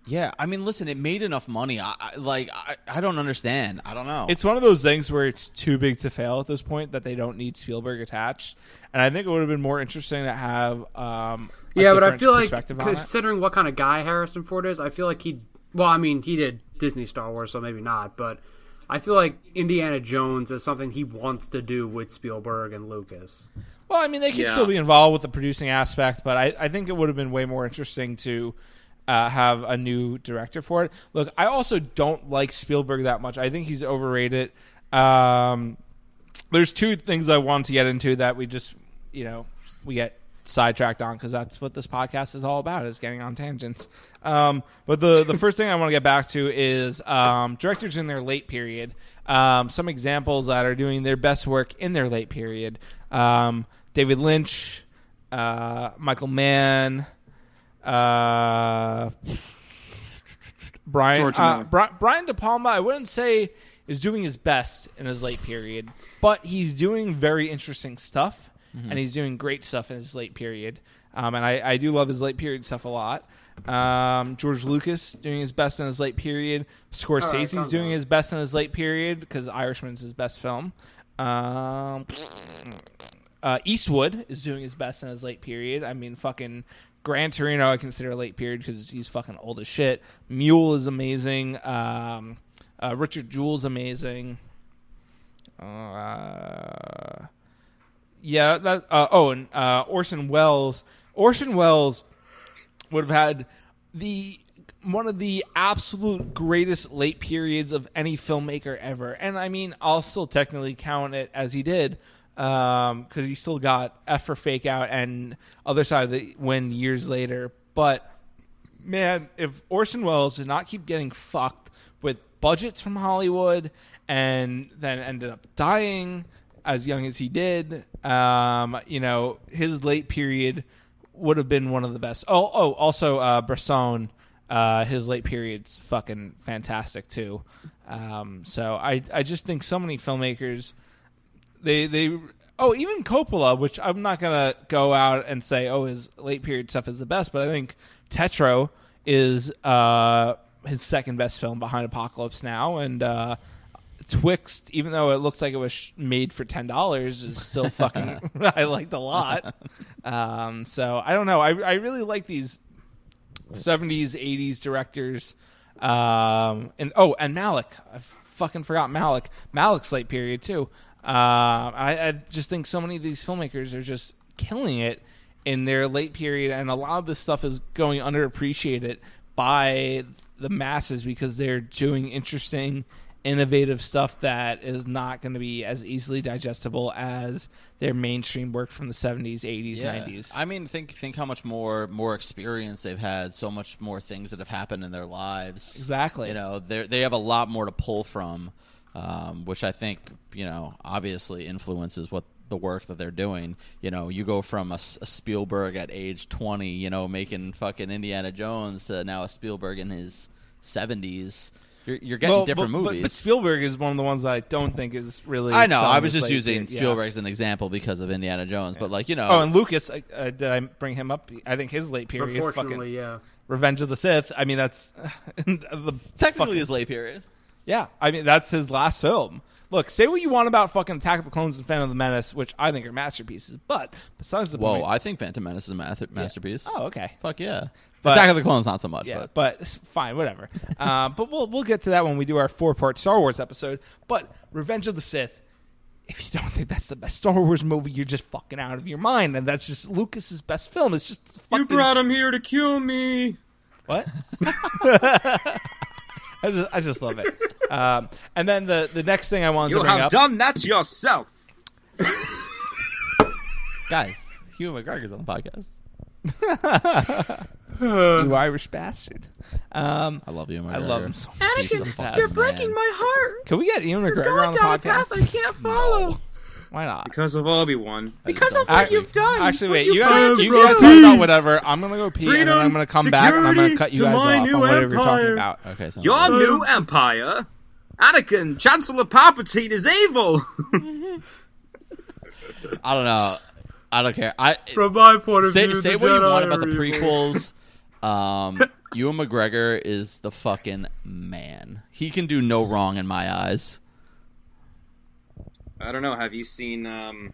[SPEAKER 1] Yeah, I mean, listen, it made enough money. I, I like, I, I don't understand. I don't know.
[SPEAKER 3] It's one of those things where it's too big to fail at this point that they don't need Spielberg attached, and I think it would have been more interesting to have. Um, a
[SPEAKER 2] yeah, but I
[SPEAKER 3] different
[SPEAKER 2] feel like
[SPEAKER 3] perspective on it.
[SPEAKER 2] considering what kind of guy Harrison Ford is, I feel like he. Well, I mean, he did Disney Star Wars, so maybe not. But I feel like Indiana Jones is something he wants to do with Spielberg and Lucas.
[SPEAKER 3] Well, I mean, they could
[SPEAKER 4] Yeah.
[SPEAKER 3] still be involved with the producing aspect, but I, I think it would have been way more interesting to uh, have a new director for it. Look, I also don't like Spielberg that much. I think he's overrated. Um, there's two things I want to get into that we just, you know, we get sidetracked on because that's what this podcast is all about is getting on tangents. Um, but the the first thing I want to get back to is um, directors in their late period. Um, some examples that are doing their best work in their late period. Um, David Lynch, uh, Michael Mann, uh, Brian
[SPEAKER 4] George
[SPEAKER 3] uh,
[SPEAKER 4] Miller.
[SPEAKER 3] Bri- Brian De Palma, I wouldn't say is doing his best in his late period, but he's doing very interesting stuff,
[SPEAKER 4] Mm-hmm.
[SPEAKER 3] and he's doing great stuff in his late period. Um, and I, I do love his late period stuff a lot. Um, George Lucas doing his best in his late period. Scorsese's
[SPEAKER 2] sounds
[SPEAKER 3] doing
[SPEAKER 2] good.
[SPEAKER 3] his best in his late period because Irishman's his best film. Um, uh, Eastwood is doing his best in his late period. I mean, fucking Gran Torino, I consider a late period because he's fucking old as shit. Mule is amazing. Um, uh, Richard Jewell's amazing. Uh, yeah. That, uh, oh, and uh, Orson Welles. Orson Welles would have had the one of the absolute greatest late periods of any filmmaker ever. And I mean, I'll still technically count it as he did because he still got F for Fake Out and Other Side of the Wind years later. But man, if Orson Welles did not keep getting fucked with budgets from Hollywood and then ended up dying as young as he did, um, you know, his late period would have been one of the best. Oh, oh, also uh, Bresson, uh, his late period's fucking fantastic too. Um, so I, I just think so many filmmakers, they, they, oh, even Coppola, which I'm not gonna go out and say, oh, his late period stuff is the best, but I think Tetro is uh, his second best film behind Apocalypse Now, and uh, Twixt, even though it looks like it was sh- made for ten dollars, is still fucking. *laughs* I liked a lot. Um, so I don't know. I I really like these seventies, eighties directors. Um, and oh, and Malik. I fucking forgot Malik. Malik's late period too. Um, I, I just think so many of these filmmakers are just killing it in their late period, and a lot of this stuff is going underappreciated by the masses because they're doing interesting, innovative stuff that is not going to be as easily digestible as their mainstream work from the 70s, 80s,
[SPEAKER 1] Yeah.
[SPEAKER 3] 90s.
[SPEAKER 1] I mean, think think how much more more experience they've had, so much more things that have happened in their lives.
[SPEAKER 3] Exactly.
[SPEAKER 1] You know, they they have a lot more to pull from, um, which I think you know obviously influences what the work that they're doing. You know, you go from a, S- a Spielberg at age twenty, you know, making fucking Indiana Jones to now a Spielberg in his seventies. You're, you're getting
[SPEAKER 3] Well,
[SPEAKER 1] different
[SPEAKER 3] but, but-
[SPEAKER 1] movies.
[SPEAKER 3] But Spielberg is one of the ones that I don't think is really.
[SPEAKER 1] I know. I
[SPEAKER 3] selling
[SPEAKER 1] was
[SPEAKER 3] his
[SPEAKER 1] just
[SPEAKER 3] late
[SPEAKER 1] using
[SPEAKER 3] period. Yeah.
[SPEAKER 1] Spielberg as an example because of Indiana Jones, but like you know,
[SPEAKER 3] Oh, and Lucas, I- uh, did I bring him up? I think his late period,
[SPEAKER 2] Unfortunately,
[SPEAKER 3] fucking
[SPEAKER 2] yeah.
[SPEAKER 3] Revenge of the Sith. I mean, that's *laughs* the
[SPEAKER 1] technically
[SPEAKER 3] fucking-
[SPEAKER 1] his late period.
[SPEAKER 3] Yeah, I mean that's his last film. Look, say what you want about fucking Attack of the Clones and Phantom of the Menace, which I think are masterpieces, but besides the
[SPEAKER 1] Whoa,
[SPEAKER 3] point,
[SPEAKER 1] I think Phantom Menace is a math- masterpiece.
[SPEAKER 3] oh okay,
[SPEAKER 1] fuck yeah!
[SPEAKER 3] But-
[SPEAKER 1] Attack of the Clones not so much,
[SPEAKER 3] yeah,
[SPEAKER 1] but
[SPEAKER 3] but, it's fine, whatever. *laughs* uh, but we'll we'll get to that when we do our four part Star Wars episode. But Revenge of the Sith, if you don't think that's the best Star Wars movie, you're just fucking out of your mind, and that's just Lucas's best film. It's just fucking
[SPEAKER 4] You brought him here to kill me. *laughs*
[SPEAKER 3] What? *laughs* I just, I just love it. Um, and then the, the next thing I wanted to
[SPEAKER 4] You
[SPEAKER 3] bring
[SPEAKER 4] have
[SPEAKER 3] up.
[SPEAKER 4] done that yourself.
[SPEAKER 1] guys, Hugh McGregor's on the podcast.
[SPEAKER 3] you Irish bastard. Um,
[SPEAKER 1] I love you, McGregor.
[SPEAKER 3] I love him so much.
[SPEAKER 1] He's the fucking man.
[SPEAKER 5] my heart.
[SPEAKER 3] Can we get Ian McGregor on the podcast?
[SPEAKER 5] can't follow
[SPEAKER 3] Why not?
[SPEAKER 4] Because of Obi Wan.
[SPEAKER 1] I just
[SPEAKER 5] because
[SPEAKER 1] don't
[SPEAKER 5] of what
[SPEAKER 1] think-
[SPEAKER 5] you've done.
[SPEAKER 3] Actually,
[SPEAKER 5] what
[SPEAKER 3] wait.
[SPEAKER 5] you
[SPEAKER 3] You
[SPEAKER 5] plan
[SPEAKER 3] guys,
[SPEAKER 5] to
[SPEAKER 3] you
[SPEAKER 5] do.
[SPEAKER 3] guys talk about whatever. I'm gonna go pee, and then I'm
[SPEAKER 4] Freedom,
[SPEAKER 3] gonna come back, and I'm gonna
[SPEAKER 4] security
[SPEAKER 3] cut you
[SPEAKER 4] to
[SPEAKER 3] guys off
[SPEAKER 4] my
[SPEAKER 3] on
[SPEAKER 4] new
[SPEAKER 3] whatever you're talking
[SPEAKER 4] empire.
[SPEAKER 3] about. *laughs*
[SPEAKER 1] Okay, so
[SPEAKER 4] Your new empire. Anakin, Chancellor Palpatine is evil. *laughs*
[SPEAKER 1] I don't know. I don't care. I
[SPEAKER 2] From my point of
[SPEAKER 1] say,
[SPEAKER 2] view,
[SPEAKER 1] say
[SPEAKER 2] the
[SPEAKER 1] what you
[SPEAKER 2] Jedi
[SPEAKER 1] want about the
[SPEAKER 2] are evil.
[SPEAKER 1] *laughs* prequels. um, Ewan McGregor is the fucking man. He can do no wrong in my eyes.
[SPEAKER 4] I don't know. Have you seen? um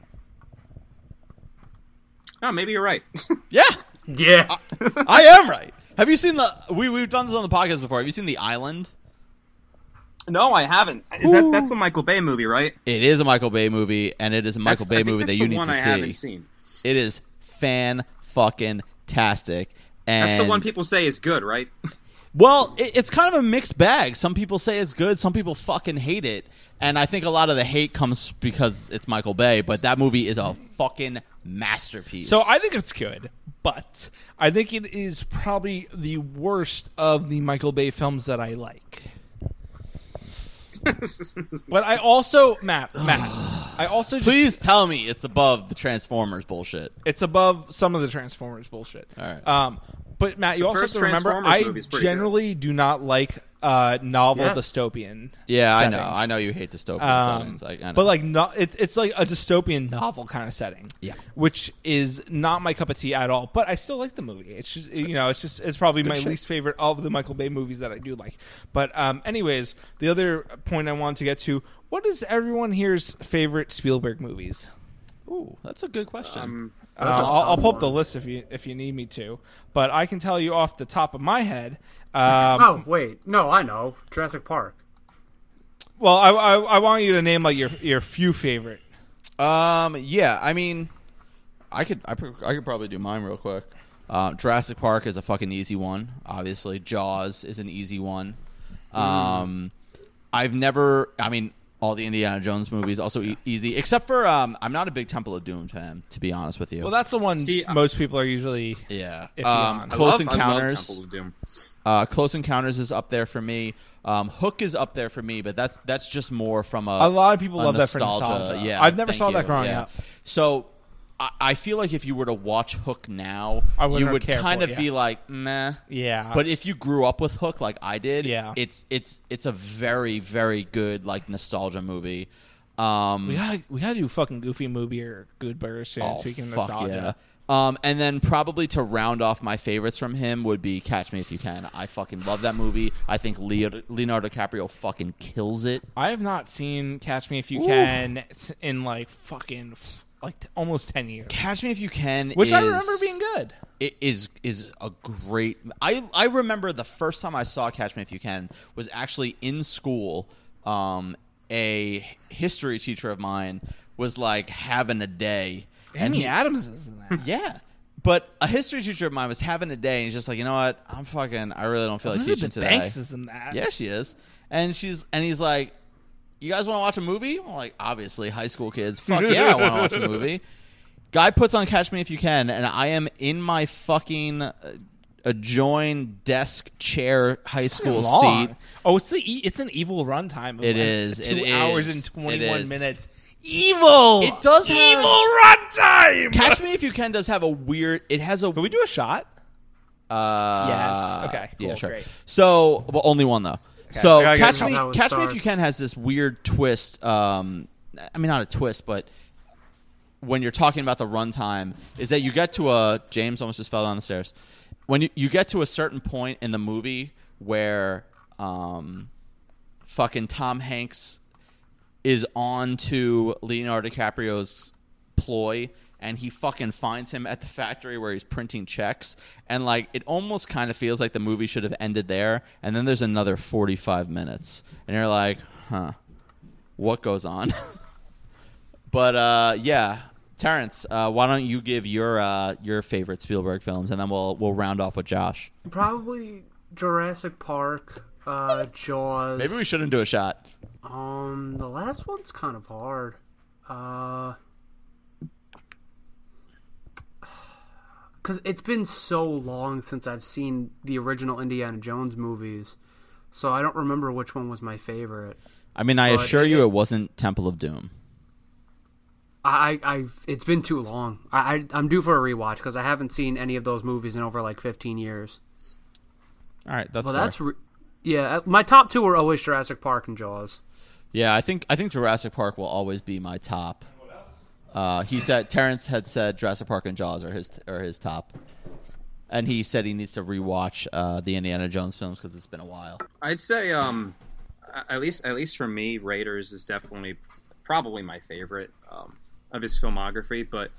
[SPEAKER 4] Oh, maybe you're right. *laughs*
[SPEAKER 1] *laughs* Yeah,
[SPEAKER 2] *laughs* Yeah.
[SPEAKER 3] Uh,
[SPEAKER 1] I am right. Have you seen the? We we've done this on the podcast before. Have you seen The Island?
[SPEAKER 4] no, I haven't. Is that that's the Michael Bay movie, right?
[SPEAKER 1] It is a Michael Bay movie, and it is a Michael
[SPEAKER 4] That's- I
[SPEAKER 1] Bay
[SPEAKER 4] think
[SPEAKER 1] movie
[SPEAKER 4] that's
[SPEAKER 1] that
[SPEAKER 4] the
[SPEAKER 1] you need
[SPEAKER 4] one
[SPEAKER 1] to
[SPEAKER 4] I
[SPEAKER 1] see.
[SPEAKER 4] haven't seen.
[SPEAKER 1] It is fan fucking tastic. And
[SPEAKER 4] That's the one people say is good, right? *laughs*
[SPEAKER 1] Well, it, it's kind of a mixed bag. Some people say it's good. Some people fucking hate it. And I think a lot of the hate comes because it's Michael Bay. But that movie is a fucking masterpiece.
[SPEAKER 3] So I think it's good, but I think it is probably the worst of the Michael Bay films that I like. But I also, Matt, Matt, I also just,
[SPEAKER 1] please tell me it's above the Transformers bullshit.
[SPEAKER 3] it's above some of the Transformers bullshit. All
[SPEAKER 1] right.
[SPEAKER 3] Um, but Matt, you also have
[SPEAKER 4] first
[SPEAKER 3] to remember,
[SPEAKER 4] Transformers
[SPEAKER 3] I
[SPEAKER 4] movie's pretty good.
[SPEAKER 3] generally do not like uh, novel
[SPEAKER 2] Yeah.
[SPEAKER 3] dystopian.
[SPEAKER 1] Yeah,
[SPEAKER 3] settings.
[SPEAKER 1] I know. I know you hate dystopian
[SPEAKER 3] Um,
[SPEAKER 1] settings. I, I know.
[SPEAKER 3] But like, no, it's it's like a dystopian novel kind of setting.
[SPEAKER 1] Yeah.
[SPEAKER 3] which is not my cup of tea at all. But I still like the movie. It's just you know, it's just it's probably my least favorite of the Michael Bay movies that I do like. But um, anyways, the other point I wanted to get to: what is everyone here's favorite Spielberg movies?
[SPEAKER 1] ooh, that's a good question.
[SPEAKER 3] Uh, I'll, I'll pull up the list if you if you need me to. But I can tell you off the top of my head. *laughs* Um,
[SPEAKER 2] Oh wait, no, I know Jurassic Park.
[SPEAKER 3] Well, I, I I want you to name like your your few favorite.
[SPEAKER 1] Um. Yeah. I mean, I could. I, pr- I could probably do mine real quick. Uh, Jurassic Park is a fucking easy one.
[SPEAKER 4] Mm.
[SPEAKER 1] Obviously, Jaws is an easy one. Um, I've never. I mean, all the Indiana Jones movies. Also e- easy, except for um, I'm not a big Temple of Doom fan, to be honest with you.
[SPEAKER 3] Well, that's the one
[SPEAKER 4] See, I-
[SPEAKER 3] most people are usually.
[SPEAKER 1] yeah.
[SPEAKER 3] If
[SPEAKER 1] Um,
[SPEAKER 3] beyond. I
[SPEAKER 1] Close
[SPEAKER 4] I love, I love
[SPEAKER 1] Encounters.
[SPEAKER 4] Temple of Doom.
[SPEAKER 1] Uh, Close Encounters is up there for me. Um, Hook is up there for me, but that's that's just more from a
[SPEAKER 3] A lot of people
[SPEAKER 1] a
[SPEAKER 3] love that for nostalgia.
[SPEAKER 1] Yeah,
[SPEAKER 3] I've never
[SPEAKER 1] thank
[SPEAKER 3] saw that
[SPEAKER 1] you,
[SPEAKER 3] growing
[SPEAKER 1] yeah.
[SPEAKER 3] up.
[SPEAKER 1] So I, I feel like if you were to watch Hook now,
[SPEAKER 3] I
[SPEAKER 1] you
[SPEAKER 3] wouldn't
[SPEAKER 1] would
[SPEAKER 3] care for
[SPEAKER 1] kind
[SPEAKER 3] it,
[SPEAKER 1] of
[SPEAKER 3] yeah.
[SPEAKER 1] be like, meh.
[SPEAKER 3] Yeah.
[SPEAKER 1] But if you grew up with Hook like I did,
[SPEAKER 3] Yeah.
[SPEAKER 1] it's it's it's a very very good like nostalgia movie. Um,
[SPEAKER 3] we gotta we gotta do fucking goofy movie or good burger soon.
[SPEAKER 1] oh,
[SPEAKER 3] speaking of
[SPEAKER 1] fuck
[SPEAKER 3] nostalgia.
[SPEAKER 1] yeah. Um, and then probably to round off my favorites from him would be Catch Me If You Can. I fucking love that movie. I think Leo- Leonardo DiCaprio fucking kills it.
[SPEAKER 3] I have not seen Catch Me If You Can s- in like fucking f- like t- almost ten years.
[SPEAKER 1] Catch Me If You Can,
[SPEAKER 3] which I
[SPEAKER 1] is-
[SPEAKER 3] remember being good.
[SPEAKER 1] it is is a great I I remember the first time I saw Catch Me If You Can was actually in school um a history teacher of mine was like having a day
[SPEAKER 3] Amy
[SPEAKER 1] he-
[SPEAKER 3] Adams is in
[SPEAKER 1] *laughs*
[SPEAKER 3] that.
[SPEAKER 1] yeah but a history teacher of mine was having a day and he's just like you know what I'm fucking I really don't feel like teaching
[SPEAKER 3] Elizabeth
[SPEAKER 1] today
[SPEAKER 3] Banks is in that.
[SPEAKER 1] yeah, she is. And she's and he's like, "You guys want to watch a movie?" I'm like, "Obviously, high school
[SPEAKER 3] *laughs*
[SPEAKER 1] kids. Fuck yeah, I want to watch a movie." Guy puts on Catch Me If You Can, and I am in my fucking uh, adjoined desk chair high
[SPEAKER 3] Fucking
[SPEAKER 1] school
[SPEAKER 3] long.
[SPEAKER 1] seat.
[SPEAKER 3] Oh, it's the e- it's an evil runtime. of
[SPEAKER 1] It
[SPEAKER 3] like
[SPEAKER 1] is.
[SPEAKER 3] two
[SPEAKER 1] It
[SPEAKER 3] hours
[SPEAKER 1] is.
[SPEAKER 3] and
[SPEAKER 1] It
[SPEAKER 3] twenty one
[SPEAKER 1] is.
[SPEAKER 3] minutes. Evil.
[SPEAKER 1] It does have-
[SPEAKER 3] evil runtime.
[SPEAKER 1] Catch Me If You Can does have a weird. It has a.
[SPEAKER 3] Can we do a shot?
[SPEAKER 1] Uh,
[SPEAKER 3] Yes. Okay, cool,
[SPEAKER 1] yeah. Sure.
[SPEAKER 3] great.
[SPEAKER 1] So, well, only one though. So,
[SPEAKER 3] I gotta get
[SPEAKER 1] catch
[SPEAKER 3] this
[SPEAKER 1] me,
[SPEAKER 2] one.
[SPEAKER 1] catch me if
[SPEAKER 2] Starts.
[SPEAKER 1] you can has this weird twist. Um, I mean, not a twist, but when you're talking about the runtime, is that you get to a James almost just fell down the stairs. When you, you get to a certain point in the movie where um, fucking Tom Hanks is on to Leonardo DiCaprio's ploy and he fucking finds him at the factory where he's printing checks and like it almost kind of feels like the movie should have ended there and then there's another 45 minutes and you're like huh what goes on *laughs* but uh yeah Terrence uh, why don't you give your uh, your favorite Spielberg films and then we'll we'll round off with Josh
[SPEAKER 2] Probably Jurassic Park, uh, Jaws.
[SPEAKER 1] maybe we shouldn't do a shot
[SPEAKER 2] Um, the last one's kind of hard. Uh, *sighs* because it's been so long since I've seen the original Indiana Jones movies, so I don't remember which one was my favorite.
[SPEAKER 1] I mean I
[SPEAKER 2] But
[SPEAKER 1] assure
[SPEAKER 2] it-
[SPEAKER 1] you it wasn't Temple of Doom
[SPEAKER 2] I, I I've- it's been too long. I, I I'm due for a rewatch because I haven't seen any of those movies in over like 15 years.
[SPEAKER 1] all right that's
[SPEAKER 2] Well,
[SPEAKER 1] fair.
[SPEAKER 2] that's re- yeah. uh, My top two are always Jurassic Park and Jaws.
[SPEAKER 1] Yeah, I think I think Jurassic Park will always be my top. Uh, he said Terrence had said Jurassic Park and Jaws are his are his top, and he said he needs to rewatch uh, the Indiana Jones films because it's been a while.
[SPEAKER 4] I'd say um, a- at least at least for me, Raiders is definitely probably my favorite um, of his filmography. But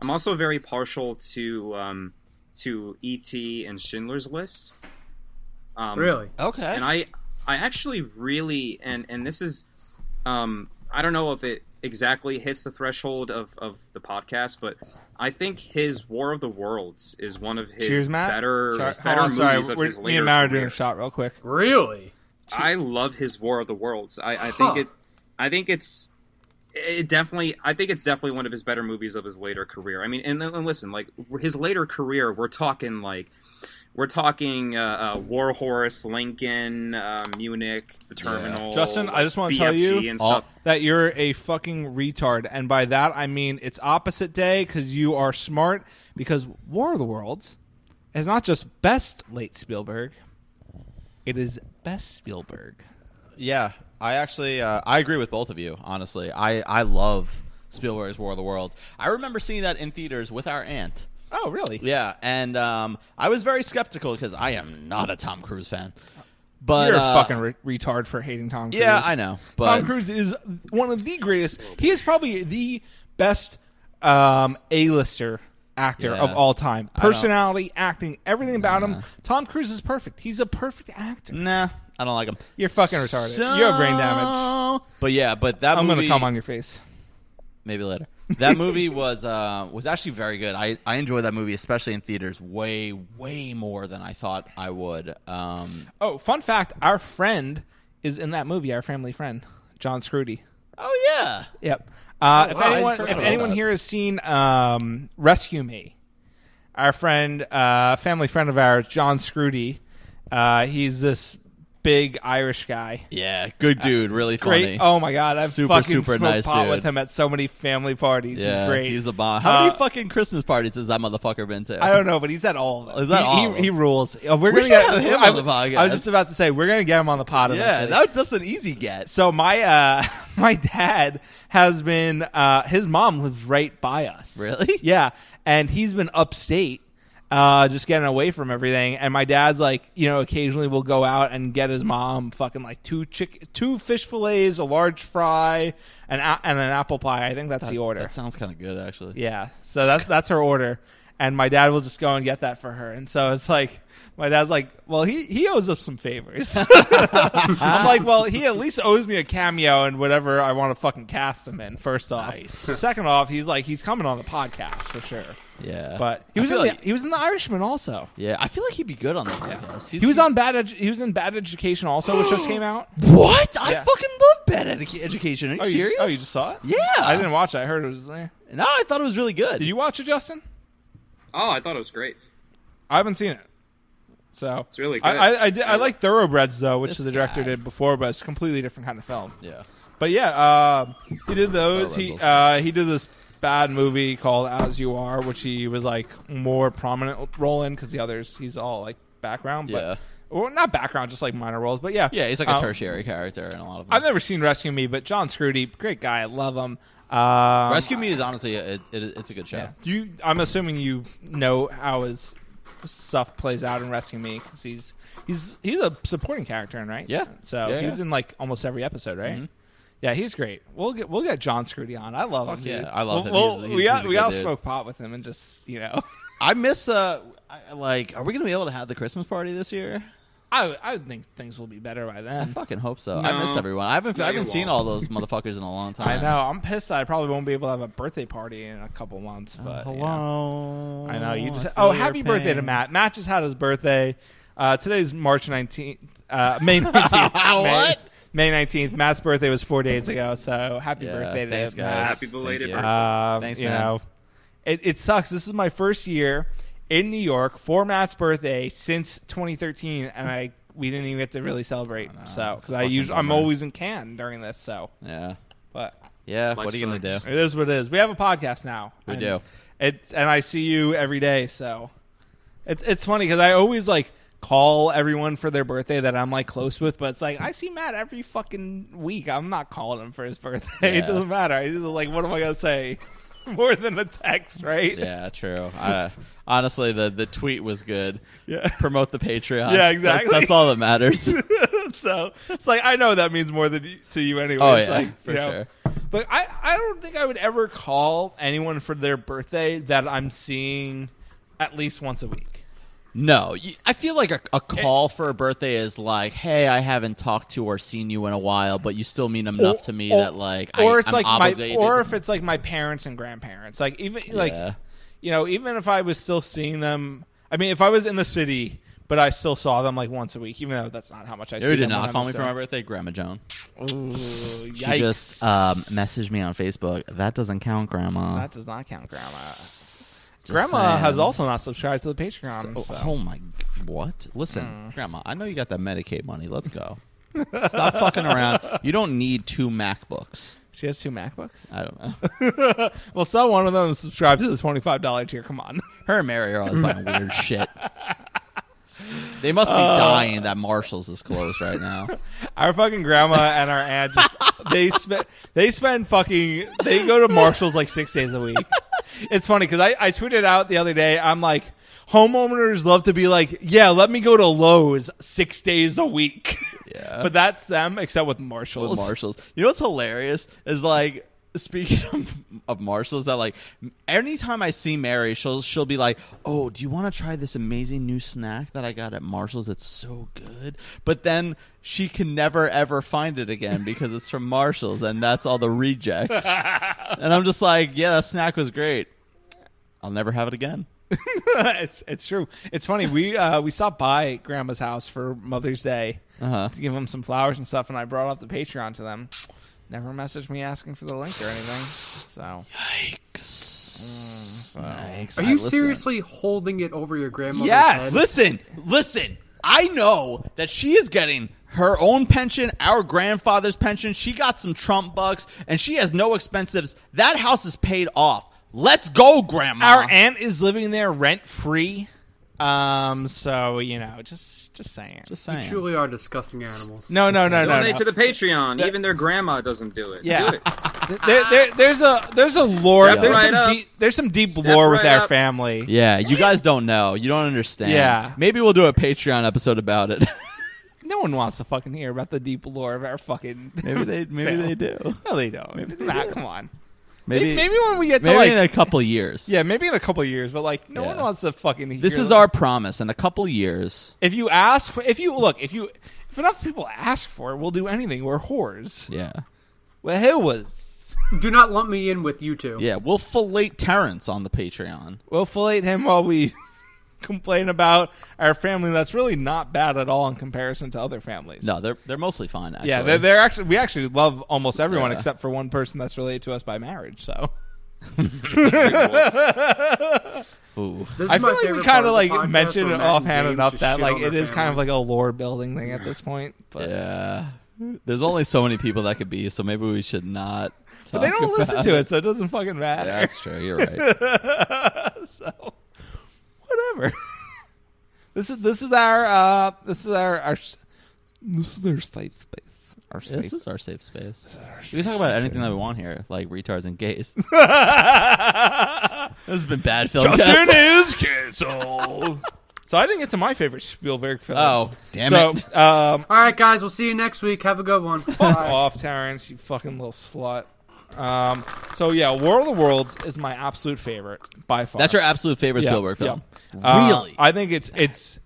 [SPEAKER 4] I'm also very partial to um, to E.T. and Schindler's List. Um,
[SPEAKER 2] Really?
[SPEAKER 1] Okay,
[SPEAKER 4] and I I actually really and and this is um I don't know if it exactly hits the threshold of of the podcast, but I think his War of the Worlds is one of his
[SPEAKER 3] Cheers, Matt.
[SPEAKER 4] better
[SPEAKER 3] sorry,
[SPEAKER 4] better
[SPEAKER 3] hold on, sorry.
[SPEAKER 4] movies of
[SPEAKER 3] We're-
[SPEAKER 4] his
[SPEAKER 3] me
[SPEAKER 4] later
[SPEAKER 3] and Matt are
[SPEAKER 4] career.
[SPEAKER 3] doing a shot real quick.
[SPEAKER 2] Really?
[SPEAKER 4] I love his War of the Worlds. I, I
[SPEAKER 2] Huh.
[SPEAKER 4] think it. I think it's. It definitely. I think it's definitely one of his better movies of his later career. I mean, and, and listen, like his later career, we're talking like. We're talking uh, uh, War Horse, Lincoln, uh, Munich, The Terminal.
[SPEAKER 3] Justin, I just wanna
[SPEAKER 4] BFG
[SPEAKER 3] tell you-
[SPEAKER 4] and
[SPEAKER 1] All-
[SPEAKER 4] stuff.
[SPEAKER 3] that you're a fucking retard. And by that, I mean it's opposite day because you are smart. Because War of the Worlds is not just best late Spielberg, it is best Spielberg.
[SPEAKER 1] yeah, I actually uh, I agree with both of you. Honestly, I I love Spielberg's War of the Worlds. I remember seeing that in theaters with our aunt.
[SPEAKER 3] Oh, really?
[SPEAKER 1] Yeah, and um, I was very skeptical because I am not a Tom Cruise fan. But
[SPEAKER 3] You're
[SPEAKER 1] uh,
[SPEAKER 3] a fucking re- retard for hating Tom Cruise.
[SPEAKER 1] yeah, I know. But
[SPEAKER 3] Tom Cruise is one of the greatest. He is probably the best um, A-lister actor
[SPEAKER 1] Yeah.
[SPEAKER 3] of all time.
[SPEAKER 1] don't-
[SPEAKER 3] Personality, acting, everything about him. Tom Cruise is perfect. He's a perfect actor.
[SPEAKER 1] Nah, I don't like him.
[SPEAKER 3] You're fucking retarded. You have brain damage.
[SPEAKER 1] But yeah, but that
[SPEAKER 3] I'm gonna
[SPEAKER 1] movie,
[SPEAKER 3] come on your face. *laughs*
[SPEAKER 1] maybe later. That movie was uh, was actually very good. I I enjoyed that movie, especially in theaters, way way more than I thought I would. Um,
[SPEAKER 3] Oh, fun fact: our friend is in that movie. Our family friend, John Scrudy.
[SPEAKER 1] Oh yeah.
[SPEAKER 3] Yep. Uh, if
[SPEAKER 2] Oh, wow, I
[SPEAKER 3] anyone,
[SPEAKER 2] forgot
[SPEAKER 3] if
[SPEAKER 2] about
[SPEAKER 3] anyone
[SPEAKER 1] that.
[SPEAKER 3] here has seen um, Rescue Me, our friend, uh, family friend of ours, John Scrudy, uh, he's this big Irish guy.
[SPEAKER 1] Yeah, good dude, really funny.
[SPEAKER 3] Great. Oh my god, I've
[SPEAKER 1] Super,
[SPEAKER 3] fucking
[SPEAKER 1] super
[SPEAKER 3] smoked
[SPEAKER 1] nice
[SPEAKER 3] pot
[SPEAKER 1] dude.
[SPEAKER 3] with him at so many family parties.
[SPEAKER 1] yeah,
[SPEAKER 3] he's great.
[SPEAKER 1] He's a bomb. How many
[SPEAKER 3] Uh,
[SPEAKER 1] fucking Christmas parties has that motherfucker been to?
[SPEAKER 3] I don't know, but he's at all of them.
[SPEAKER 1] Is that
[SPEAKER 3] he,
[SPEAKER 1] all
[SPEAKER 3] he,
[SPEAKER 1] of them?
[SPEAKER 3] he rules. Uh, we're
[SPEAKER 1] We
[SPEAKER 3] gonna
[SPEAKER 1] should
[SPEAKER 3] get
[SPEAKER 1] have him
[SPEAKER 3] I,
[SPEAKER 1] on the podcast.
[SPEAKER 3] I was just about to say we're gonna get him on the pod.
[SPEAKER 1] Yeah,
[SPEAKER 3] eventually.
[SPEAKER 1] that, that's an easy get.
[SPEAKER 3] so my uh, *laughs* my dad has been uh, his mom lives right by us.
[SPEAKER 1] *laughs* Really?
[SPEAKER 3] Yeah, and he's been upstate, uh, just getting away from everything. And my dad's like, you know, occasionally we'll go out and get his mom fucking like two chick, two fish fillets, a large fry, and a- and an apple pie. I think that's the order.
[SPEAKER 1] That sounds kind of good, actually.
[SPEAKER 3] Yeah. So that's that's her order. And my dad will just go and get that for her. And so it's like my dad's like, Well, he, he owes us some favors. *laughs* I'm like, Well, he at least owes me a cameo and whatever I want to fucking cast him in, first off. *laughs* Second off, he's like he's coming on the podcast for sure.
[SPEAKER 1] Yeah,
[SPEAKER 3] But he
[SPEAKER 1] I
[SPEAKER 3] was in
[SPEAKER 1] feel
[SPEAKER 3] the,
[SPEAKER 1] like-
[SPEAKER 3] he was in the Irishman also.
[SPEAKER 1] yeah, I feel like he'd be good on the podcast. He's,
[SPEAKER 3] He was
[SPEAKER 1] he's-
[SPEAKER 3] on bad edu- he was in bad education also, which just came *gasps* out.
[SPEAKER 1] What? I
[SPEAKER 3] Yeah.
[SPEAKER 1] fucking love Bad Edu- Education. Are you
[SPEAKER 3] Oh,
[SPEAKER 1] serious?
[SPEAKER 3] You, oh, you just saw it?
[SPEAKER 1] Yeah.
[SPEAKER 3] I didn't watch it. I heard it was there.
[SPEAKER 1] No, I thought it was really good.
[SPEAKER 3] Did you watch it, Justin?
[SPEAKER 4] Oh, I thought it was great.
[SPEAKER 3] I haven't seen it. So it's
[SPEAKER 4] really
[SPEAKER 3] I
[SPEAKER 4] good.
[SPEAKER 3] I, I, did- I like Thoroughbreds though, which
[SPEAKER 1] This
[SPEAKER 3] the director
[SPEAKER 1] guy.
[SPEAKER 3] did before, but it's a completely different kind of film.
[SPEAKER 1] Yeah.
[SPEAKER 3] But yeah, uh, he did those. He
[SPEAKER 1] Thoroughbreds also.
[SPEAKER 3] uh, he did this bad movie called As You Are, which he was like more prominent role in because the others he's all like background, but
[SPEAKER 1] Yeah.
[SPEAKER 3] or not background, just like minor roles. But yeah,
[SPEAKER 1] Yeah, he's like a
[SPEAKER 3] Um,
[SPEAKER 1] tertiary character in a lot of. Them.
[SPEAKER 3] I've never seen Rescue Me, but John Scrudy, great guy, I love him. Um,
[SPEAKER 1] Rescue Me is honestly it, it, it's a good show.
[SPEAKER 3] yeah. You, I'm assuming you know how his stuff plays out in Rescue Me because he's he's he's a supporting character, in right?
[SPEAKER 1] Yeah.
[SPEAKER 3] So
[SPEAKER 1] Yeah,
[SPEAKER 3] he's
[SPEAKER 1] yeah. Mm-hmm.
[SPEAKER 3] in like almost every episode, right? Yeah, he's great. We'll get we'll get John Scrudy on. I love him.
[SPEAKER 1] yeah,
[SPEAKER 3] dude.
[SPEAKER 1] I love him.
[SPEAKER 3] We'll-
[SPEAKER 1] He's-
[SPEAKER 3] we'll-
[SPEAKER 1] he's-
[SPEAKER 3] we all-
[SPEAKER 1] he's a
[SPEAKER 3] we
[SPEAKER 1] good
[SPEAKER 3] all
[SPEAKER 1] dude.
[SPEAKER 3] smoke pot with him and just you know, *laughs*
[SPEAKER 1] I miss uh, I, like, are we gonna be able to have the Christmas party this year?
[SPEAKER 3] I would- I would think things will be better by
[SPEAKER 1] I *laughs*
[SPEAKER 3] then.
[SPEAKER 1] fucking hope so. I miss
[SPEAKER 4] No.
[SPEAKER 1] everyone. I haven't
[SPEAKER 4] No,
[SPEAKER 1] I haven't
[SPEAKER 4] you
[SPEAKER 1] seen
[SPEAKER 4] won't.
[SPEAKER 1] all those *laughs* motherfuckers in a long time.
[SPEAKER 3] I know. I'm pissed. that I probably won't be able to have a birthday party in a couple months.
[SPEAKER 1] Uh,
[SPEAKER 3] But you know.
[SPEAKER 1] Hello.
[SPEAKER 3] I know you just.
[SPEAKER 1] I feel
[SPEAKER 3] Oh,
[SPEAKER 1] your
[SPEAKER 3] happy birthday to
[SPEAKER 1] pain.
[SPEAKER 3] Matt. Matt just had his birthday. Uh, today's March nineteenth, uh, May
[SPEAKER 1] *laughs*
[SPEAKER 3] nineteenth.
[SPEAKER 1] What?
[SPEAKER 3] May nineteenth. Matt's birthday was four days ago. So happy
[SPEAKER 1] Yeah,
[SPEAKER 3] birthday to
[SPEAKER 1] thanks,
[SPEAKER 3] Matt.
[SPEAKER 1] guys.
[SPEAKER 4] Happy
[SPEAKER 1] Thank
[SPEAKER 4] belated
[SPEAKER 1] you.
[SPEAKER 4] birthday.
[SPEAKER 3] Um,
[SPEAKER 1] Thanks,
[SPEAKER 3] you
[SPEAKER 1] man.
[SPEAKER 3] know, it, it sucks. This is my first year in New York for Matt's birthday since 2013, and I we didn't even get to really celebrate. so
[SPEAKER 1] it's a
[SPEAKER 3] because I
[SPEAKER 1] fucking
[SPEAKER 3] usually I'm
[SPEAKER 1] bummer.
[SPEAKER 3] always in Cannes during this. So,
[SPEAKER 1] Yeah.
[SPEAKER 3] but
[SPEAKER 1] Yeah.
[SPEAKER 4] Life
[SPEAKER 1] what are you gonna do?
[SPEAKER 4] sucks.
[SPEAKER 3] it is what it is. We have a podcast now.
[SPEAKER 1] We
[SPEAKER 3] And
[SPEAKER 1] do.
[SPEAKER 3] It's and I see you every day, so it's it's funny because I always like call everyone for their birthday that I'm like close with, but it's like I see Matt every fucking week. I'm not calling him for his birthday. *laughs* It
[SPEAKER 1] Yeah.
[SPEAKER 3] doesn't matter. I just like what am I gonna say *laughs* more than a text, right?
[SPEAKER 1] Yeah, true. I, honestly, the the tweet was good.
[SPEAKER 3] Yeah.
[SPEAKER 1] *laughs* Promote the Patreon.
[SPEAKER 3] Yeah,
[SPEAKER 1] That's-
[SPEAKER 3] exactly.
[SPEAKER 1] That's, all that matters.
[SPEAKER 3] *laughs* *laughs* so it's like I know that means more than you, to you anyway.
[SPEAKER 1] Oh,
[SPEAKER 3] It's
[SPEAKER 1] yeah,
[SPEAKER 3] like,
[SPEAKER 1] for
[SPEAKER 3] you know.
[SPEAKER 1] sure.
[SPEAKER 3] But I I don't think I would ever call anyone for their birthday that I'm seeing at least once a week.
[SPEAKER 1] no, you, I feel like a, a call for a birthday is like, hey, I haven't talked to or seen you in a while, but you still mean enough to me that like, I,
[SPEAKER 3] or it's
[SPEAKER 1] I'm
[SPEAKER 3] like
[SPEAKER 1] obligated.
[SPEAKER 3] my, or if it's like my parents and grandparents, like even
[SPEAKER 1] Yeah.
[SPEAKER 3] like, you know, even if I was still seeing them, I mean, if I was in the city, but I still saw them like once a week, even though that's not how much I.
[SPEAKER 1] Who
[SPEAKER 3] see
[SPEAKER 1] did
[SPEAKER 3] them
[SPEAKER 1] not call me for my birthday? Grandma Joan.
[SPEAKER 3] birthday.
[SPEAKER 1] She just um, messaged me on Facebook. That doesn't count, Grandma.
[SPEAKER 3] that does not count, Grandma.
[SPEAKER 1] Just
[SPEAKER 3] Grandma has
[SPEAKER 1] saying.
[SPEAKER 3] also not subscribed to the Patreon.
[SPEAKER 1] Oh,
[SPEAKER 3] so.
[SPEAKER 1] oh my! g- What? Listen, Grandma, I know you got that Medicaid money. Let's go. Stop fucking around. You don't need two MacBooks.
[SPEAKER 3] She has two MacBooks.
[SPEAKER 1] I don't know.
[SPEAKER 3] Well, sell one of them and subscribe to the twenty-five dollar tier. Come on.
[SPEAKER 1] Her and Mary are always buying weird shit. They must be dying that Marshalls is closed right now.
[SPEAKER 3] Our fucking grandma and our aunt just they spend they spend fucking they go to Marshalls like six days a week. It's funny because I, I tweeted out the other day I'm like homeowners love to be like yeah let me go to Lowe's six days a week.
[SPEAKER 1] Yeah.
[SPEAKER 3] but that's them except with Marshalls.
[SPEAKER 1] With Marshalls. You know what's hilarious is like speaking *laughs* of, of Marshalls that like anytime I see Mary, she'll she'll be like, "Oh, do you want to try this amazing new snack that I got at Marshalls? It's so good." But then she can never ever find it again because it's from Marshalls and that's all the rejects. and I'm just like, "Yeah, that snack was great. I'll never have it again."
[SPEAKER 3] *laughs* it's it's true. It's funny. We uh, we stopped by grandma's house for Mother's Day
[SPEAKER 1] Uh-huh.
[SPEAKER 3] to give them some flowers and stuff, and I brought up the Patreon to them. never messaged me asking for the link or anything. So
[SPEAKER 1] Yikes. Yikes.
[SPEAKER 2] Are
[SPEAKER 1] I
[SPEAKER 2] you
[SPEAKER 1] listen.
[SPEAKER 2] seriously holding it over your grandmother's
[SPEAKER 3] Yes!
[SPEAKER 2] head?
[SPEAKER 1] Listen, listen. I know that she is getting her own pension, our grandfather's pension. She got some Trump bucks, and she has no expenses. That house is paid off. Let's go, Grandma.
[SPEAKER 3] our aunt is living there rent free. Um, so you know, just just saying.
[SPEAKER 1] Just saying.
[SPEAKER 2] Truly are disgusting animals.
[SPEAKER 3] no, no, no, no,
[SPEAKER 4] Donate
[SPEAKER 3] no.
[SPEAKER 4] to the Patreon. Even their grandma doesn't do it.
[SPEAKER 3] Yeah.
[SPEAKER 4] Do it.
[SPEAKER 3] there, there, there's a there's a lore.
[SPEAKER 4] Ah. Step
[SPEAKER 3] there's,
[SPEAKER 4] right
[SPEAKER 3] some
[SPEAKER 4] up.
[SPEAKER 3] deep, there's some deep
[SPEAKER 4] Step
[SPEAKER 3] lore with
[SPEAKER 4] right
[SPEAKER 3] our
[SPEAKER 4] up.
[SPEAKER 3] family.
[SPEAKER 1] yeah, you guys don't know. You don't understand.
[SPEAKER 3] Yeah.
[SPEAKER 1] Maybe we'll do a Patreon episode about it.
[SPEAKER 3] No one wants to fucking hear about the deep lore of our fucking.
[SPEAKER 1] *laughs*
[SPEAKER 3] *laughs*
[SPEAKER 1] maybe they maybe
[SPEAKER 3] Fail.
[SPEAKER 1] they do.
[SPEAKER 3] no, they don't. Nah, come on.
[SPEAKER 1] *laughs* Maybe
[SPEAKER 3] maybe
[SPEAKER 1] maybe,
[SPEAKER 3] when we get to like
[SPEAKER 1] in a couple years.
[SPEAKER 3] yeah, maybe in a couple years, but like no
[SPEAKER 1] Yeah.
[SPEAKER 3] one wants to fucking. Hear
[SPEAKER 1] This is
[SPEAKER 3] that.
[SPEAKER 1] our promise. In a couple years.
[SPEAKER 3] If you ask, for, if you look, if you if enough people ask for it, we'll do anything. We're whores.
[SPEAKER 1] Yeah.
[SPEAKER 3] We're whores.
[SPEAKER 2] Do not lump me in with you two.
[SPEAKER 1] Yeah. We'll fillate Terrence on the Patreon.
[SPEAKER 3] We'll fillate him while we *laughs* complain about our family. That's really not bad at all in comparison to other families.
[SPEAKER 1] No, they're they're mostly fine. Actually.
[SPEAKER 3] Yeah, they're, they're actually we actually love almost everyone
[SPEAKER 1] Yeah.
[SPEAKER 3] except for one person that's related to us by marriage. So
[SPEAKER 1] Ooh.
[SPEAKER 2] This is
[SPEAKER 3] I
[SPEAKER 2] my
[SPEAKER 3] feel like we
[SPEAKER 2] favorite
[SPEAKER 3] kind
[SPEAKER 2] part
[SPEAKER 3] of
[SPEAKER 2] the
[SPEAKER 3] like
[SPEAKER 2] podcast
[SPEAKER 3] mentioned
[SPEAKER 2] where
[SPEAKER 3] it
[SPEAKER 2] Matt and
[SPEAKER 3] offhand
[SPEAKER 2] James
[SPEAKER 3] enough
[SPEAKER 2] just
[SPEAKER 3] that
[SPEAKER 2] shit
[SPEAKER 3] like
[SPEAKER 2] on
[SPEAKER 3] it
[SPEAKER 2] their
[SPEAKER 3] is kind of
[SPEAKER 2] family.
[SPEAKER 3] like a lore building thing at this point. But
[SPEAKER 1] Yeah. There's only so many people that could be, so maybe we should not.
[SPEAKER 3] but they don't listen to it, so it doesn't fucking matter.
[SPEAKER 1] *laughs* That's true. You're right.
[SPEAKER 3] so *laughs* whatever. this is this is our uh this is our our s- this is our safe space. Our safe.
[SPEAKER 1] *laughs* this is our safe space. We can talk about anything that we want here, like retards and *laughs* gays. this has been bad film.
[SPEAKER 3] Justin
[SPEAKER 1] Cast.
[SPEAKER 3] is canceled. *laughs* so I didn't get to my favorite Spielberg films.
[SPEAKER 1] Oh, damn
[SPEAKER 3] so,
[SPEAKER 1] it.
[SPEAKER 3] Um,
[SPEAKER 2] All right, guys, we'll see you next week. Have a good
[SPEAKER 3] *laughs*
[SPEAKER 2] one.
[SPEAKER 3] fuck off, Terrence, you fucking little slut. Um, so yeah, War of the Worlds is my absolute favorite by far.
[SPEAKER 1] That's your absolute favorite
[SPEAKER 3] Yeah,
[SPEAKER 1] Spielberg film.
[SPEAKER 3] yeah. Uh,
[SPEAKER 1] Really?
[SPEAKER 3] I think it's it's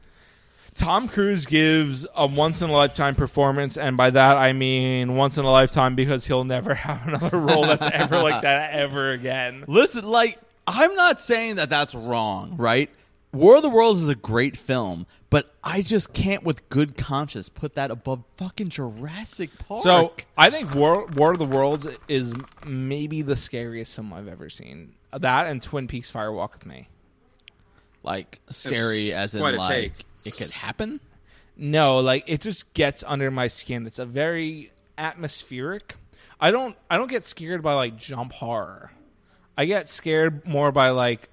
[SPEAKER 3] Tom Cruise gives a once in a lifetime performance, and by that I mean once in a lifetime because he'll never *laughs* have another role that's ever like that ever again.
[SPEAKER 1] Listen, like I'm not saying that that's wrong, right? War of the Worlds is a great film, but I just can't, with good conscience, put that above fucking Jurassic Park.
[SPEAKER 3] So I think War War of the Worlds is maybe the scariest film I've ever seen. That and Twin Peaks: Fire Walk with Me.
[SPEAKER 1] like scary as
[SPEAKER 4] It's- it's
[SPEAKER 1] in
[SPEAKER 4] quite a
[SPEAKER 1] like
[SPEAKER 4] take.
[SPEAKER 1] it could happen.
[SPEAKER 3] No, like it just gets under my skin. It's a very atmospheric. I don't I don't get scared by like jump horror. I get scared more by like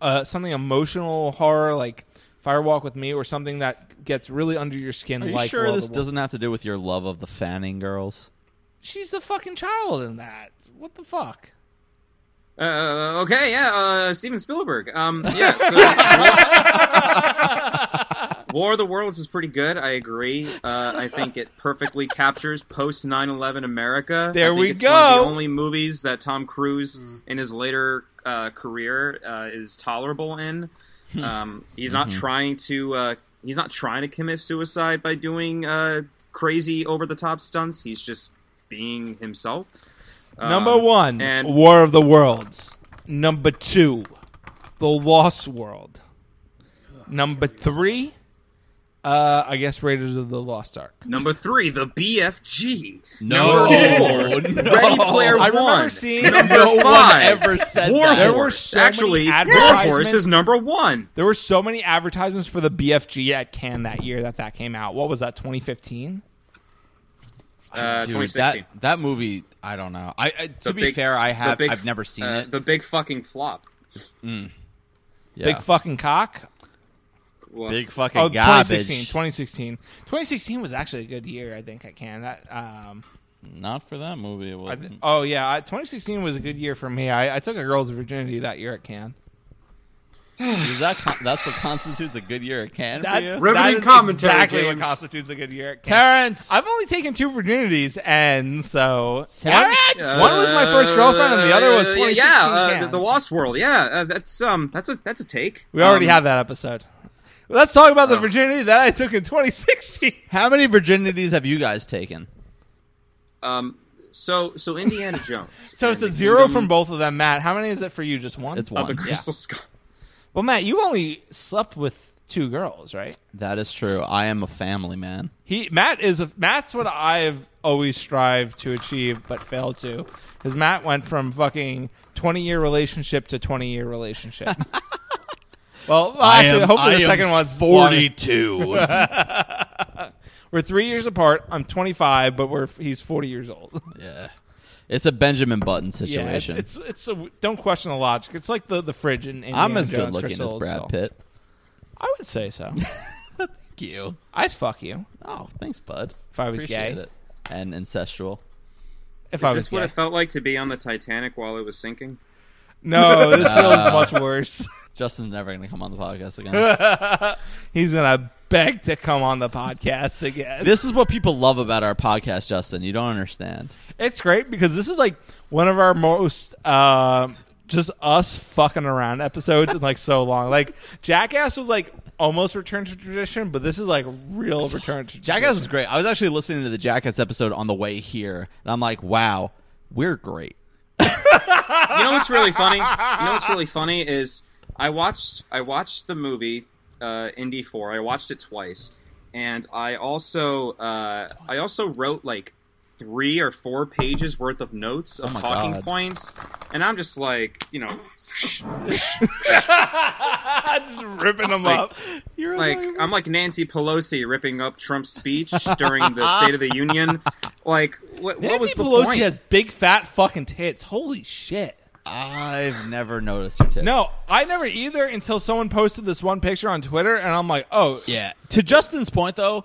[SPEAKER 3] uh, something emotional horror, like Firewalk with Me, or something that gets really under your skin.
[SPEAKER 1] Are you
[SPEAKER 3] like
[SPEAKER 1] sure
[SPEAKER 3] World
[SPEAKER 1] this
[SPEAKER 3] of War-
[SPEAKER 1] doesn't have to do with your love of the Fanning girls?
[SPEAKER 3] She's a fucking child in that. What the fuck?
[SPEAKER 4] Uh, okay, yeah, uh, Steven Spielberg. Um, yeah, so War of the Worlds is pretty good. I agree. Uh, I think it perfectly captures post 9/11 America. I
[SPEAKER 3] There
[SPEAKER 4] think
[SPEAKER 3] we
[SPEAKER 4] it's One of
[SPEAKER 3] go.
[SPEAKER 4] the only movies that Tom Cruise in his later uh, career uh, is tolerable in.
[SPEAKER 3] Hmm.
[SPEAKER 4] Um, he's not
[SPEAKER 3] Mm-hmm.
[SPEAKER 4] trying to. Uh, he's not trying to commit suicide by doing uh, crazy over the top stunts. He's just being himself.
[SPEAKER 3] Number
[SPEAKER 4] Um,
[SPEAKER 3] one,
[SPEAKER 4] and-
[SPEAKER 3] War of the Worlds. Number two, The Lost World. Number three, uh, I guess Raiders of the Lost Ark.
[SPEAKER 4] Number three, the BFG.
[SPEAKER 3] *laughs*
[SPEAKER 1] No, no.
[SPEAKER 4] Ready Player
[SPEAKER 3] I
[SPEAKER 4] One.
[SPEAKER 3] remember seeing
[SPEAKER 4] number
[SPEAKER 1] No one
[SPEAKER 4] five.
[SPEAKER 1] ever said
[SPEAKER 4] War
[SPEAKER 1] that.
[SPEAKER 4] Horse.
[SPEAKER 3] There were so many
[SPEAKER 4] Actually, War
[SPEAKER 3] advertisements.
[SPEAKER 4] Horse is number one.
[SPEAKER 3] there were so many advertisements for the BFG at Cannes that year that that came out. What was that? 2015.
[SPEAKER 4] Uh,
[SPEAKER 1] Dude,
[SPEAKER 4] 2016.
[SPEAKER 1] That, that movie, I don't know. I, I to
[SPEAKER 4] The
[SPEAKER 1] be
[SPEAKER 4] big-
[SPEAKER 1] fair, I
[SPEAKER 4] the
[SPEAKER 1] have
[SPEAKER 4] big-
[SPEAKER 1] I've never seen
[SPEAKER 4] uh,
[SPEAKER 1] it.
[SPEAKER 4] The big fucking flop.
[SPEAKER 1] Yeah.
[SPEAKER 3] Big fucking cock.
[SPEAKER 4] Well,
[SPEAKER 1] Big fucking
[SPEAKER 3] Oh,
[SPEAKER 1] garbage.
[SPEAKER 3] 2016. 2016. 2016 was actually a good year, I think, at Cannes. That um,
[SPEAKER 1] Not for that movie. It
[SPEAKER 3] I
[SPEAKER 1] wasn't.
[SPEAKER 3] th- oh yeah, I, 2016 was a good year for me. I, I took a girl's virginity that year at Cannes.
[SPEAKER 1] Is that con- that's what constitutes a good year at Cannes for you?
[SPEAKER 2] Riveting
[SPEAKER 3] that is
[SPEAKER 2] commentary,
[SPEAKER 3] Exactly
[SPEAKER 2] James.
[SPEAKER 3] what constitutes a good year at Cannes.
[SPEAKER 1] Terrence.
[SPEAKER 3] I've only taken two virginities, and so
[SPEAKER 1] Terrence.
[SPEAKER 3] One was my first girlfriend, and the other was
[SPEAKER 4] Uh,
[SPEAKER 3] 2016
[SPEAKER 4] yeah, uh, the,
[SPEAKER 3] Cannes.
[SPEAKER 4] the Lost World. Yeah, uh, that's um, that's a that's a take.
[SPEAKER 3] we already
[SPEAKER 4] Um,
[SPEAKER 3] have that episode. Let's talk about the
[SPEAKER 4] Oh.
[SPEAKER 3] virginity that I took in 2016.
[SPEAKER 4] *laughs*
[SPEAKER 1] How many virginities have you guys taken?
[SPEAKER 4] Um, so so Indiana Jones.
[SPEAKER 3] *laughs* So it's a zero from both of them. Matt, how many is it for you? Just one.
[SPEAKER 1] It's
[SPEAKER 4] Of the
[SPEAKER 1] one.
[SPEAKER 4] Crystal Skull.
[SPEAKER 3] Well, Matt, you only slept with two girls, right?
[SPEAKER 1] That is true. I am a family man.
[SPEAKER 3] He Matt is a, Matt's what I've always strived to achieve but failed to. Because Matt went from fucking twenty year relationship to twenty year relationship.
[SPEAKER 1] *laughs*
[SPEAKER 3] well, actually, hopefully the second one's longer.
[SPEAKER 1] forty-two. *laughs*
[SPEAKER 3] We're three years apart. I'm twenty five, but we're he's forty years old.
[SPEAKER 1] yeah, it's a Benjamin Button
[SPEAKER 3] yeah, it's
[SPEAKER 1] situation.
[SPEAKER 3] it's, it's a, don't question the logic. It's like the the fridge in Indiana
[SPEAKER 1] I'm as
[SPEAKER 3] Jones
[SPEAKER 1] good looking as
[SPEAKER 3] Crystal
[SPEAKER 1] Brad
[SPEAKER 3] Skull.
[SPEAKER 1] Pitt.
[SPEAKER 3] I would say
[SPEAKER 1] *laughs*
[SPEAKER 3] so.
[SPEAKER 1] Thank you.
[SPEAKER 3] I'd fuck you
[SPEAKER 1] Oh, thanks, bud.
[SPEAKER 3] if I was
[SPEAKER 1] Appreciate
[SPEAKER 3] gay.
[SPEAKER 1] it. And ancestral.
[SPEAKER 3] If I
[SPEAKER 4] Is
[SPEAKER 3] was
[SPEAKER 4] this
[SPEAKER 3] gay.
[SPEAKER 4] what it felt like to be on the Titanic while it was sinking?
[SPEAKER 3] no, this feels much
[SPEAKER 1] *laughs*
[SPEAKER 3] worse.
[SPEAKER 1] Justin's never going to come on the podcast *laughs* again.
[SPEAKER 3] He's gonna beg to come on the podcast again.
[SPEAKER 1] this is what people love about our podcast, Justin. You don't understand.
[SPEAKER 3] It's great because this is like one of our most um, just us fucking around episodes in like so long. Like Jackass was like almost return to tradition, but this is like real return to
[SPEAKER 1] *laughs* Jackass is great. I was actually listening to the Jackass episode on the way here, and I'm like, wow, we're great.
[SPEAKER 4] You know what's really funny? You know what's really funny is I watched I watched the movie uh, Indy Four. I watched it twice, and I also uh, I also wrote like three or four pages worth of notes of
[SPEAKER 1] my
[SPEAKER 4] talking
[SPEAKER 1] God.
[SPEAKER 4] points, and I'm just like you know
[SPEAKER 3] just ripping them up. You're
[SPEAKER 4] like I'm like Nancy Pelosi ripping up Trump's speech during the State of the Union. Like what, what was the
[SPEAKER 3] Pelosi
[SPEAKER 4] point?
[SPEAKER 3] has big fat fucking tits. Holy shit.
[SPEAKER 1] I've never noticed your tits.
[SPEAKER 3] No, I never either until someone posted this one picture on Twitter, and I'm like, oh,
[SPEAKER 1] Yeah. To Justin's point, though,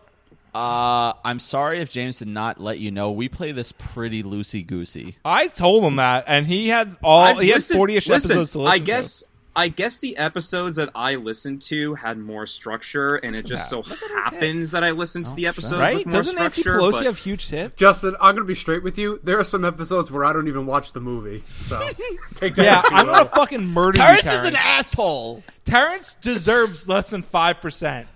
[SPEAKER 1] uh, I'm sorry if James did not let you know. We play this pretty loosey goosey.
[SPEAKER 3] I told him that, and he had all
[SPEAKER 4] I've
[SPEAKER 3] Oh, he
[SPEAKER 4] listened-
[SPEAKER 3] had forty ish
[SPEAKER 4] listen,
[SPEAKER 3] episodes to listen
[SPEAKER 4] I
[SPEAKER 3] to.
[SPEAKER 4] guess I guess the episodes that I listened to had more structure, and it just so happens that I listened to the episodes
[SPEAKER 3] Oh, right?
[SPEAKER 4] with more
[SPEAKER 3] Doesn't Nancy
[SPEAKER 4] structure.
[SPEAKER 3] Pelosi
[SPEAKER 4] but
[SPEAKER 3] have huge tits?
[SPEAKER 2] Justin, I'm gonna be straight with you. There are some episodes where I don't even watch the movie,
[SPEAKER 3] *laughs*
[SPEAKER 2] so take that.
[SPEAKER 3] Yeah,
[SPEAKER 2] as you
[SPEAKER 3] I'm
[SPEAKER 2] will.
[SPEAKER 3] gonna fucking murder
[SPEAKER 1] Terrence
[SPEAKER 3] you.
[SPEAKER 1] is an
[SPEAKER 3] Terrence.
[SPEAKER 1] asshole.
[SPEAKER 3] Terrence deserves less than five percent.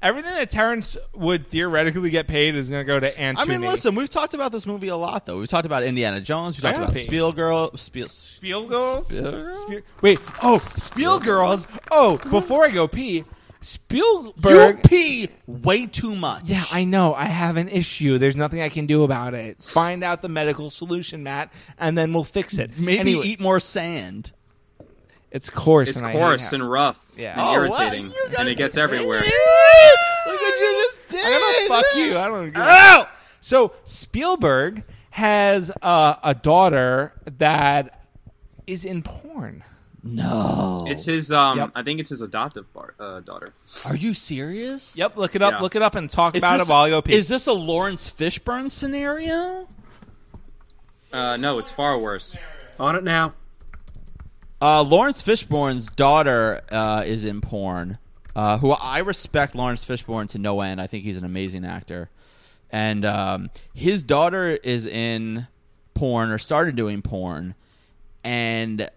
[SPEAKER 3] Everything that Terrence would theoretically get paid is gonna go to
[SPEAKER 1] I
[SPEAKER 3] Anthony.
[SPEAKER 1] mean, listen, we've talked about this movie a lot, though. We've talked about Indiana Jones. We've talked about
[SPEAKER 3] Therapy.
[SPEAKER 1] Spielgirl. Spiel, Spiel,
[SPEAKER 3] Spiel girls.
[SPEAKER 1] Spiel-
[SPEAKER 3] Spiel- Wait, oh, Spiel girls. Oh, before I go pee,
[SPEAKER 1] you
[SPEAKER 3] Spielberg.
[SPEAKER 1] pee way too much.
[SPEAKER 3] Yeah, I know. I have an issue. There's nothing I can do about it. Find out the medical solution, Matt, and then we'll fix it.
[SPEAKER 1] Maybe
[SPEAKER 3] Anyway,
[SPEAKER 1] eat more sand.
[SPEAKER 3] It's coarse.
[SPEAKER 4] it's
[SPEAKER 3] and I hate
[SPEAKER 4] coarse
[SPEAKER 3] how-
[SPEAKER 4] and rough
[SPEAKER 3] Yeah.
[SPEAKER 4] and
[SPEAKER 3] Oh,
[SPEAKER 1] wow,
[SPEAKER 4] irritating,
[SPEAKER 1] you
[SPEAKER 4] and
[SPEAKER 1] guys-
[SPEAKER 4] it gets everywhere.
[SPEAKER 3] Look what you just
[SPEAKER 1] *laughs*
[SPEAKER 3] did. Ah! I'm gonna fuck you. I don't give a- So Spielberg has uh, a daughter that is in porn.
[SPEAKER 1] No.
[SPEAKER 4] It's his, um,
[SPEAKER 3] Yep.
[SPEAKER 4] I think it's his adoptive bar, uh, daughter.
[SPEAKER 1] Are you serious?
[SPEAKER 3] Yep, look it up.
[SPEAKER 4] Yeah.
[SPEAKER 3] Look it up and talk about it while you go pee.
[SPEAKER 1] is this a Lawrence Fishburne scenario?
[SPEAKER 4] Uh, no, it's far worse.
[SPEAKER 2] on it now.
[SPEAKER 1] Uh, Lawrence Fishburne's daughter uh, is in porn. Uh, who I respect Lawrence Fishburne to no end. I think he's an amazing actor, and um, his daughter is in porn or started doing porn, and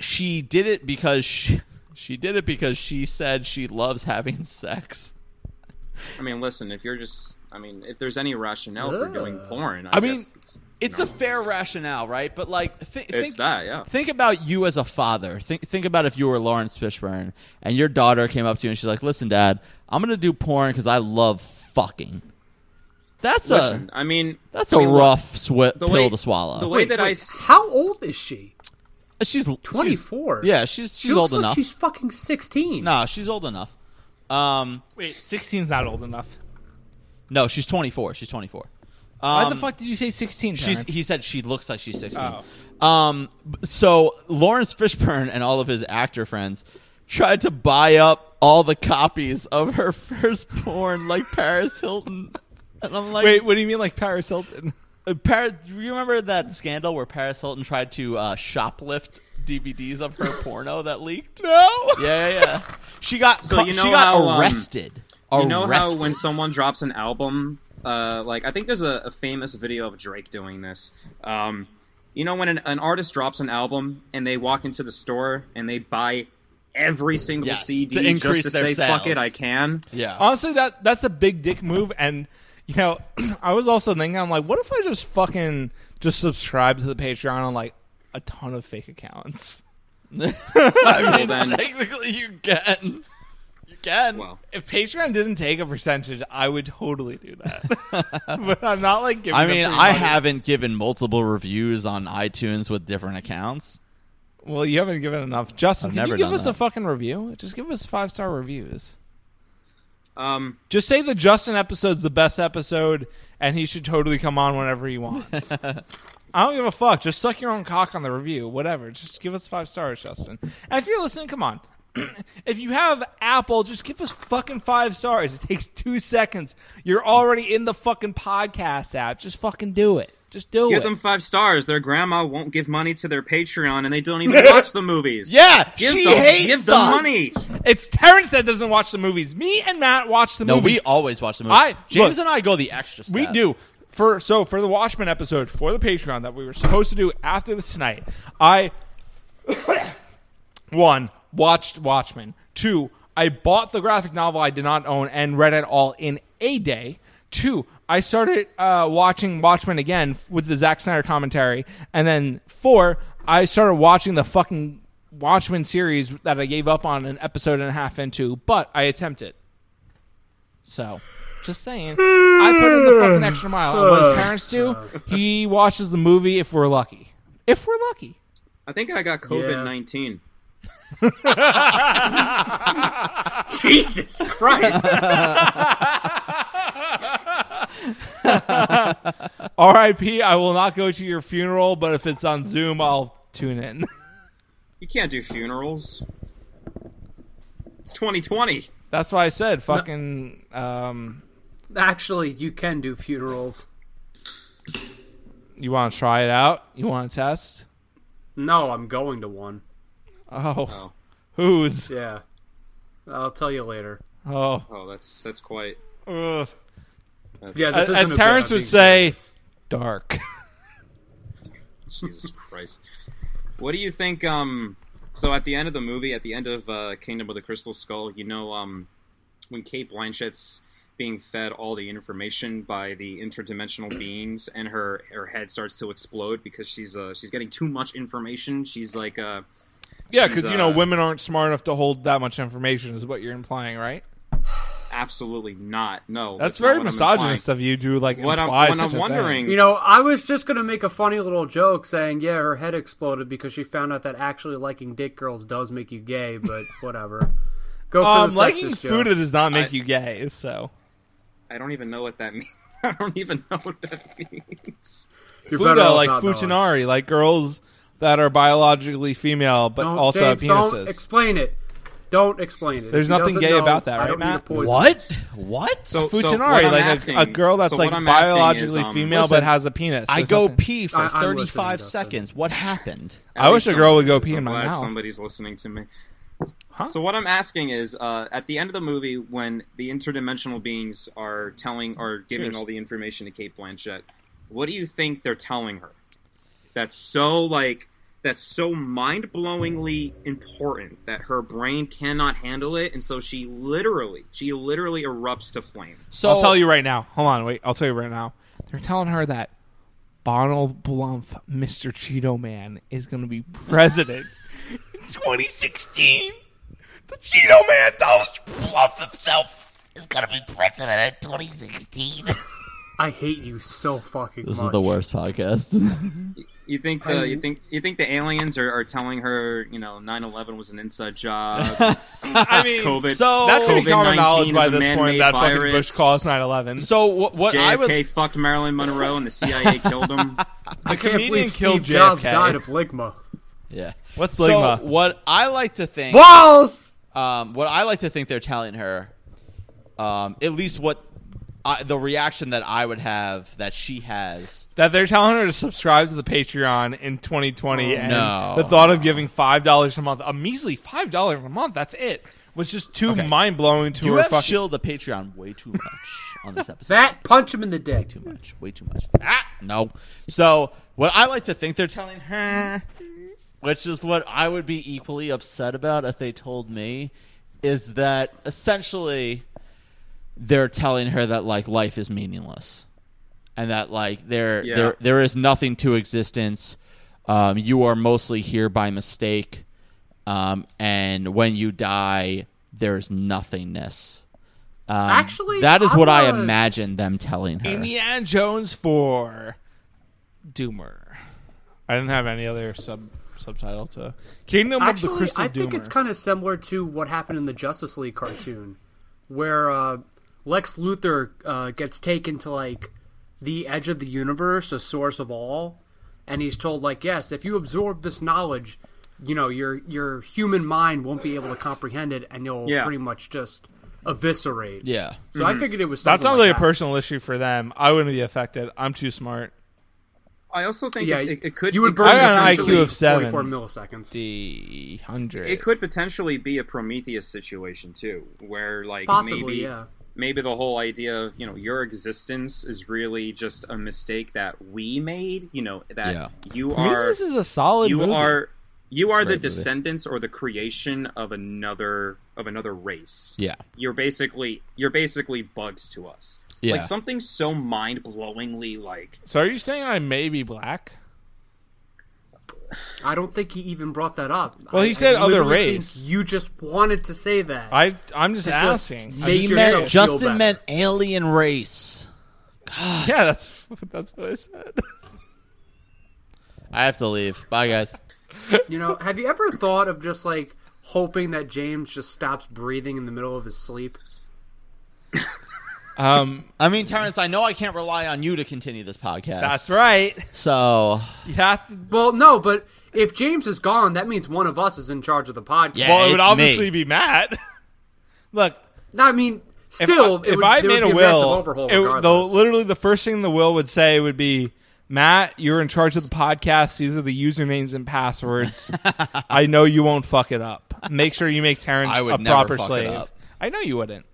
[SPEAKER 1] she did it because she, she did it because she said she loves having sex.
[SPEAKER 4] I mean, listen, if you're just, I mean, if there's any rationale for doing porn, I,
[SPEAKER 1] I mean,
[SPEAKER 4] guess it's,
[SPEAKER 1] It's a fair rationale, right? But like, thi-
[SPEAKER 4] it's
[SPEAKER 1] think,
[SPEAKER 4] that, yeah.
[SPEAKER 1] Think about you as a father. Think think about if you were Lawrence Fishburne and your daughter came up to you and she's like, "Listen, Dad, I'm gonna do porn because I love fucking." That's
[SPEAKER 4] Listen,
[SPEAKER 1] a
[SPEAKER 4] I mean,
[SPEAKER 1] that's
[SPEAKER 4] I
[SPEAKER 1] a
[SPEAKER 4] mean, look,
[SPEAKER 1] rough swi-
[SPEAKER 4] the
[SPEAKER 1] pill
[SPEAKER 4] way-
[SPEAKER 1] to swallow.
[SPEAKER 4] The way
[SPEAKER 2] Wait,
[SPEAKER 4] that I,
[SPEAKER 2] wait,
[SPEAKER 4] s-
[SPEAKER 2] how old is she?
[SPEAKER 1] she's she's-
[SPEAKER 2] 24.
[SPEAKER 1] yeah, she's
[SPEAKER 2] She
[SPEAKER 1] she's
[SPEAKER 2] looks
[SPEAKER 1] old
[SPEAKER 2] like
[SPEAKER 1] enough.
[SPEAKER 2] She's fucking 16.
[SPEAKER 1] no, she's old enough. Um,
[SPEAKER 3] Wait, 16's not old enough.
[SPEAKER 1] no, she's 24. She's 24.
[SPEAKER 3] Why
[SPEAKER 1] Um,
[SPEAKER 3] the fuck did you say 16?
[SPEAKER 1] She's,
[SPEAKER 3] Terrence? Oh.
[SPEAKER 1] he said she looks like she's 16. Um, b- so Lawrence Fishburne and all of his actor friends tried to buy up all the copies of her *laughs* first porn, like Paris Hilton. And I'm like,
[SPEAKER 3] Wait, what do you mean like Paris Hilton?
[SPEAKER 1] uh, Paris, do you remember that scandal where Paris Hilton tried to uh, shoplift DVDs of her porno that leaked?
[SPEAKER 3] *laughs* No.
[SPEAKER 1] Yeah, yeah, yeah. She got
[SPEAKER 4] So
[SPEAKER 1] ca-
[SPEAKER 4] you know
[SPEAKER 1] she got
[SPEAKER 4] how, um,
[SPEAKER 1] arrested.
[SPEAKER 4] You know how
[SPEAKER 1] Arrested.
[SPEAKER 4] when someone drops an album, uh, like I think there's a, a famous video of Drake doing this. Um, you know when an, an artist drops an album and they walk into the store and they buy every single
[SPEAKER 1] Yes,
[SPEAKER 4] CD
[SPEAKER 1] to
[SPEAKER 4] just
[SPEAKER 1] increase
[SPEAKER 4] to
[SPEAKER 1] their
[SPEAKER 4] say "fuck it,
[SPEAKER 1] sales."
[SPEAKER 4] I can."
[SPEAKER 3] *laughs*
[SPEAKER 1] yeah.
[SPEAKER 3] Honestly, that that's a big dick move, and you know, *clears throat* I was also thinking, I'm like, what if I just fucking just subscribe to the Patreon on like a ton of fake accounts?
[SPEAKER 1] *laughs* I mean,
[SPEAKER 4] then-
[SPEAKER 1] technically you can. You again.
[SPEAKER 4] Well,
[SPEAKER 3] If Patreon didn't take a percentage, I would totally do that.
[SPEAKER 1] *laughs*
[SPEAKER 3] but I'm not like giving.
[SPEAKER 1] I
[SPEAKER 3] them
[SPEAKER 1] mean,
[SPEAKER 3] free
[SPEAKER 1] I
[SPEAKER 3] money.
[SPEAKER 1] haven't given multiple reviews on iTunes with different accounts.
[SPEAKER 3] Well, you haven't given enough. Justin,
[SPEAKER 1] I've
[SPEAKER 3] can
[SPEAKER 1] never
[SPEAKER 3] you give
[SPEAKER 1] done
[SPEAKER 3] us a
[SPEAKER 1] that.
[SPEAKER 3] fucking review? Just give us five star reviews.
[SPEAKER 4] um,
[SPEAKER 3] Just say the Justin episode's the best episode, and he should totally come on whenever he wants. I don't give a fuck. Just suck your own cock on the review, whatever. Just give us five stars, Justin. And if you're listening, come on. *clears throat* if you have Apple, just give us fucking five stars. It takes two seconds. You're already in the fucking podcast app. Just fucking do it. Just do
[SPEAKER 4] give
[SPEAKER 3] it.
[SPEAKER 4] them five stars. Their grandma won't give money to their Patreon, and they
[SPEAKER 1] *laughs*
[SPEAKER 4] don't even watch the movies.
[SPEAKER 1] Yeah,
[SPEAKER 4] give
[SPEAKER 1] she
[SPEAKER 4] them,
[SPEAKER 1] hates
[SPEAKER 4] give them
[SPEAKER 1] us.
[SPEAKER 4] money.
[SPEAKER 3] it's Terrence that doesn't watch the movies. Me and Matt watch the
[SPEAKER 1] No,
[SPEAKER 3] movies.
[SPEAKER 1] we always watch the movie.
[SPEAKER 3] I-
[SPEAKER 1] James
[SPEAKER 3] look,
[SPEAKER 1] and I go the extra. Step.
[SPEAKER 3] We do. For so for the Watchmen episode for the Patreon that we were supposed to do after this tonight, I *coughs* one watched Watchmen. Two, I bought the graphic novel I did not own and read it all in a day. Two, I started uh, watching Watchmen again f- with the Zack Snyder commentary, and then four, I started watching the fucking Watchmen series that I gave up on an episode and a half into, but I attempted. So, just saying. I put in the fucking
[SPEAKER 4] *laughs*
[SPEAKER 3] extra mile. And what does Terrence do? He watches the movie if we're lucky. If we're lucky.
[SPEAKER 4] I think I got COVID nineteen. Jesus Christ!
[SPEAKER 3] R.I.P. I will not go to your funeral, but if it's on Zoom, I'll tune in. *laughs*
[SPEAKER 4] You can't do funerals. It's 2020.
[SPEAKER 3] That's why I said fucking. Um,
[SPEAKER 2] Actually, you can do funerals.
[SPEAKER 3] you want to try it out? You want to test?
[SPEAKER 2] No, I'm going to one.
[SPEAKER 3] Oh,
[SPEAKER 4] Oh,
[SPEAKER 3] who's?
[SPEAKER 2] Yeah. I'll tell you later.
[SPEAKER 3] Oh,
[SPEAKER 4] oh, that's that's quite.
[SPEAKER 3] Ugh.
[SPEAKER 4] That's,
[SPEAKER 2] Yeah, this
[SPEAKER 3] As-
[SPEAKER 2] isn't
[SPEAKER 3] as
[SPEAKER 2] a bit,
[SPEAKER 3] Terrence
[SPEAKER 2] I'm
[SPEAKER 3] would
[SPEAKER 2] being
[SPEAKER 3] say-
[SPEAKER 2] serious.
[SPEAKER 4] *laughs*
[SPEAKER 3] dark.
[SPEAKER 4] Jesus Christ. What do you think? Um, so at the end of the movie, at the end of uh, Kingdom of the Crystal Skull, you know, um, when Kate Blanchett's being fed all the information by the interdimensional beings, and her her head starts to explode because she's uh, she's getting too much information. She's like, uh,
[SPEAKER 3] Yeah,
[SPEAKER 4] She's,
[SPEAKER 3] because you know
[SPEAKER 4] uh,
[SPEAKER 3] women aren't smart enough to hold that much information, is what you're implying, right?
[SPEAKER 4] absolutely not. No,
[SPEAKER 3] That's,
[SPEAKER 4] not
[SPEAKER 3] very
[SPEAKER 4] what I'm implying.
[SPEAKER 3] misogynist of you to like
[SPEAKER 4] What I'm,
[SPEAKER 3] imply
[SPEAKER 4] what
[SPEAKER 3] such
[SPEAKER 4] I'm
[SPEAKER 3] a
[SPEAKER 4] wondering,
[SPEAKER 3] thing.
[SPEAKER 2] You know, I was just gonna make a funny little joke saying, "Yeah, her head exploded because she found out that actually liking dick girls does make you gay." *laughs* But whatever. Go for
[SPEAKER 3] Um,
[SPEAKER 2] the
[SPEAKER 3] liking
[SPEAKER 2] sexist
[SPEAKER 3] food
[SPEAKER 2] joke.
[SPEAKER 3] does not make you gay. So
[SPEAKER 4] I don't even know what that *laughs* means. I don't even know what that *laughs* means.
[SPEAKER 2] You're better
[SPEAKER 3] fuda
[SPEAKER 2] off
[SPEAKER 3] like
[SPEAKER 2] not knowing.
[SPEAKER 3] fuchinari, like girls that are biologically female but
[SPEAKER 2] Don't,
[SPEAKER 3] also have
[SPEAKER 2] James,
[SPEAKER 3] penises.
[SPEAKER 2] Don't explain it. Don't explain it.
[SPEAKER 3] There's
[SPEAKER 2] If he
[SPEAKER 3] nothing
[SPEAKER 2] doesn't
[SPEAKER 3] gay
[SPEAKER 2] know,
[SPEAKER 3] about that,
[SPEAKER 2] I
[SPEAKER 3] right,
[SPEAKER 2] don't need
[SPEAKER 3] Matt?
[SPEAKER 2] to poison
[SPEAKER 1] What? What?
[SPEAKER 4] So, so what
[SPEAKER 3] Fuchinari,
[SPEAKER 4] I'm
[SPEAKER 3] like a-
[SPEAKER 4] asking-
[SPEAKER 3] a, girl that's
[SPEAKER 4] so what
[SPEAKER 3] like
[SPEAKER 4] I'm asking
[SPEAKER 3] biologically
[SPEAKER 4] is, um,
[SPEAKER 3] female
[SPEAKER 1] listen,
[SPEAKER 3] but has a penis.
[SPEAKER 1] I
[SPEAKER 3] There's
[SPEAKER 1] go
[SPEAKER 3] nothing-
[SPEAKER 1] pee for
[SPEAKER 2] I- I'm listening,
[SPEAKER 1] 35
[SPEAKER 2] Justin.
[SPEAKER 1] seconds. What happened?
[SPEAKER 3] I wish a girl would go
[SPEAKER 4] somebody
[SPEAKER 3] pee
[SPEAKER 4] is.
[SPEAKER 3] in my
[SPEAKER 4] I'm glad
[SPEAKER 3] mouth.
[SPEAKER 4] Somebody's listening to me. So what I'm asking is, uh, at the end of the movie, when the interdimensional beings are telling or giving
[SPEAKER 3] Cheers.
[SPEAKER 4] all the information to Kate Blanchett, what do you think they're telling her? That's so like that's so mind-blowingly important that her brain cannot handle it, and so she literally, she literally erupts to flame.
[SPEAKER 1] So
[SPEAKER 3] I'll tell you right now. Hold on, wait. I'll tell you right now. They're telling her that Donald Blump, Mr. Cheeto Man, is going to be
[SPEAKER 4] *laughs*
[SPEAKER 3] president in 2016. The Cheeto Man, Donald
[SPEAKER 5] Plump himself is gonna be president in *laughs* 2016.
[SPEAKER 2] I hate you so fucking
[SPEAKER 1] This
[SPEAKER 2] much.
[SPEAKER 1] is the worst podcast.
[SPEAKER 4] You think the you think you think the aliens are, are telling her, you know, 9/11 was an inside job?
[SPEAKER 3] I mean,
[SPEAKER 1] *laughs*
[SPEAKER 4] COVID.
[SPEAKER 1] So-
[SPEAKER 3] that should be common
[SPEAKER 4] COVID-19
[SPEAKER 3] knowledge
[SPEAKER 4] is
[SPEAKER 3] by
[SPEAKER 4] a
[SPEAKER 3] this point
[SPEAKER 4] man-made
[SPEAKER 3] that fucking
[SPEAKER 4] virus.
[SPEAKER 3] Bush caused 9/11.
[SPEAKER 1] so what, what I
[SPEAKER 4] JFK
[SPEAKER 1] would
[SPEAKER 4] fucked Marilyn Monroe and the CIA killed him.
[SPEAKER 3] the
[SPEAKER 2] I can't believe Steve Jobs died of ligma.
[SPEAKER 1] Yeah.
[SPEAKER 3] What's
[SPEAKER 1] so
[SPEAKER 3] Ligma?
[SPEAKER 1] what I like to think
[SPEAKER 2] Balls.
[SPEAKER 1] um, what I like to think they're telling her, um, at least what I, the reaction that I would have that she has.
[SPEAKER 3] that they're telling her to subscribe to the Patreon in 2020, and
[SPEAKER 1] Oh, no.
[SPEAKER 3] the thought of giving five dollars a month, a measly five dollars a month, that's it, was just too
[SPEAKER 1] Okay.
[SPEAKER 3] mind blowing to
[SPEAKER 1] You
[SPEAKER 3] her.
[SPEAKER 1] have
[SPEAKER 3] fucking-
[SPEAKER 1] shilled the Patreon way too much on this episode.
[SPEAKER 2] Matt, punch him in the dick.
[SPEAKER 1] too much. Way too much. Ah, no. So what I like to think they're telling her, which is what I would be equally upset about if they told me, is that essentially they're telling her that like life is meaningless, and that like there
[SPEAKER 4] Yeah.
[SPEAKER 1] there there is nothing to existence. Um, you are mostly here by mistake, um, and when you die, there's nothingness. Um,
[SPEAKER 2] Actually,
[SPEAKER 1] that is
[SPEAKER 2] I'm
[SPEAKER 1] what I
[SPEAKER 2] gonna-
[SPEAKER 1] imagine them telling her.
[SPEAKER 3] Indiana Jones for Doomer. I didn't have any other sub subtitle to Kingdom of the
[SPEAKER 2] Actually,
[SPEAKER 3] Crystal
[SPEAKER 2] I think
[SPEAKER 3] Doomer.
[SPEAKER 2] it's kind of similar to what happened in the Justice League cartoon, where uh, Lex Luthor uh, gets taken to like the edge of the universe, a source of all, and he's told like, "Yes, if you absorb this knowledge, you know your your human mind won't be able to comprehend it, and you'll
[SPEAKER 4] Yeah. Mm-hmm.
[SPEAKER 2] pretty much just eviscerate."
[SPEAKER 1] yeah.
[SPEAKER 2] So I figured it was
[SPEAKER 3] that
[SPEAKER 2] something
[SPEAKER 3] sounds
[SPEAKER 2] like
[SPEAKER 3] like a personal issue for them. I wouldn't be affected. I'm too smart.
[SPEAKER 4] I also think
[SPEAKER 2] Yeah,
[SPEAKER 4] it's, it, it could
[SPEAKER 2] you would
[SPEAKER 4] it
[SPEAKER 2] burn
[SPEAKER 4] could
[SPEAKER 3] I got an
[SPEAKER 2] essentially
[SPEAKER 3] IQ of seven.
[SPEAKER 2] 44 milliseconds.
[SPEAKER 3] D hundred.
[SPEAKER 4] it could potentially be a Prometheus situation too, where like
[SPEAKER 2] Possibly,
[SPEAKER 4] maybe
[SPEAKER 2] yeah.
[SPEAKER 4] maybe the whole idea of you know your existence is really just a mistake that we made. You know that
[SPEAKER 1] Yeah.
[SPEAKER 4] you
[SPEAKER 3] Maybe
[SPEAKER 4] are
[SPEAKER 3] this is a solid.
[SPEAKER 4] you
[SPEAKER 3] movie.
[SPEAKER 4] are you are the
[SPEAKER 1] movie.
[SPEAKER 4] descendants or the creation of another of another race.
[SPEAKER 1] Yeah.
[SPEAKER 4] You're basically you're basically bugs to us.
[SPEAKER 1] Yeah.
[SPEAKER 4] Like something so mind blowingly like
[SPEAKER 3] So are you saying I may be black?
[SPEAKER 2] I don't think he even brought that up.
[SPEAKER 3] Well, he
[SPEAKER 2] I- I
[SPEAKER 3] said other
[SPEAKER 2] literally think
[SPEAKER 3] race.
[SPEAKER 2] you just wanted to say that.
[SPEAKER 3] I I'm just
[SPEAKER 2] To just
[SPEAKER 3] asking. I'm
[SPEAKER 2] make
[SPEAKER 3] just
[SPEAKER 2] yourself-
[SPEAKER 3] curious.
[SPEAKER 2] Just- Justin better. meant
[SPEAKER 1] alien race.
[SPEAKER 3] yeah,
[SPEAKER 1] *laughs*
[SPEAKER 3] that's that's what I said.
[SPEAKER 1] I have to leave. Bye, guys.
[SPEAKER 2] You know, have you ever thought of just like hoping that James just stops breathing in the middle of his sleep?
[SPEAKER 3] Um,
[SPEAKER 1] I mean, Terrence, I know I can't rely on you to continue this podcast.
[SPEAKER 3] that's right.
[SPEAKER 1] So,
[SPEAKER 3] You have to.
[SPEAKER 2] Well, no, but if James is gone, that means one of us is in charge of the podcast.
[SPEAKER 1] Yeah.
[SPEAKER 3] Well, it
[SPEAKER 1] it's
[SPEAKER 3] would
[SPEAKER 1] me.
[SPEAKER 3] obviously be Matt. *laughs* Look,
[SPEAKER 2] I mean, still,
[SPEAKER 3] if I,
[SPEAKER 2] it
[SPEAKER 3] if
[SPEAKER 2] would,
[SPEAKER 3] I
[SPEAKER 2] there
[SPEAKER 3] made
[SPEAKER 2] would
[SPEAKER 3] a
[SPEAKER 2] be massive
[SPEAKER 3] will,
[SPEAKER 2] overhaul
[SPEAKER 3] it would- the,
[SPEAKER 2] regardless.
[SPEAKER 3] literally the first thing the will would say would be, "Matt, you're in charge of the podcast. These are the usernames and
[SPEAKER 1] *laughs*
[SPEAKER 3] passwords. I know you won't fuck it up. Make sure you make Terrence
[SPEAKER 1] I
[SPEAKER 3] a
[SPEAKER 1] would never
[SPEAKER 3] proper
[SPEAKER 1] fuck it
[SPEAKER 3] slave.
[SPEAKER 1] up.
[SPEAKER 3] I know you wouldn't.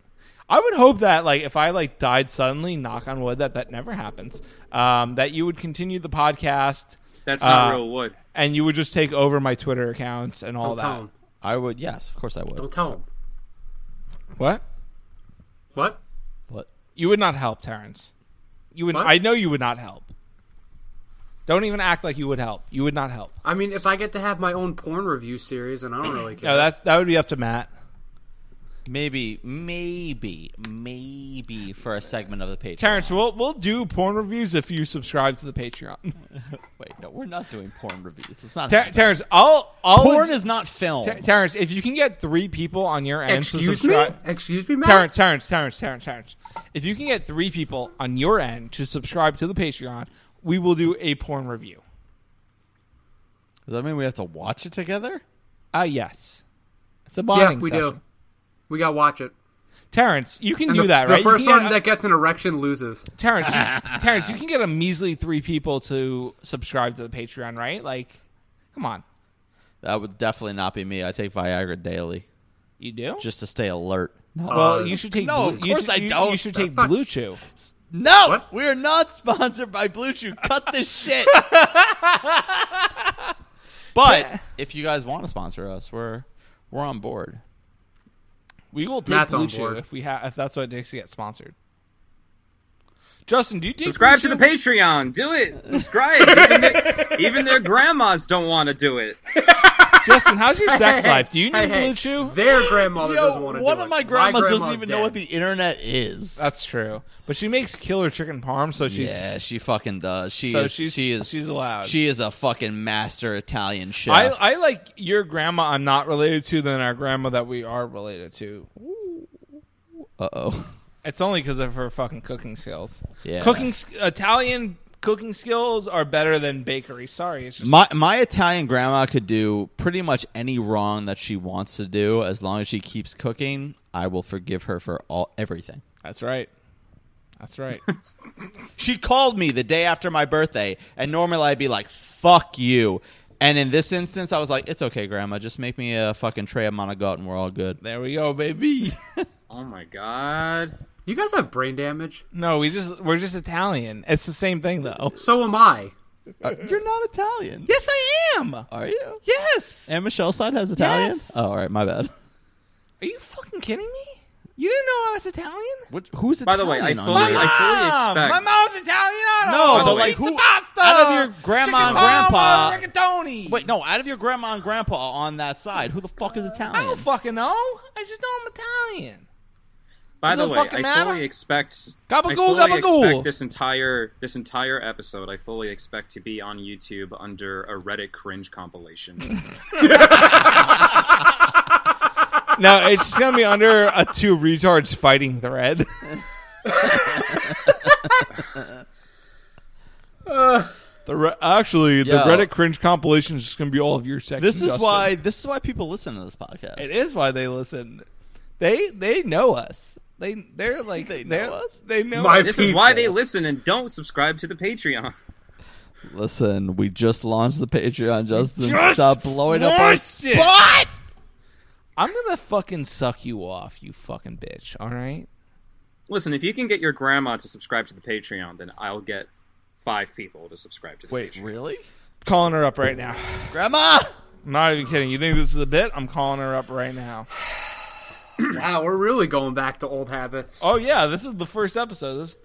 [SPEAKER 3] I would hope that, like, if I like died suddenly, knock on wood, that that never happens. Um, that you would continue the podcast,
[SPEAKER 4] that's not
[SPEAKER 3] Uh,
[SPEAKER 4] real wood.
[SPEAKER 3] and you would just take over my Twitter accounts and all
[SPEAKER 2] Don't tell him.
[SPEAKER 3] that.
[SPEAKER 1] I would, yes, of course I would.
[SPEAKER 2] Don't tell him.
[SPEAKER 3] What?
[SPEAKER 2] What?
[SPEAKER 1] But
[SPEAKER 3] You would not help, Terrence. You would.
[SPEAKER 2] What?
[SPEAKER 3] I know you would not help. Don't even act like you would help. You would not help.
[SPEAKER 2] I mean, if I get to have my own porn review series, and I don't really care.
[SPEAKER 3] No, that's that would be up to Matt.
[SPEAKER 1] maybe, maybe, maybe for a segment of the Patreon.
[SPEAKER 3] Terrence, we'll we'll do porn reviews if you subscribe to the *laughs* Patreon.
[SPEAKER 1] Wait, no, we're not doing porn reviews. It's not.
[SPEAKER 3] Ter- Terrence, I'll I'll
[SPEAKER 1] porn is not film.
[SPEAKER 3] Ter- Terrence. If you can get three people on your end to
[SPEAKER 2] Excuse me?
[SPEAKER 3] subscribe,
[SPEAKER 2] Excuse me, Matt?
[SPEAKER 3] Terrence, Terrence, Terrence, Terrence, Terrence. If you can get three people on your end to subscribe to the Patreon, we will do a porn review.
[SPEAKER 1] Does that mean we have to watch it together?
[SPEAKER 3] Ah, yes, it's a
[SPEAKER 2] Yeah,
[SPEAKER 3] bonding
[SPEAKER 2] we
[SPEAKER 3] session.
[SPEAKER 2] do. We got to watch it.
[SPEAKER 3] Terrence, you can
[SPEAKER 2] And
[SPEAKER 3] do
[SPEAKER 2] the,
[SPEAKER 3] that,
[SPEAKER 2] the
[SPEAKER 3] right? You
[SPEAKER 2] first
[SPEAKER 3] can get-
[SPEAKER 2] one that gets an erection loses.
[SPEAKER 3] Terrence, you, Terrence, you can get a measly three people to subscribe to the Patreon, right? Like, come on,
[SPEAKER 1] That would definitely not be me. I take Viagra daily
[SPEAKER 3] you do.
[SPEAKER 1] just to stay alert.
[SPEAKER 3] well, you should take. blue,
[SPEAKER 1] no, of
[SPEAKER 3] you
[SPEAKER 1] course
[SPEAKER 3] should,
[SPEAKER 1] I
[SPEAKER 3] you-
[SPEAKER 1] don't.
[SPEAKER 3] You should take
[SPEAKER 2] That's not-
[SPEAKER 3] Blue Chew.
[SPEAKER 1] No,
[SPEAKER 2] What?
[SPEAKER 1] we are not sponsored by Blue Chew. Cut this
[SPEAKER 2] *laughs*
[SPEAKER 1] shit. but if you guys want to sponsor us, we're we're on board.
[SPEAKER 3] We will take
[SPEAKER 2] Matt's on
[SPEAKER 3] Blue Chew
[SPEAKER 2] board.
[SPEAKER 3] if we have if that's what it takes to get sponsored. Justin, do you take
[SPEAKER 4] Subscribe to
[SPEAKER 3] Blue
[SPEAKER 4] the
[SPEAKER 3] Chew?
[SPEAKER 4] Patreon. Do it. Subscribe. even, their, even their grandmas don't want to do it.
[SPEAKER 3] Justin, how's
[SPEAKER 1] *laughs*
[SPEAKER 3] your sex life? Do you need
[SPEAKER 2] *laughs* Hey, hey,
[SPEAKER 3] Blue Chew?
[SPEAKER 2] Their grandmother doesn't want to
[SPEAKER 1] one
[SPEAKER 2] do
[SPEAKER 1] of
[SPEAKER 2] it.
[SPEAKER 1] my grandmas doesn't
[SPEAKER 2] grandma's
[SPEAKER 1] even
[SPEAKER 2] dead.
[SPEAKER 1] know what the internet is.
[SPEAKER 3] That's true, but she makes killer chicken parm, so she's
[SPEAKER 1] yeah, she fucking does. She
[SPEAKER 3] So
[SPEAKER 1] is.
[SPEAKER 3] she's-
[SPEAKER 1] she is.
[SPEAKER 3] she's allowed.
[SPEAKER 1] She is a fucking master Italian chef.
[SPEAKER 3] I, I like your grandma I'm not related to than our grandma that we are related to.
[SPEAKER 1] uh oh.
[SPEAKER 3] It's only because of her fucking cooking skills.
[SPEAKER 1] Yeah.
[SPEAKER 3] cooking sk- Italian cooking skills are better than bakery. Sorry, it's just
[SPEAKER 1] My my Italian grandma could do pretty much any wrong that she wants to do as long as she keeps cooking. I will forgive her for all everything.
[SPEAKER 3] that's right. That's right. *laughs*
[SPEAKER 1] She called me the day after my birthday, and normally I'd be like, "Fuck you," and in this instance, I was like, "It's okay, Grandma. Just make me a fucking tray of monogote, and we're all good."
[SPEAKER 3] there we go, baby.
[SPEAKER 4] Oh my god.
[SPEAKER 2] You guys have brain damage.
[SPEAKER 3] no, we just we're just Italian. It's the same thing though.
[SPEAKER 2] So am I. *clears throat*
[SPEAKER 1] Uh, *laughs* you're not Italian,
[SPEAKER 3] Yes, I am.
[SPEAKER 1] are you?
[SPEAKER 3] Yes.
[SPEAKER 1] And Michelle's side has Italian.
[SPEAKER 3] Yes.
[SPEAKER 1] Oh, all right, my bad.
[SPEAKER 3] Are you fucking kidding me? You didn't know I was Italian?
[SPEAKER 1] What, who's
[SPEAKER 4] By the way, I
[SPEAKER 1] Italian on
[SPEAKER 4] fully,
[SPEAKER 1] here?
[SPEAKER 4] I fully
[SPEAKER 3] Mom!
[SPEAKER 4] expect.
[SPEAKER 3] My mom's Italian. I don't
[SPEAKER 1] No,
[SPEAKER 3] know.
[SPEAKER 1] but like
[SPEAKER 3] Pizza
[SPEAKER 1] who-
[SPEAKER 3] pasta,
[SPEAKER 1] out of your grandma
[SPEAKER 3] chicken
[SPEAKER 1] and grandpa-
[SPEAKER 3] parma, rigatoni.
[SPEAKER 1] Wait, no, out of your grandma and grandpa on that side, who the fuck is Italian?
[SPEAKER 3] I don't fucking know. I just know I'm Italian.
[SPEAKER 4] By
[SPEAKER 3] Does
[SPEAKER 4] the
[SPEAKER 3] it
[SPEAKER 4] way,
[SPEAKER 3] fucking
[SPEAKER 4] I
[SPEAKER 3] matter?
[SPEAKER 4] fully expect
[SPEAKER 3] Gabagool,
[SPEAKER 4] I fully
[SPEAKER 3] gabagool.
[SPEAKER 4] expect this entire this entire episode. I fully expect to be on YouTube under a Reddit
[SPEAKER 3] *laughs*
[SPEAKER 4] cringe compilation.
[SPEAKER 3] *laughs* No, it's just gonna be under a two retards fighting thread. *laughs* the re- actually the
[SPEAKER 1] Yo.
[SPEAKER 3] Reddit cringe compilation is just gonna be all of your sex.
[SPEAKER 1] This is
[SPEAKER 3] Justin.
[SPEAKER 1] why this is why people listen to this podcast.
[SPEAKER 3] it is why they listen. They they know us. They they're like they
[SPEAKER 1] know us?
[SPEAKER 3] They know
[SPEAKER 2] My-
[SPEAKER 3] us.
[SPEAKER 4] this is why they listen and don't subscribe to the Patreon.
[SPEAKER 1] Listen, we just launched the Patreon, Justin.
[SPEAKER 3] Just
[SPEAKER 1] stop blowing up our
[SPEAKER 3] launched it.
[SPEAKER 1] spot.
[SPEAKER 3] I'm gonna fucking suck you off, you fucking bitch. All right.
[SPEAKER 4] Listen, if you can get your grandma to subscribe to the Patreon, then I'll get five people to subscribe to the
[SPEAKER 1] Wait,
[SPEAKER 4] Patreon.
[SPEAKER 1] really?
[SPEAKER 3] Calling her up right now.
[SPEAKER 1] Grandma?
[SPEAKER 3] I'm not even kidding. You think this is a bit? I'm calling her up right now.
[SPEAKER 2] Wow, we're really going back to old habits.
[SPEAKER 3] Oh yeah, this is the first episode. This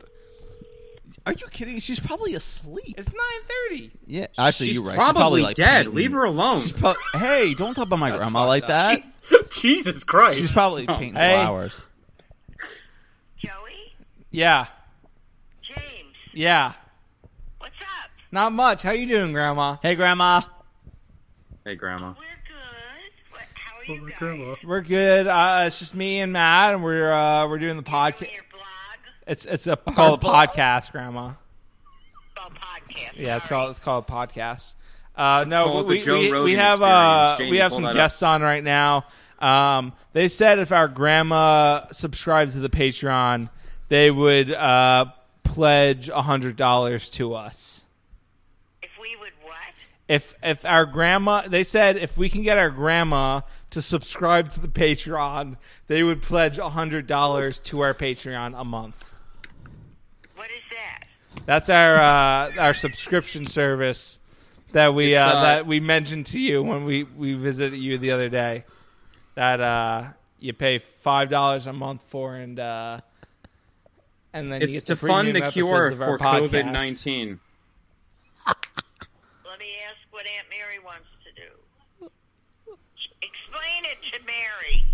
[SPEAKER 1] Are you kidding? She's probably asleep.
[SPEAKER 3] it's nine thirty.
[SPEAKER 1] Yeah, actually,
[SPEAKER 4] She's
[SPEAKER 1] you're right.
[SPEAKER 4] probably,
[SPEAKER 1] She's probably like,
[SPEAKER 4] dead.
[SPEAKER 1] painting.
[SPEAKER 4] Leave her alone.
[SPEAKER 1] *laughs* Pro- hey, don't talk about my grandma like that.
[SPEAKER 2] *laughs* Jesus Christ.
[SPEAKER 1] She's probably painting
[SPEAKER 3] Hey.
[SPEAKER 1] flowers.
[SPEAKER 6] Joey?
[SPEAKER 3] Yeah,
[SPEAKER 6] James,
[SPEAKER 3] yeah.
[SPEAKER 6] what's up?
[SPEAKER 3] Not much. How you doing, Grandma?
[SPEAKER 1] Hey, grandma.
[SPEAKER 4] Hey, grandma.
[SPEAKER 6] We're good. What, how are you guys?
[SPEAKER 3] We're good. Uh, it's just me and Matt, and we're uh, we're doing the podcast.
[SPEAKER 6] Your blog?
[SPEAKER 3] It's it's a called a
[SPEAKER 1] blog?
[SPEAKER 3] podcast, Grandma.
[SPEAKER 6] Well, podcast.
[SPEAKER 3] Yeah, it's called it's called a podcast. Uh, no,
[SPEAKER 4] called
[SPEAKER 3] we,
[SPEAKER 4] the Joe
[SPEAKER 3] we, we
[SPEAKER 4] Rogan
[SPEAKER 3] have uh,
[SPEAKER 4] Experience. Jamie,
[SPEAKER 3] we have
[SPEAKER 4] pull
[SPEAKER 3] some
[SPEAKER 4] that up.
[SPEAKER 3] guests on right now. Um, they said if our grandma subscribed to the Patreon, they would uh, pledge hundred dollars to us.
[SPEAKER 6] If we would what?
[SPEAKER 3] if if our grandma they said if we can get our grandma to subscribe to the patreon they would pledge $100 to our patreon a month
[SPEAKER 6] What is that?
[SPEAKER 3] that's our uh, our subscription service that we uh,
[SPEAKER 4] It's, uh,
[SPEAKER 3] that we mentioned to you when we we visited you the other day that uh you pay five dollars a month for and uh and then you
[SPEAKER 4] It's
[SPEAKER 3] get
[SPEAKER 4] to
[SPEAKER 3] the premium
[SPEAKER 4] fund the
[SPEAKER 3] episodes
[SPEAKER 4] cure
[SPEAKER 3] of our
[SPEAKER 4] for
[SPEAKER 3] podcast.
[SPEAKER 4] COVID nineteen.
[SPEAKER 6] Let me ask what Aunt Mary wants to do. Explain it to Mary.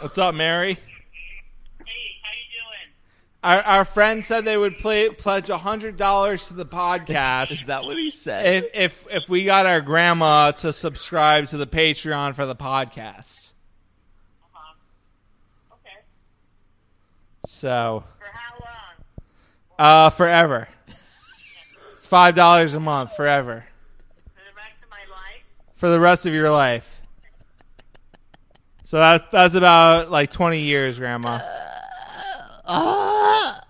[SPEAKER 3] What's up, Mary?
[SPEAKER 6] Hey, how you doing?
[SPEAKER 3] Our, our friend said they would play, pledge hundred dollars to the podcast.
[SPEAKER 1] Is that what he said?
[SPEAKER 3] if if if we got our grandma to subscribe to the Patreon for the podcast.
[SPEAKER 6] Uh-huh. Okay.
[SPEAKER 3] So
[SPEAKER 6] For how long?
[SPEAKER 3] uh forever. It's five dollars a month forever.
[SPEAKER 6] For the rest of my life?
[SPEAKER 3] For the rest of your life. So that that's about like twenty years, grandma.
[SPEAKER 1] Ah,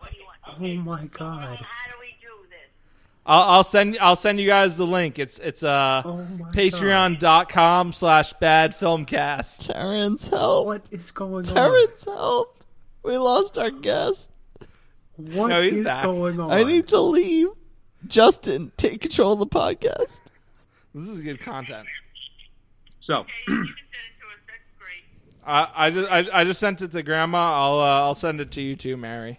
[SPEAKER 6] What do you want?
[SPEAKER 2] oh
[SPEAKER 6] Okay,
[SPEAKER 2] my god.
[SPEAKER 6] how do we do this? *clears throat*
[SPEAKER 3] I'll, I'll send I'll send you guys the link. It's it's uh
[SPEAKER 2] Oh my
[SPEAKER 3] patreon.com slash bad filmcast.
[SPEAKER 1] Terrence, help.
[SPEAKER 2] What is going on?
[SPEAKER 1] Terrence, help. We lost our guest.
[SPEAKER 2] What
[SPEAKER 3] No, he's
[SPEAKER 2] is
[SPEAKER 3] back.
[SPEAKER 2] going on?
[SPEAKER 1] I need to leave. Justin, take control of the podcast.
[SPEAKER 3] This is good content.
[SPEAKER 4] So
[SPEAKER 6] Okay, you can send it to us. That's great.
[SPEAKER 3] I, I just I, I just sent it to grandma. I'll uh, I'll send it to you too, Mary.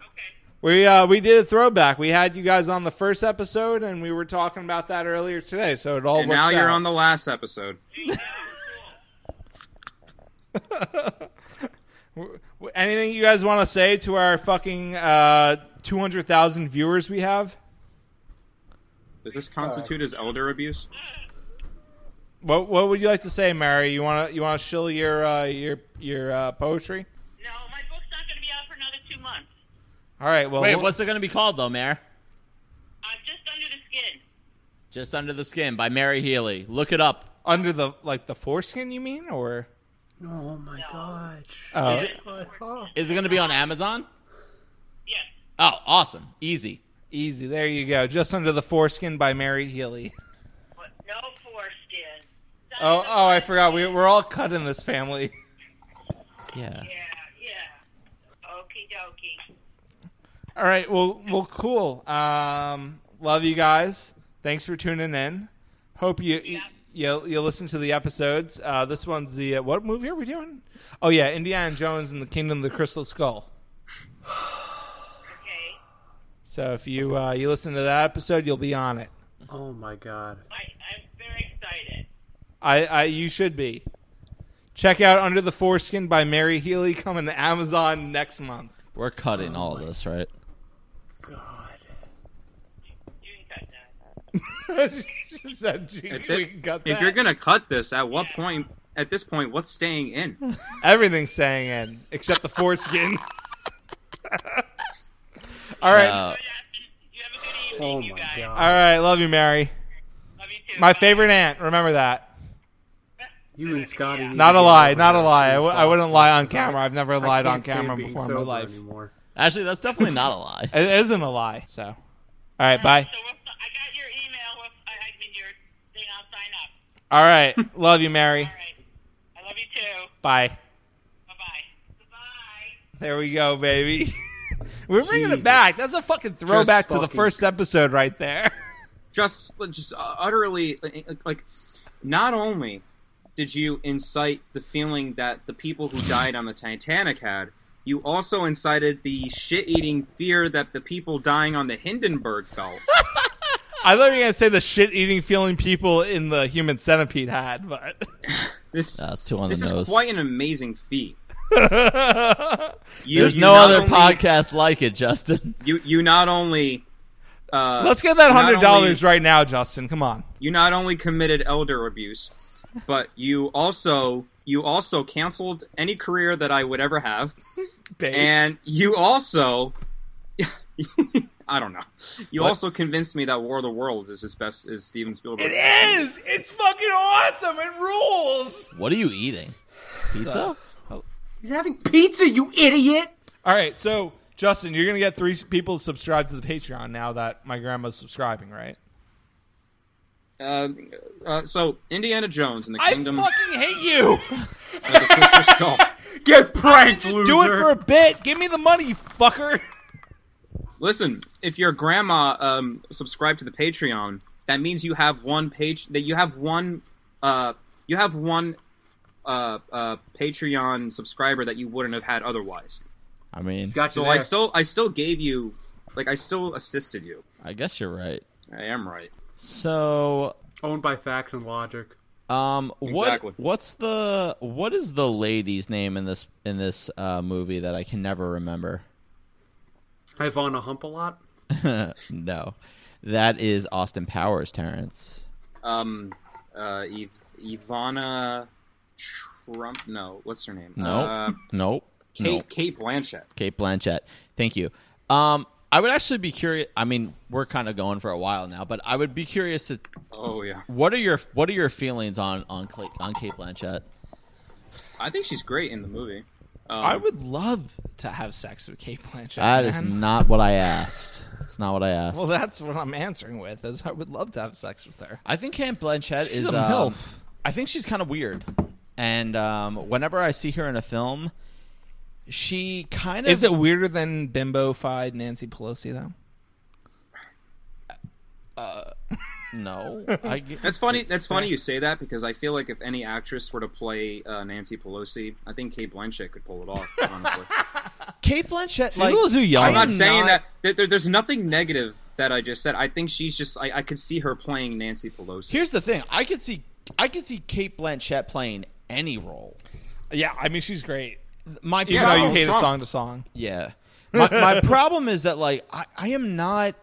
[SPEAKER 6] Okay.
[SPEAKER 3] We uh, we did a throwback. We had you guys on the first episode, and we were talking about that earlier today. So it all
[SPEAKER 4] and
[SPEAKER 3] works
[SPEAKER 4] now you're
[SPEAKER 3] out.
[SPEAKER 4] on the last episode.
[SPEAKER 3] W- Anything you guys want to say to our fucking uh, two hundred thousand viewers we have?
[SPEAKER 4] Does this constitute as elder abuse?
[SPEAKER 3] What What would you like to say, Mary? You want to you want to shill your uh, your your uh, poetry?
[SPEAKER 6] No, my book's not going to be out for another two months.
[SPEAKER 3] All right. Well,
[SPEAKER 1] Wait,
[SPEAKER 3] we'll-
[SPEAKER 1] what's it going to be called, though, Mayor?
[SPEAKER 6] I'm just under the skin.
[SPEAKER 1] Just Under the Skin by Mary Healy. Look it up.
[SPEAKER 3] under the like the foreskin? You mean or?
[SPEAKER 2] Oh my gosh.
[SPEAKER 3] Oh.
[SPEAKER 2] What? Oh.
[SPEAKER 1] Is it going to be on Amazon?
[SPEAKER 6] Yes.
[SPEAKER 1] Oh, awesome. Easy.
[SPEAKER 3] Easy. There you go. Just under the foreskin by Mary Healy.
[SPEAKER 6] What? No foreskin. It's
[SPEAKER 3] Oh
[SPEAKER 6] under the
[SPEAKER 3] oh, I
[SPEAKER 6] skin.
[SPEAKER 3] forgot. We we're all cut in this family.
[SPEAKER 1] Yeah.
[SPEAKER 6] Yeah, yeah. Okie dokie.
[SPEAKER 3] All right. Well, well, cool. Um, love you guys. Thanks for tuning in. Hope you You'll, you'll listen to the episodes. Uh, this one's the uh, what movie are we doing? Oh yeah, Indiana Jones and the Kingdom of the Crystal Skull.
[SPEAKER 6] Okay.
[SPEAKER 3] So if you uh, you listen to that episode, you'll be on it.
[SPEAKER 2] Oh my god.
[SPEAKER 6] I, I'm very excited.
[SPEAKER 3] I, I you should be. Check out Under the Foreskin by Mary Healy coming to Amazon next month. *laughs*
[SPEAKER 1] We're cutting all this, right?
[SPEAKER 2] God.
[SPEAKER 6] You can cut that.
[SPEAKER 3] she said she, *laughs*
[SPEAKER 4] If,
[SPEAKER 3] we can cut
[SPEAKER 4] if
[SPEAKER 3] that.
[SPEAKER 4] you're gonna cut this, at what point? At this point, what's staying in?
[SPEAKER 3] Everything's staying in except the foreskin. all right,
[SPEAKER 1] Uh,
[SPEAKER 6] Good afternoon. You have a good evening,
[SPEAKER 2] Oh
[SPEAKER 6] you
[SPEAKER 2] my
[SPEAKER 6] guys.
[SPEAKER 3] all
[SPEAKER 2] god.
[SPEAKER 3] right. Love you, Mary.
[SPEAKER 6] Love you too.
[SPEAKER 3] My
[SPEAKER 6] Bye.
[SPEAKER 3] favorite aunt. Remember that.
[SPEAKER 2] You and Scotty. need
[SPEAKER 3] Not
[SPEAKER 2] to
[SPEAKER 3] a
[SPEAKER 2] get
[SPEAKER 3] lie.
[SPEAKER 2] over
[SPEAKER 3] Not a
[SPEAKER 2] that as
[SPEAKER 3] lie. I
[SPEAKER 2] soon as
[SPEAKER 3] w- I wouldn't
[SPEAKER 2] possible,
[SPEAKER 3] lie on
[SPEAKER 2] 'cause I-
[SPEAKER 3] camera. I've never
[SPEAKER 2] I
[SPEAKER 3] lied
[SPEAKER 2] can't
[SPEAKER 3] on
[SPEAKER 2] stand
[SPEAKER 3] camera
[SPEAKER 2] being
[SPEAKER 3] before in my
[SPEAKER 2] sober
[SPEAKER 3] life.
[SPEAKER 2] Anymore.
[SPEAKER 1] Actually, that's definitely not a *laughs* lie.
[SPEAKER 3] It isn't a lie. So, all right. Bye.
[SPEAKER 6] So we'll, I got your email. We'll, I, I mean, your thing. I'll sign up.
[SPEAKER 3] All right. Love you, Mary.
[SPEAKER 6] All right. I love you too.
[SPEAKER 3] Bye.
[SPEAKER 6] Bye-bye. Goodbye.
[SPEAKER 3] There we go, baby. *laughs* We're bringing it
[SPEAKER 2] Jesus.
[SPEAKER 3] back. That's a fucking throwback to the
[SPEAKER 2] fucking-
[SPEAKER 3] first episode right there. *laughs*
[SPEAKER 4] Just, just uh, utterly like. Not only did you incite the feeling that the people who died on the Titanic had, you also incited the shit-eating fear that the people dying on the
[SPEAKER 1] *laughs*
[SPEAKER 4] Hindenburg felt.
[SPEAKER 3] I thought you were gonna say the shit-eating feeling people in the Human Centipede had, but
[SPEAKER 4] This,
[SPEAKER 1] That's too on Oh, the
[SPEAKER 4] this is
[SPEAKER 1] nose.
[SPEAKER 4] quite an amazing feat.
[SPEAKER 3] *laughs*
[SPEAKER 4] You-
[SPEAKER 1] There's
[SPEAKER 4] you
[SPEAKER 1] no
[SPEAKER 4] not
[SPEAKER 1] other
[SPEAKER 4] only-
[SPEAKER 1] podcast like it, Justin. *laughs*
[SPEAKER 4] You you not only uh,
[SPEAKER 3] let's get that
[SPEAKER 4] Not
[SPEAKER 3] hundred dollars
[SPEAKER 4] only-
[SPEAKER 3] right now, Justin. Come on.
[SPEAKER 4] you not only committed elder abuse, but you also you also canceled any career that I would ever have,
[SPEAKER 3] Base.
[SPEAKER 4] and you also *laughs* I don't know. You also convinced me that War of the Worlds is his best is Steven Spielberg.
[SPEAKER 3] it is. It's fucking awesome. It rules.
[SPEAKER 1] What are you eating? Pizza?
[SPEAKER 2] He's having pizza, you idiot.
[SPEAKER 3] All right, so Justin, you're gonna get three people subscribed to the Patreon now that my grandma's subscribing, right?
[SPEAKER 4] Uh, uh, so Indiana Jones and the
[SPEAKER 3] I
[SPEAKER 4] Kingdom of
[SPEAKER 3] fucking hate you.
[SPEAKER 4] the
[SPEAKER 3] *laughs*
[SPEAKER 4] Crystal Skull.
[SPEAKER 2] Get pranked, loser.
[SPEAKER 3] Do it for a bit. Give me the money, you fucker.
[SPEAKER 4] Listen, if your grandma um, subscribed to the Patreon, that means you have one page that you have one uh, you have one uh, uh, Patreon subscriber that you wouldn't have had otherwise.
[SPEAKER 1] I mean,
[SPEAKER 2] Got you
[SPEAKER 4] So
[SPEAKER 2] there.
[SPEAKER 4] I still I still gave you like I still assisted you.
[SPEAKER 1] I guess you're right.
[SPEAKER 4] I am right.
[SPEAKER 1] So,
[SPEAKER 2] owned by fact and logic.
[SPEAKER 1] um, what
[SPEAKER 4] Exactly.
[SPEAKER 1] what's the what is the lady's name in this in this uh, movie that I can never remember?
[SPEAKER 2] I've on a hump a lot.
[SPEAKER 1] no, that is Austin Powers, Terrence.
[SPEAKER 4] Um, uh, Ev- Ivana Trump. No, what's her name?
[SPEAKER 1] No,
[SPEAKER 4] Uh,
[SPEAKER 1] nope.
[SPEAKER 4] Kate
[SPEAKER 1] Nope.
[SPEAKER 4] Kate Blanchett.
[SPEAKER 1] Kate Blanchett. Thank you. Um, I would actually be curious. I mean, we're kind of going for a while now, but I would be curious to
[SPEAKER 4] Oh yeah,
[SPEAKER 1] what are your what are your feelings on on Cla- on Kate Blanchett?
[SPEAKER 4] I think she's great in the movie. Um,
[SPEAKER 3] I would love to have sex with Kate Blanchett. *laughs*
[SPEAKER 1] That is
[SPEAKER 3] man.
[SPEAKER 1] not what I asked. That's not what I asked.
[SPEAKER 3] well, that's what I'm answering with. Is I would love to have sex with her.
[SPEAKER 1] I think Kate Blanchett
[SPEAKER 3] She's
[SPEAKER 1] is
[SPEAKER 3] a
[SPEAKER 1] um,
[SPEAKER 3] MILF.
[SPEAKER 1] I think she's kind of weird, and um, whenever I see her in a film, she kind of
[SPEAKER 3] Is it weirder than bimbo-fied Nancy Pelosi though? *laughs*
[SPEAKER 1] No, I get-
[SPEAKER 4] That's funny. That's funny you say that because I feel like if any actress were to play uh, Nancy Pelosi, I think Kate Blanchett could pull
[SPEAKER 3] *laughs*
[SPEAKER 4] it off. Honestly,
[SPEAKER 1] Kate Blanchett.
[SPEAKER 3] a
[SPEAKER 1] like
[SPEAKER 3] little too young.
[SPEAKER 1] I
[SPEAKER 4] I'm not
[SPEAKER 1] am
[SPEAKER 4] saying that. There, there- there's nothing negative that I just said. I think she's just. I, I could see her playing Nancy Pelosi.
[SPEAKER 1] Here's the thing. I could see I could see Kate Blanchett playing any role.
[SPEAKER 3] Yeah, I mean she's great.
[SPEAKER 1] My
[SPEAKER 3] Even though
[SPEAKER 1] problem,
[SPEAKER 3] you
[SPEAKER 4] Donald
[SPEAKER 3] hate
[SPEAKER 4] Trump.
[SPEAKER 3] it song to song.
[SPEAKER 1] yeah. My, my problem is that like I, I am not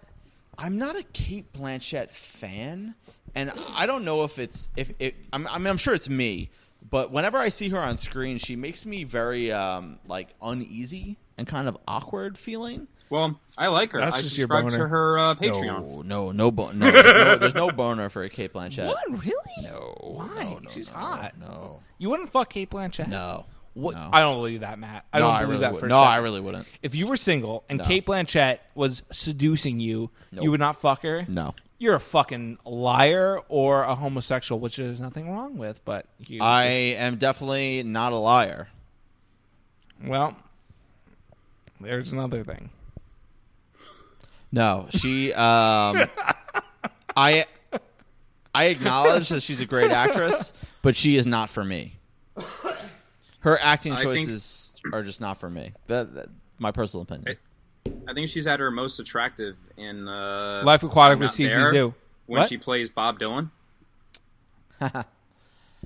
[SPEAKER 1] I'm not a Kate Blanchett fan, and I don't know if it's if it. I'm, I mean, I'm sure it's me, but whenever I see her on screen, she makes me very um like uneasy and kind of awkward feeling.
[SPEAKER 4] Well, I like her.
[SPEAKER 3] That's
[SPEAKER 4] I
[SPEAKER 3] just your
[SPEAKER 4] subscribe to
[SPEAKER 3] boner.
[SPEAKER 4] her uh, Patreon.
[SPEAKER 1] No, no, no, bo- no, there's no. There's no boner for a Kate Blanchett.
[SPEAKER 3] Really?
[SPEAKER 1] No.
[SPEAKER 3] Why?
[SPEAKER 1] No, no,
[SPEAKER 3] She's
[SPEAKER 1] no,
[SPEAKER 3] hot.
[SPEAKER 1] No.
[SPEAKER 3] You wouldn't fuck Kate Blanchett.
[SPEAKER 1] No.
[SPEAKER 3] What?
[SPEAKER 1] No.
[SPEAKER 3] I don't believe that, Matt. I
[SPEAKER 1] no,
[SPEAKER 3] don't
[SPEAKER 1] I
[SPEAKER 3] believe
[SPEAKER 1] really
[SPEAKER 3] that
[SPEAKER 1] would.
[SPEAKER 3] for a
[SPEAKER 1] No, I
[SPEAKER 3] second.
[SPEAKER 1] really wouldn't.
[SPEAKER 3] If you were single and Kate Blanchett was seducing you, you would not fuck her.
[SPEAKER 1] No.
[SPEAKER 3] You're a fucking liar or a homosexual, which there's nothing wrong with, but you
[SPEAKER 1] I am definitely not a liar.
[SPEAKER 3] well there's another thing.
[SPEAKER 1] *laughs* No, she. Um, I. I acknowledge that she's a great actress, but she is not for me. Her acting
[SPEAKER 4] I think-
[SPEAKER 1] choices are just not for me. That, that- my personal opinion.
[SPEAKER 4] I think she's at her most attractive in uh,
[SPEAKER 3] Life Aquatic
[SPEAKER 4] I'm
[SPEAKER 3] with
[SPEAKER 4] Not There,
[SPEAKER 3] CZ Zoo.
[SPEAKER 4] when
[SPEAKER 3] What?
[SPEAKER 4] she plays Bob Dylan.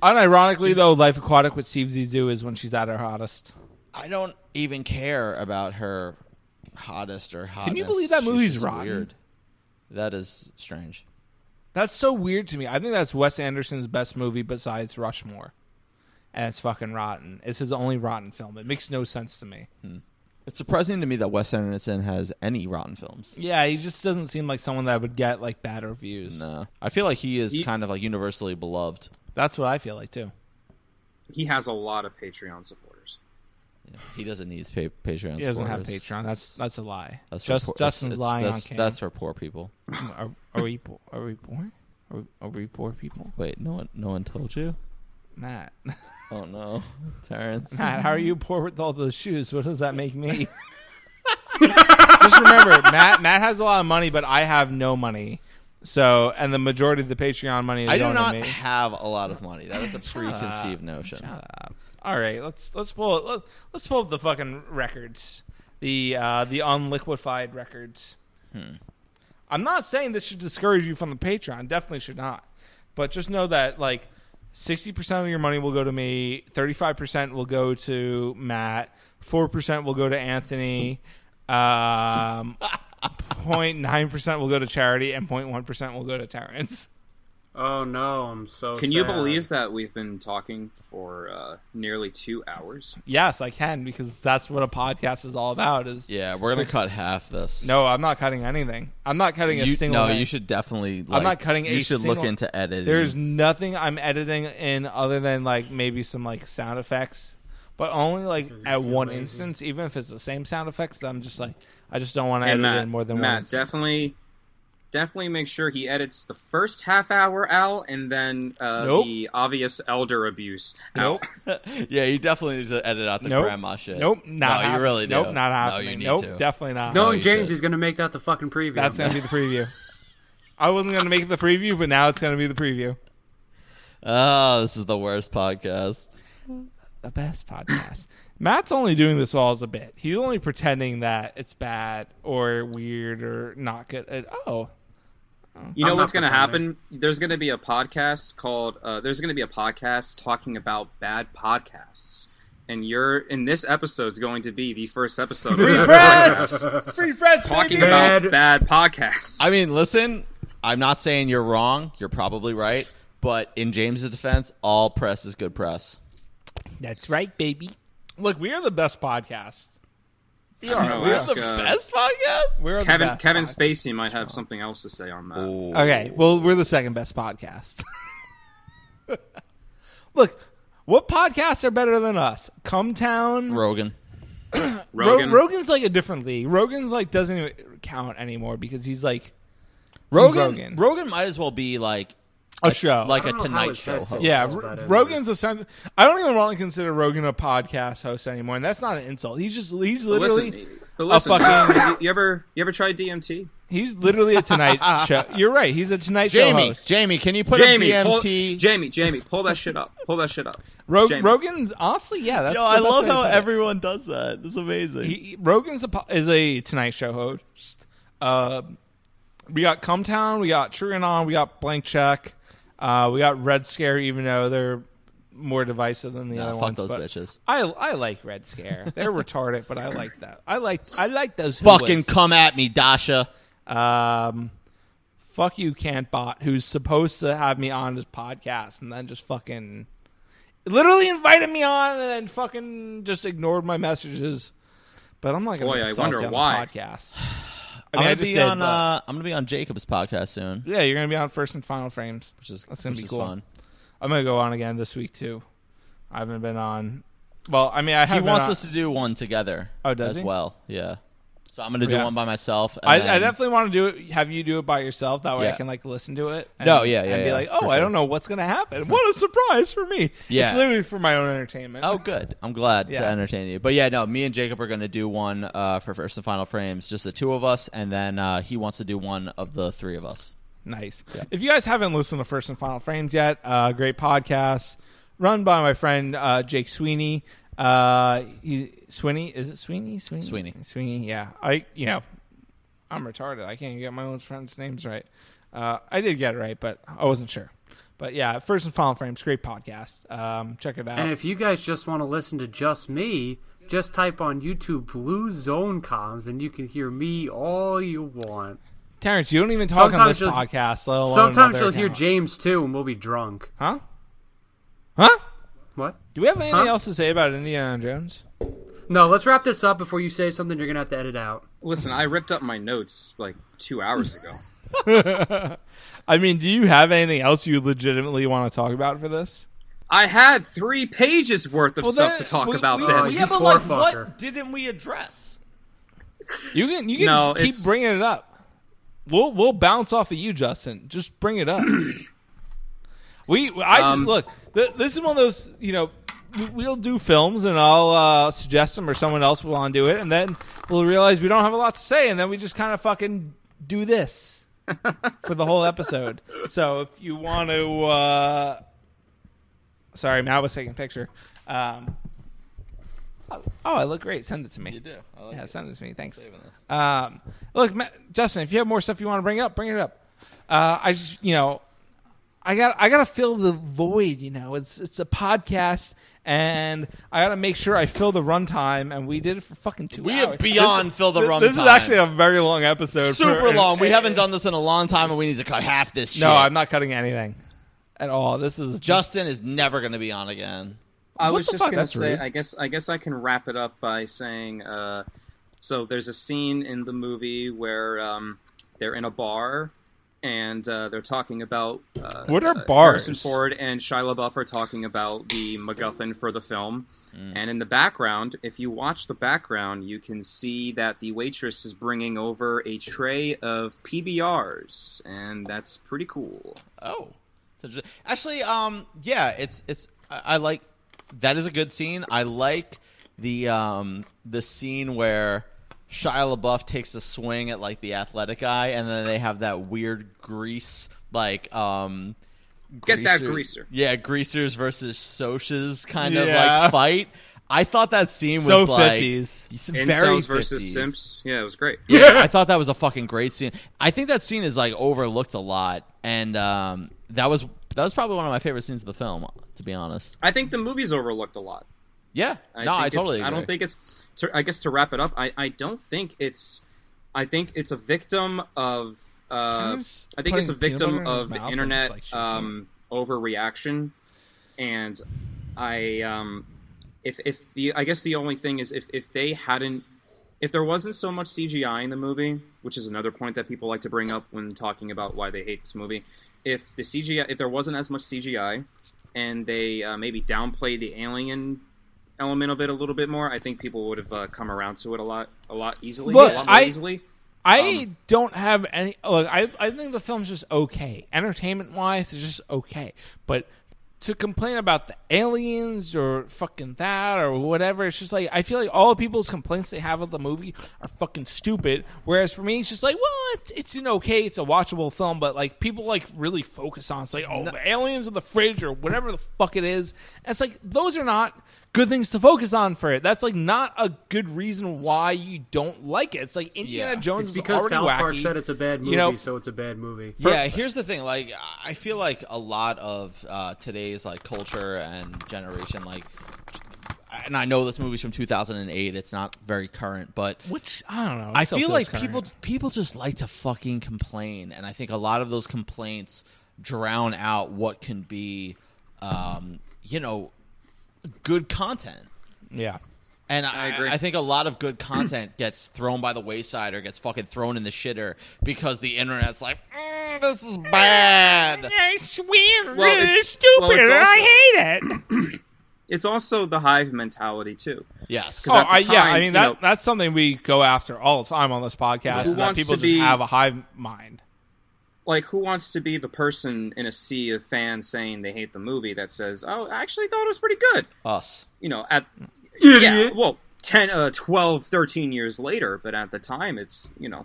[SPEAKER 3] Unironically, though, Life Aquatic with Steve Zissou is when she's at her hottest.
[SPEAKER 1] I don't even care about her hottest or hottest.
[SPEAKER 3] you believe that
[SPEAKER 1] She's
[SPEAKER 3] movie's
[SPEAKER 1] just
[SPEAKER 3] rotten?
[SPEAKER 1] Weird. That is strange.
[SPEAKER 3] That's so weird to me. I think that's Wes Anderson's best movie besides Rushmore, and it's fucking rotten. It's his only rotten film. It makes no sense to me.
[SPEAKER 1] It's surprising to me that Wes Anderson has any rotten films.
[SPEAKER 3] Yeah, he just doesn't seem like someone that would get like bad reviews.
[SPEAKER 1] No, Uh, I feel like he is
[SPEAKER 4] He-
[SPEAKER 1] kind of like universally beloved.
[SPEAKER 3] That's what I feel like too.
[SPEAKER 4] He has a lot of Patreon supporters.
[SPEAKER 1] He doesn't need pa- Patreon.
[SPEAKER 3] He doesn't have
[SPEAKER 1] supporters.
[SPEAKER 3] Patreon. That's that's a lie.
[SPEAKER 1] That's for
[SPEAKER 3] just
[SPEAKER 1] poor- it's-
[SPEAKER 3] Justin's
[SPEAKER 1] it's-
[SPEAKER 3] lying
[SPEAKER 1] that's,
[SPEAKER 3] on camera.
[SPEAKER 1] That's for poor people.
[SPEAKER 3] are, are we po- are we poor? Are we, are we poor people?
[SPEAKER 1] Wait, no one, no one told you.
[SPEAKER 3] Matt, *laughs*
[SPEAKER 1] Oh no, *laughs* Terrence.
[SPEAKER 3] Matt, how are you poor with all those shoes? What does that make
[SPEAKER 1] *laughs*
[SPEAKER 3] me? Just remember, Matt. Matt has a lot of money, but I have no money. So, and the majority of the Patreon money is
[SPEAKER 1] I do
[SPEAKER 3] going
[SPEAKER 1] not
[SPEAKER 3] to me.
[SPEAKER 1] have a lot of money. That is a preconceived notion.
[SPEAKER 3] all right, let's let's pull it- let, let's pull up the fucking records, the uh, the unliquefied records. I'm not saying this should discourage you from the Patreon. Definitely should not. But just know that like 60% of your money will go to me, 35% will go to Matt, 4% will go to Anthony, um, *laughs* 0.9% will go to charity, and 0.1% will go to Terrence.
[SPEAKER 2] Oh no, I'm so.
[SPEAKER 4] Can you
[SPEAKER 2] sad.
[SPEAKER 4] believe that we've been talking for uh, nearly two hours?
[SPEAKER 3] Yes, I can because that's what a podcast is all about. Is
[SPEAKER 1] Yeah, we're gonna cut half this.
[SPEAKER 3] no, I'm not cutting anything. I'm not cutting a
[SPEAKER 1] you,
[SPEAKER 3] single.
[SPEAKER 1] no,
[SPEAKER 3] thing.
[SPEAKER 1] you should definitely. Like,
[SPEAKER 3] not cutting
[SPEAKER 1] You
[SPEAKER 3] a
[SPEAKER 1] should look
[SPEAKER 3] single-
[SPEAKER 1] into editing. *laughs*
[SPEAKER 3] There's nothing I'm editing in other than like maybe some like sound effects, but only like at one instance. Even if it's the same sound effects, I'm just like I just don't want to edit
[SPEAKER 4] and
[SPEAKER 3] it
[SPEAKER 4] Matt,
[SPEAKER 3] in more than
[SPEAKER 4] Matt,
[SPEAKER 3] one. instance.
[SPEAKER 4] definitely, definitely make sure he edits the first half hour out, and then uh,
[SPEAKER 3] Nope.
[SPEAKER 4] the obvious elder abuse.
[SPEAKER 3] Nope.
[SPEAKER 1] yeah, you definitely need to edit out the
[SPEAKER 3] Nope.
[SPEAKER 1] grandma shit.
[SPEAKER 3] Nope. Not
[SPEAKER 1] no,
[SPEAKER 3] happening.
[SPEAKER 1] you really do.
[SPEAKER 3] Nope. Not
[SPEAKER 1] No,
[SPEAKER 3] happening.
[SPEAKER 1] you need
[SPEAKER 3] nope.
[SPEAKER 1] to.
[SPEAKER 3] Definitely not.
[SPEAKER 1] No,
[SPEAKER 2] Knowing
[SPEAKER 1] you
[SPEAKER 2] James
[SPEAKER 1] should.
[SPEAKER 2] is gonna make that the fucking preview.
[SPEAKER 3] That's gonna be the preview. I wasn't gonna make the preview, but now it's gonna be the preview.
[SPEAKER 1] Oh, this is the worst podcast.
[SPEAKER 3] the best podcast. *laughs* Matt's only doing this all as a bit. He's only pretending that it's bad or weird or not good. At,
[SPEAKER 4] *laughs*
[SPEAKER 3] oh,
[SPEAKER 4] You know
[SPEAKER 2] I'm
[SPEAKER 4] what's
[SPEAKER 2] not
[SPEAKER 4] going to
[SPEAKER 2] pretending.
[SPEAKER 4] happen? There's going to be a podcast called. Uh, there's going to be a podcast talking about bad podcasts, and you're in this episode is going to be the first episode. of that
[SPEAKER 3] press, free press,
[SPEAKER 4] talking
[SPEAKER 3] baby!
[SPEAKER 4] about
[SPEAKER 2] Bad-
[SPEAKER 4] bad podcasts.
[SPEAKER 1] I mean, listen, I'm not saying you're wrong. You're probably right. But in James's defense, all press is good press.
[SPEAKER 3] That's right, baby. Look, we are the best podcast. We
[SPEAKER 4] I don't
[SPEAKER 3] are.
[SPEAKER 4] know,
[SPEAKER 3] We are,
[SPEAKER 4] ask,
[SPEAKER 1] The
[SPEAKER 4] uh,
[SPEAKER 1] best podcast?
[SPEAKER 3] we are the
[SPEAKER 4] Kevin
[SPEAKER 3] best
[SPEAKER 4] Kevin
[SPEAKER 3] pod-
[SPEAKER 4] Spacey might have something else to say on that.
[SPEAKER 1] Ooh.
[SPEAKER 3] Okay, well, we're the second best podcast. *laughs* Look, what podcasts are better than us? Cumtown,
[SPEAKER 1] Rogan.
[SPEAKER 3] Ro-
[SPEAKER 4] Rogan,
[SPEAKER 3] Rogan's like a different league. Rogan's like doesn't even count anymore because he's like
[SPEAKER 1] Rogan,
[SPEAKER 3] Rogan.
[SPEAKER 1] Rogan. might as well be like
[SPEAKER 3] a, show.
[SPEAKER 1] like
[SPEAKER 2] I
[SPEAKER 1] a
[SPEAKER 2] don't know how
[SPEAKER 1] Tonight
[SPEAKER 2] his
[SPEAKER 1] Show
[SPEAKER 2] head
[SPEAKER 1] host.
[SPEAKER 2] fits.
[SPEAKER 3] yeah,
[SPEAKER 2] Still
[SPEAKER 3] Ro-
[SPEAKER 2] that
[SPEAKER 3] Rogan's a sound. I don't even want to consider Rogan a podcast host anymore, and that's not an insult. He's just he's
[SPEAKER 4] But
[SPEAKER 3] literally
[SPEAKER 4] listen, but listen
[SPEAKER 3] fucking-
[SPEAKER 4] you, you ever you ever tried DMT?
[SPEAKER 3] he's literally a
[SPEAKER 4] *laughs*
[SPEAKER 3] Tonight Show. You're right. He's a Tonight Show
[SPEAKER 1] Jamie,
[SPEAKER 3] host.
[SPEAKER 1] Jamie, can you put
[SPEAKER 4] Jamie,
[SPEAKER 1] up
[SPEAKER 4] pull,
[SPEAKER 1] DMT?
[SPEAKER 4] Jamie, Jamie, pull that shit up. Pull that shit up.
[SPEAKER 3] Ro-
[SPEAKER 4] Jamie.
[SPEAKER 3] Rogan's honestly, yeah, that's.
[SPEAKER 1] Yo,
[SPEAKER 3] the
[SPEAKER 1] I
[SPEAKER 3] best
[SPEAKER 1] love
[SPEAKER 3] way to
[SPEAKER 1] how
[SPEAKER 3] put it.
[SPEAKER 1] everyone does that. It's amazing.
[SPEAKER 3] He- he- Rogan's a, po- is a Tonight Show host. Uh, we got Cumtown, we got True and On, we got Blank Check, uh, we got Red Scare, even though they're more divisive than the
[SPEAKER 1] Nah,
[SPEAKER 3] other
[SPEAKER 1] fuck
[SPEAKER 3] ones.
[SPEAKER 1] those
[SPEAKER 3] but
[SPEAKER 1] bitches.
[SPEAKER 3] I I like Red Scare. They're *laughs* retarded, but I like that. I like I like those who
[SPEAKER 1] Fucking
[SPEAKER 3] was.
[SPEAKER 1] come at me, Dasha.
[SPEAKER 3] um, fuck you, Cantbot, who's supposed to have me on his podcast and then just fucking literally invited me on and then fucking just ignored my messages. But I'm like,
[SPEAKER 4] Boy, I wonder
[SPEAKER 3] on
[SPEAKER 4] why.
[SPEAKER 3] The
[SPEAKER 4] *sighs*
[SPEAKER 3] podcast. I
[SPEAKER 1] I
[SPEAKER 3] mean, I
[SPEAKER 1] am
[SPEAKER 3] just
[SPEAKER 1] gonna be
[SPEAKER 3] did,
[SPEAKER 1] on.
[SPEAKER 3] but-
[SPEAKER 1] Uh, I'm gonna be on Jacob's podcast soon,
[SPEAKER 3] yeah, you're gonna be on first and final frames.
[SPEAKER 1] which is
[SPEAKER 3] That's gonna
[SPEAKER 1] which
[SPEAKER 3] be
[SPEAKER 1] is
[SPEAKER 3] cool.
[SPEAKER 1] fun.
[SPEAKER 3] I'm gonna go on again this week too. I haven't been on. Well, I mean, I have.
[SPEAKER 1] He
[SPEAKER 3] been
[SPEAKER 1] wants
[SPEAKER 3] on-
[SPEAKER 1] us to do one together.
[SPEAKER 3] Oh, does
[SPEAKER 1] as
[SPEAKER 3] he?
[SPEAKER 1] well. Yeah. So I'm gonna do
[SPEAKER 3] Yeah.
[SPEAKER 1] one by myself. and
[SPEAKER 3] I, I
[SPEAKER 1] then-
[SPEAKER 3] definitely want to do it. Have you do it by yourself. That way, I
[SPEAKER 1] Um, Yeah.
[SPEAKER 3] can like listen to it. And,
[SPEAKER 1] No, yeah, yeah,
[SPEAKER 3] and be
[SPEAKER 1] yeah,
[SPEAKER 3] like, oh,
[SPEAKER 1] for
[SPEAKER 3] I
[SPEAKER 1] sure.
[SPEAKER 3] don't know what's gonna happen. What a surprise for me!
[SPEAKER 1] Yeah.
[SPEAKER 3] it's literally for my own entertainment.
[SPEAKER 1] Oh, good. I'm glad to
[SPEAKER 3] Yeah.
[SPEAKER 1] entertain you. But yeah, no, me and Jacob are going to do one uh, for first and final frames, just the two of us, and then uh, he wants to do one of the three of us.
[SPEAKER 3] Nice. If you guys haven't listened to First and Final Frames yet, uh, great podcast run by my friend uh, Jake Sweeney. Uh, he, Sweeney, is it Sweeney? Sweeney.
[SPEAKER 1] Sweeney.
[SPEAKER 3] Sweeney. Yeah. I. You know, I'm retarded. I can't get my own friends' names right. Uh, I did get it right, but I wasn't sure. But yeah, First and Final Frames, great podcast. Um, check it out.
[SPEAKER 2] And if you guys just want to listen to just me, just type on YouTube Blue Zone Comms and you can hear me all you want.
[SPEAKER 3] Terrence, you don't even talk on
[SPEAKER 2] Sometimes
[SPEAKER 3] this
[SPEAKER 2] you'll-
[SPEAKER 3] podcast. Let alone
[SPEAKER 2] Sometimes
[SPEAKER 3] another
[SPEAKER 2] you'll hear
[SPEAKER 3] account.
[SPEAKER 2] James too and we'll be drunk.
[SPEAKER 3] Huh? Huh?
[SPEAKER 2] What?
[SPEAKER 3] Do we have anything
[SPEAKER 2] Huh?
[SPEAKER 3] else to say about Indiana Jones?
[SPEAKER 2] No, let's wrap this up before you say something you're going to have to edit out.
[SPEAKER 4] Listen, I ripped up my notes like two hours ago.
[SPEAKER 3] I mean, do you have anything else you legitimately want to talk about for this?
[SPEAKER 4] I had three pages worth of
[SPEAKER 3] Well,
[SPEAKER 4] stuff
[SPEAKER 3] that-
[SPEAKER 4] to talk
[SPEAKER 3] we-
[SPEAKER 4] about
[SPEAKER 3] we-
[SPEAKER 4] this.
[SPEAKER 2] you
[SPEAKER 1] Yeah, but
[SPEAKER 2] poor
[SPEAKER 1] like,
[SPEAKER 2] fucker.
[SPEAKER 1] what didn't we address?
[SPEAKER 3] You can you can
[SPEAKER 4] No,
[SPEAKER 3] just keep
[SPEAKER 4] it's-
[SPEAKER 3] bringing it up. We'll we'll bounce off of you, Justin. Just bring it
[SPEAKER 4] *clears throat*
[SPEAKER 3] up. we I
[SPEAKER 4] Um,
[SPEAKER 3] look. Th- this is one of those you know. we- We'll do films, and I'll uh, suggest them, or someone else will undo it, and then we'll realize we don't have a lot to say, and then we just kind of fucking do
[SPEAKER 4] *laughs*
[SPEAKER 3] this for the whole episode. So if you want to, uh, sorry, Matt was taking a picture. Um, oh, I look great. Send it to me.
[SPEAKER 1] You do. I like
[SPEAKER 3] Yeah,
[SPEAKER 1] it.
[SPEAKER 3] send it to me. Thanks.
[SPEAKER 1] Saving this.
[SPEAKER 3] Um, look, Ma Justin, if you have more stuff you want to bring up, bring it up. Uh, I just, you know, I got I got to fill the void. You know, it's it's a podcast, and I got to make sure I fill the runtime. And we did it for fucking two.
[SPEAKER 1] We
[SPEAKER 3] hours.
[SPEAKER 1] have beyond fill the
[SPEAKER 3] This-
[SPEAKER 1] runtime.
[SPEAKER 3] This is actually a very long episode.
[SPEAKER 1] super
[SPEAKER 3] for- *laughs*
[SPEAKER 1] long. We haven't done this in a long time, and we need to cut half this. Shit.
[SPEAKER 3] No, I'm not cutting anything at all. This is
[SPEAKER 1] Justin is never going to be on again.
[SPEAKER 4] I
[SPEAKER 3] What
[SPEAKER 4] was
[SPEAKER 3] the
[SPEAKER 4] just
[SPEAKER 3] fuck?
[SPEAKER 4] gonna
[SPEAKER 3] That's
[SPEAKER 4] say.
[SPEAKER 3] rude.
[SPEAKER 4] I guess. I guess I can wrap it up by saying. Uh, so there's a scene in the movie where um, they're in a bar and uh, they're talking about uh,
[SPEAKER 3] What are
[SPEAKER 4] uh, Harrison
[SPEAKER 3] bars?
[SPEAKER 4] Ford and Shia LaBeouf are talking about the MacGuffin for the film.
[SPEAKER 3] Mm.
[SPEAKER 4] And in the background, if you watch the background, you can see that the waitress is bringing over a tray of PBRs, and that's pretty cool.
[SPEAKER 1] Oh, actually, um, yeah, it's it's. I, I like that is a good scene. I like the um the scene where Shia LaBeouf takes a swing at like the athletic guy, and then they have that weird grease like um.
[SPEAKER 4] Get that greaser.
[SPEAKER 1] Yeah, greasers versus socias kind of
[SPEAKER 3] Yeah.
[SPEAKER 1] like fight. I thought that scene
[SPEAKER 3] so
[SPEAKER 1] was like
[SPEAKER 3] fifties.
[SPEAKER 1] very
[SPEAKER 4] Incels versus
[SPEAKER 1] 50s.
[SPEAKER 4] simps. Yeah, it was great.
[SPEAKER 1] Yeah, I thought that was a fucking great scene. I think that scene is like overlooked a lot, and um, that was that was probably one of my favorite scenes of the film, to be honest.
[SPEAKER 4] I think the movie's overlooked a lot.
[SPEAKER 1] Yeah,
[SPEAKER 4] I
[SPEAKER 1] no,
[SPEAKER 4] think
[SPEAKER 1] I
[SPEAKER 4] it's-
[SPEAKER 1] totally.
[SPEAKER 4] I don't
[SPEAKER 1] agree.
[SPEAKER 4] think it's. To, I guess to wrap it up, I, I don't think it's. I think it's a victim of. Uh,
[SPEAKER 3] Sometimes
[SPEAKER 4] I think it's a
[SPEAKER 3] putting peanut
[SPEAKER 4] victim
[SPEAKER 3] butter in his
[SPEAKER 4] of
[SPEAKER 3] mouth and
[SPEAKER 4] internet
[SPEAKER 3] just, like,
[SPEAKER 4] um, overreaction, and I um, if if the I guess the only thing is if if they hadn't if there wasn't so much CGI in the movie, which is another point that people like to bring up when talking about why they hate this movie, if the CGI if there wasn't as much CGI and they uh, maybe downplayed the alien element of it a little bit more, I think people would have uh, come around to it a lot a lot easily,
[SPEAKER 3] Look,
[SPEAKER 4] a lot more
[SPEAKER 3] I-
[SPEAKER 4] easily.
[SPEAKER 3] I don't have any. Look, I I think the film's just okay. Entertainment wise, it's just okay. But to complain about the aliens or fucking that or whatever, it's just like I feel like all people's complaints they have of the movie are fucking stupid. Whereas for me, it's just like, well, it's, it's an okay, it's a watchable film. But like people like really focus on it's like, oh, the aliens in the fridge or whatever the fuck it is. And it's like those are not good things to focus on for it. That's like not a good reason why you don't like it. It's like Indiana
[SPEAKER 1] Yeah.
[SPEAKER 3] Jones
[SPEAKER 2] It's
[SPEAKER 3] is
[SPEAKER 2] because
[SPEAKER 3] already
[SPEAKER 2] South
[SPEAKER 3] wacky.
[SPEAKER 2] Park said it's a bad movie,
[SPEAKER 3] You know-
[SPEAKER 2] so it's a
[SPEAKER 3] *laughs*
[SPEAKER 2] bad movie.
[SPEAKER 1] yeah, here's the thing. Like, I feel like a lot of uh, today's like culture and generation, like, and I know this movie's from 2008. It's not very current, but
[SPEAKER 3] which I don't know. it
[SPEAKER 1] I
[SPEAKER 3] still
[SPEAKER 1] feel
[SPEAKER 3] feels
[SPEAKER 1] like
[SPEAKER 3] current.
[SPEAKER 1] people people just like to fucking complain, and I think a lot of those complaints drown out what can be, um, you know, good content.
[SPEAKER 3] Yeah.
[SPEAKER 1] And I, I,
[SPEAKER 4] agree.
[SPEAKER 1] think a lot of good content *clears throat* gets thrown by the wayside or gets fucking thrown in the shitter because the internet's like, "Mm, this
[SPEAKER 3] *laughs*
[SPEAKER 1] is bad.
[SPEAKER 3] It's weird.
[SPEAKER 4] Well, it's-
[SPEAKER 3] it's, stupid.
[SPEAKER 4] well, it's
[SPEAKER 3] and
[SPEAKER 4] also-
[SPEAKER 3] I hate it.
[SPEAKER 4] It's also the hive mentality too.
[SPEAKER 1] Yes.
[SPEAKER 3] Oh,
[SPEAKER 4] at the
[SPEAKER 3] I, yeah.
[SPEAKER 4] time,
[SPEAKER 3] I
[SPEAKER 4] you
[SPEAKER 3] mean that
[SPEAKER 4] know-
[SPEAKER 3] that's something we go after all the time on this podcast.
[SPEAKER 4] Who
[SPEAKER 3] is that
[SPEAKER 4] wants
[SPEAKER 3] people just
[SPEAKER 4] to be-
[SPEAKER 3] have a hive mind.
[SPEAKER 4] like who wants to be the person in a sea of fans saying they hate the movie that says oh i actually thought it was pretty good
[SPEAKER 1] Us.
[SPEAKER 4] you know at yeah
[SPEAKER 2] Idiot.
[SPEAKER 4] well 10 uh, 12 13 years later but at the time it's you know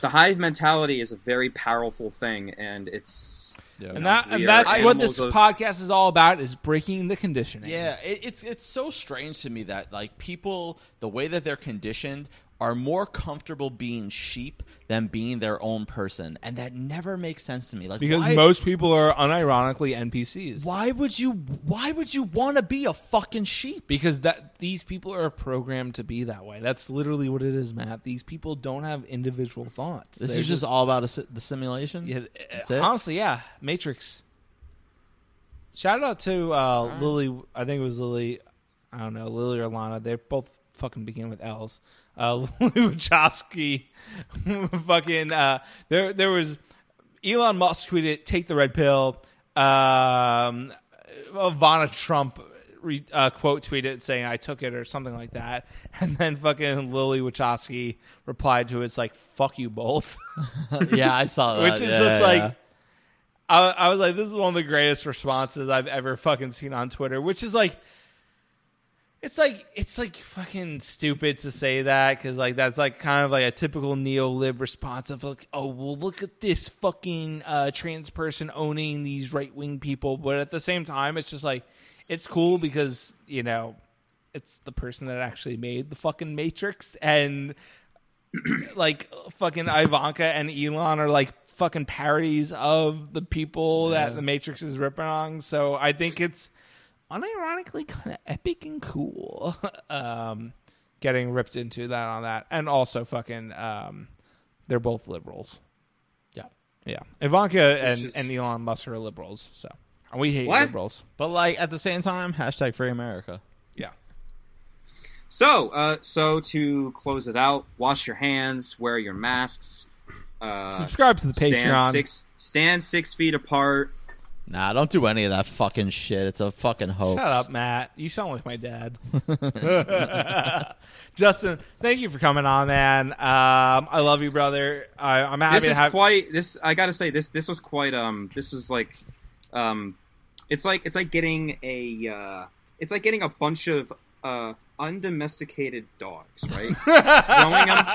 [SPEAKER 4] The hive mentality is a very powerful thing, and it's
[SPEAKER 1] Yeah.
[SPEAKER 3] And, that,
[SPEAKER 4] We
[SPEAKER 3] and
[SPEAKER 4] are
[SPEAKER 3] that's what
[SPEAKER 4] animals
[SPEAKER 3] this
[SPEAKER 4] of-
[SPEAKER 3] podcast is all about: is breaking the conditioning.
[SPEAKER 1] Yeah, it, it's it's so strange to me that like people, the way that they're conditioned, are more comfortable being sheep than being their own person, and that never makes sense to me. Like
[SPEAKER 3] because
[SPEAKER 1] why,
[SPEAKER 3] most people are unironically NPCs.
[SPEAKER 1] why would you why would you want to be a fucking sheep?
[SPEAKER 3] Because that these people are programmed to be that way. That's literally what it is, Matt. These people don't have individual thoughts.
[SPEAKER 1] This
[SPEAKER 3] They're
[SPEAKER 1] is just all about a si- the simulation.
[SPEAKER 3] Yeah,
[SPEAKER 1] That's
[SPEAKER 3] uh,
[SPEAKER 1] it?
[SPEAKER 3] honestly, yeah. Matrix. Shout out to uh, Lily. I think it was Lily. I don't know Lily or Lana. They both fucking begin with L's. Uh, *laughs* Lily Wachowski. *laughs* fucking. Uh, there, there was. Elon Musk tweeted, "Take the red pill." Um, Ivana Trump re, uh, quote tweeted saying, "I took it" or something like that, *laughs* and then fucking Lily Wachowski replied to it, "It's like fuck you both." *laughs*
[SPEAKER 1] yeah, I saw that.
[SPEAKER 3] which is
[SPEAKER 1] Yeah,
[SPEAKER 3] just
[SPEAKER 1] yeah,
[SPEAKER 3] like
[SPEAKER 1] yeah.
[SPEAKER 3] I, I was like this is one of the greatest responses i've ever fucking seen on twitter which is like it's like it's like fucking stupid to say that because like that's like kind of like a typical neo-lib response of like oh well look at this fucking uh, trans person owning these right-wing people but at the same time it's just like it's cool because you know it's the person that actually made the fucking matrix and like fucking Ivanka and Elon are like fucking parodies of the people that the Matrix is ripping on. So I think it's unironically kind of epic and cool. *laughs* um, getting ripped into that on that, and also fucking um, they're both liberals.
[SPEAKER 1] Yeah.
[SPEAKER 3] Yeah, Ivanka and,
[SPEAKER 4] is-
[SPEAKER 3] and Elon Musk are liberals. So and we hate
[SPEAKER 4] What?
[SPEAKER 3] liberals.
[SPEAKER 1] But like at the same time, hashtag free America.
[SPEAKER 3] Yeah.
[SPEAKER 4] So, uh, so to close it out, wash your hands, wear your masks, uh,
[SPEAKER 3] Subscribe to the Patreon.
[SPEAKER 4] stand six, stand six feet apart.
[SPEAKER 1] Nah, don't do any of that fucking shit. It's a fucking hoax.
[SPEAKER 3] Shut up, Matt. You sound like my dad. *laughs* Justin, thank you for coming on, man. Um, I love you, brother. I, I'm happy
[SPEAKER 4] This
[SPEAKER 3] to
[SPEAKER 4] is
[SPEAKER 3] have.
[SPEAKER 4] quite this. I gotta say this. This was quite. Um, this was like, um, it's like it's like getting a. Uh, it's like getting a bunch of uh, undomesticated dogs,
[SPEAKER 3] *laughs*
[SPEAKER 4] right? Throwing them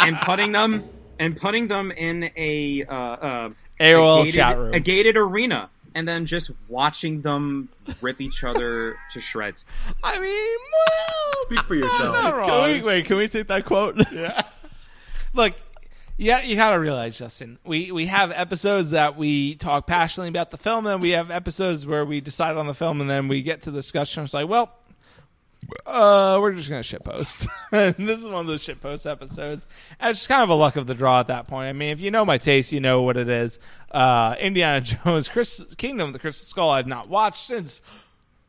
[SPEAKER 4] and putting them and putting them in a uh, uh,
[SPEAKER 3] Aerial
[SPEAKER 4] a gated,
[SPEAKER 3] chat room.
[SPEAKER 4] a gated arena, and then just watching them rip each other to shreds.
[SPEAKER 3] I mean, well,
[SPEAKER 2] Speak for yourself.
[SPEAKER 3] I'm not wrong.
[SPEAKER 1] Wait, wait, can we take that quote?
[SPEAKER 3] *laughs*
[SPEAKER 1] Yeah.
[SPEAKER 3] look yeah you gotta realize justin we we have episodes that we talk passionately about the film and we have episodes where we decide on the film and then we get to the discussion it's like well uh, we're just gonna shit post. *laughs* and this is one of those shit post episodes. And it's just kind of a luck of the draw at that point. I mean, if you know my taste, you know what it is. Uh, Indiana *laughs* Jones, Chris, Kingdom of the Crystal Skull. I've not watched since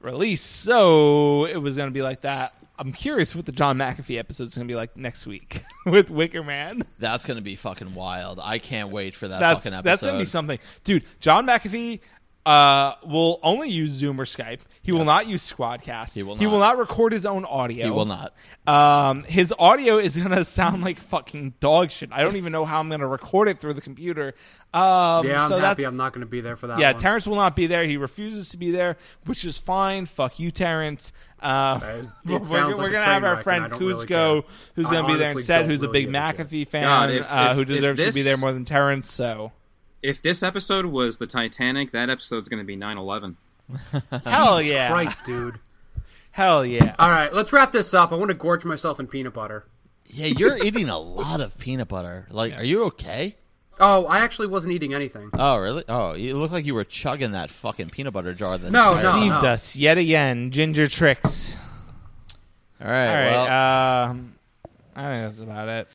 [SPEAKER 3] release, so it was gonna be like that. I'm curious what the John McAfee episode's gonna be like next week *laughs* with Wicker Man.
[SPEAKER 1] That's gonna be fucking wild. I can't wait for that
[SPEAKER 3] That's
[SPEAKER 1] fucking episode.
[SPEAKER 3] that's gonna be something, dude. John McAfee uh, will only use Zoom or Skype. He will not use Squadcast. He
[SPEAKER 1] will
[SPEAKER 3] He
[SPEAKER 1] not.
[SPEAKER 3] will not record his own audio.
[SPEAKER 1] He will not.
[SPEAKER 3] Um, his audio is gonna *laughs* sound like fucking dog shit. I don't even know how I'm gonna record it through the computer. Um,
[SPEAKER 2] Yeah, I'm
[SPEAKER 3] so
[SPEAKER 2] happy
[SPEAKER 3] that's-
[SPEAKER 2] I'm not going to be there for that.
[SPEAKER 3] Yeah,
[SPEAKER 2] one.
[SPEAKER 3] Terrence will not be there. He refuses to be there, which is fine. Fuck you, Terrence. Uh,
[SPEAKER 2] It
[SPEAKER 3] *laughs* we're
[SPEAKER 2] sounds
[SPEAKER 3] we're
[SPEAKER 2] like a
[SPEAKER 3] gonna
[SPEAKER 2] train
[SPEAKER 3] have
[SPEAKER 2] wreck,
[SPEAKER 3] our
[SPEAKER 2] and
[SPEAKER 3] friend
[SPEAKER 2] I don't really
[SPEAKER 3] Kuzco,
[SPEAKER 2] care.
[SPEAKER 3] who's
[SPEAKER 2] I
[SPEAKER 3] gonna be there
[SPEAKER 2] honestly
[SPEAKER 3] instead,
[SPEAKER 2] don't
[SPEAKER 3] who's
[SPEAKER 2] really
[SPEAKER 3] a big
[SPEAKER 2] give a shit.
[SPEAKER 3] McAfee fan
[SPEAKER 4] God, if-
[SPEAKER 3] uh,
[SPEAKER 4] if-
[SPEAKER 3] who
[SPEAKER 4] if
[SPEAKER 3] deserves to be
[SPEAKER 4] this-
[SPEAKER 3] there more than Terrence. So
[SPEAKER 4] If this episode was the Titanic, that episode's going to be 9-11.
[SPEAKER 3] hell
[SPEAKER 2] Jesus
[SPEAKER 3] yeah,
[SPEAKER 2] Christ, Uh, dude.
[SPEAKER 3] hell yeah.
[SPEAKER 2] All right, let's wrap this up. I want to gorge myself in peanut butter.
[SPEAKER 1] Yeah, you're eating a lot of peanut butter. Like, are you okay?
[SPEAKER 2] Oh, I actually wasn't eating anything.
[SPEAKER 1] Oh, really? Oh, you look like you were chugging that fucking peanut butter jar. The
[SPEAKER 2] No,
[SPEAKER 1] entire-
[SPEAKER 2] no.
[SPEAKER 3] Deceived us yet again, Ginger Tricks.
[SPEAKER 1] All right.
[SPEAKER 3] All right,
[SPEAKER 1] well,
[SPEAKER 3] um, I think that's about it.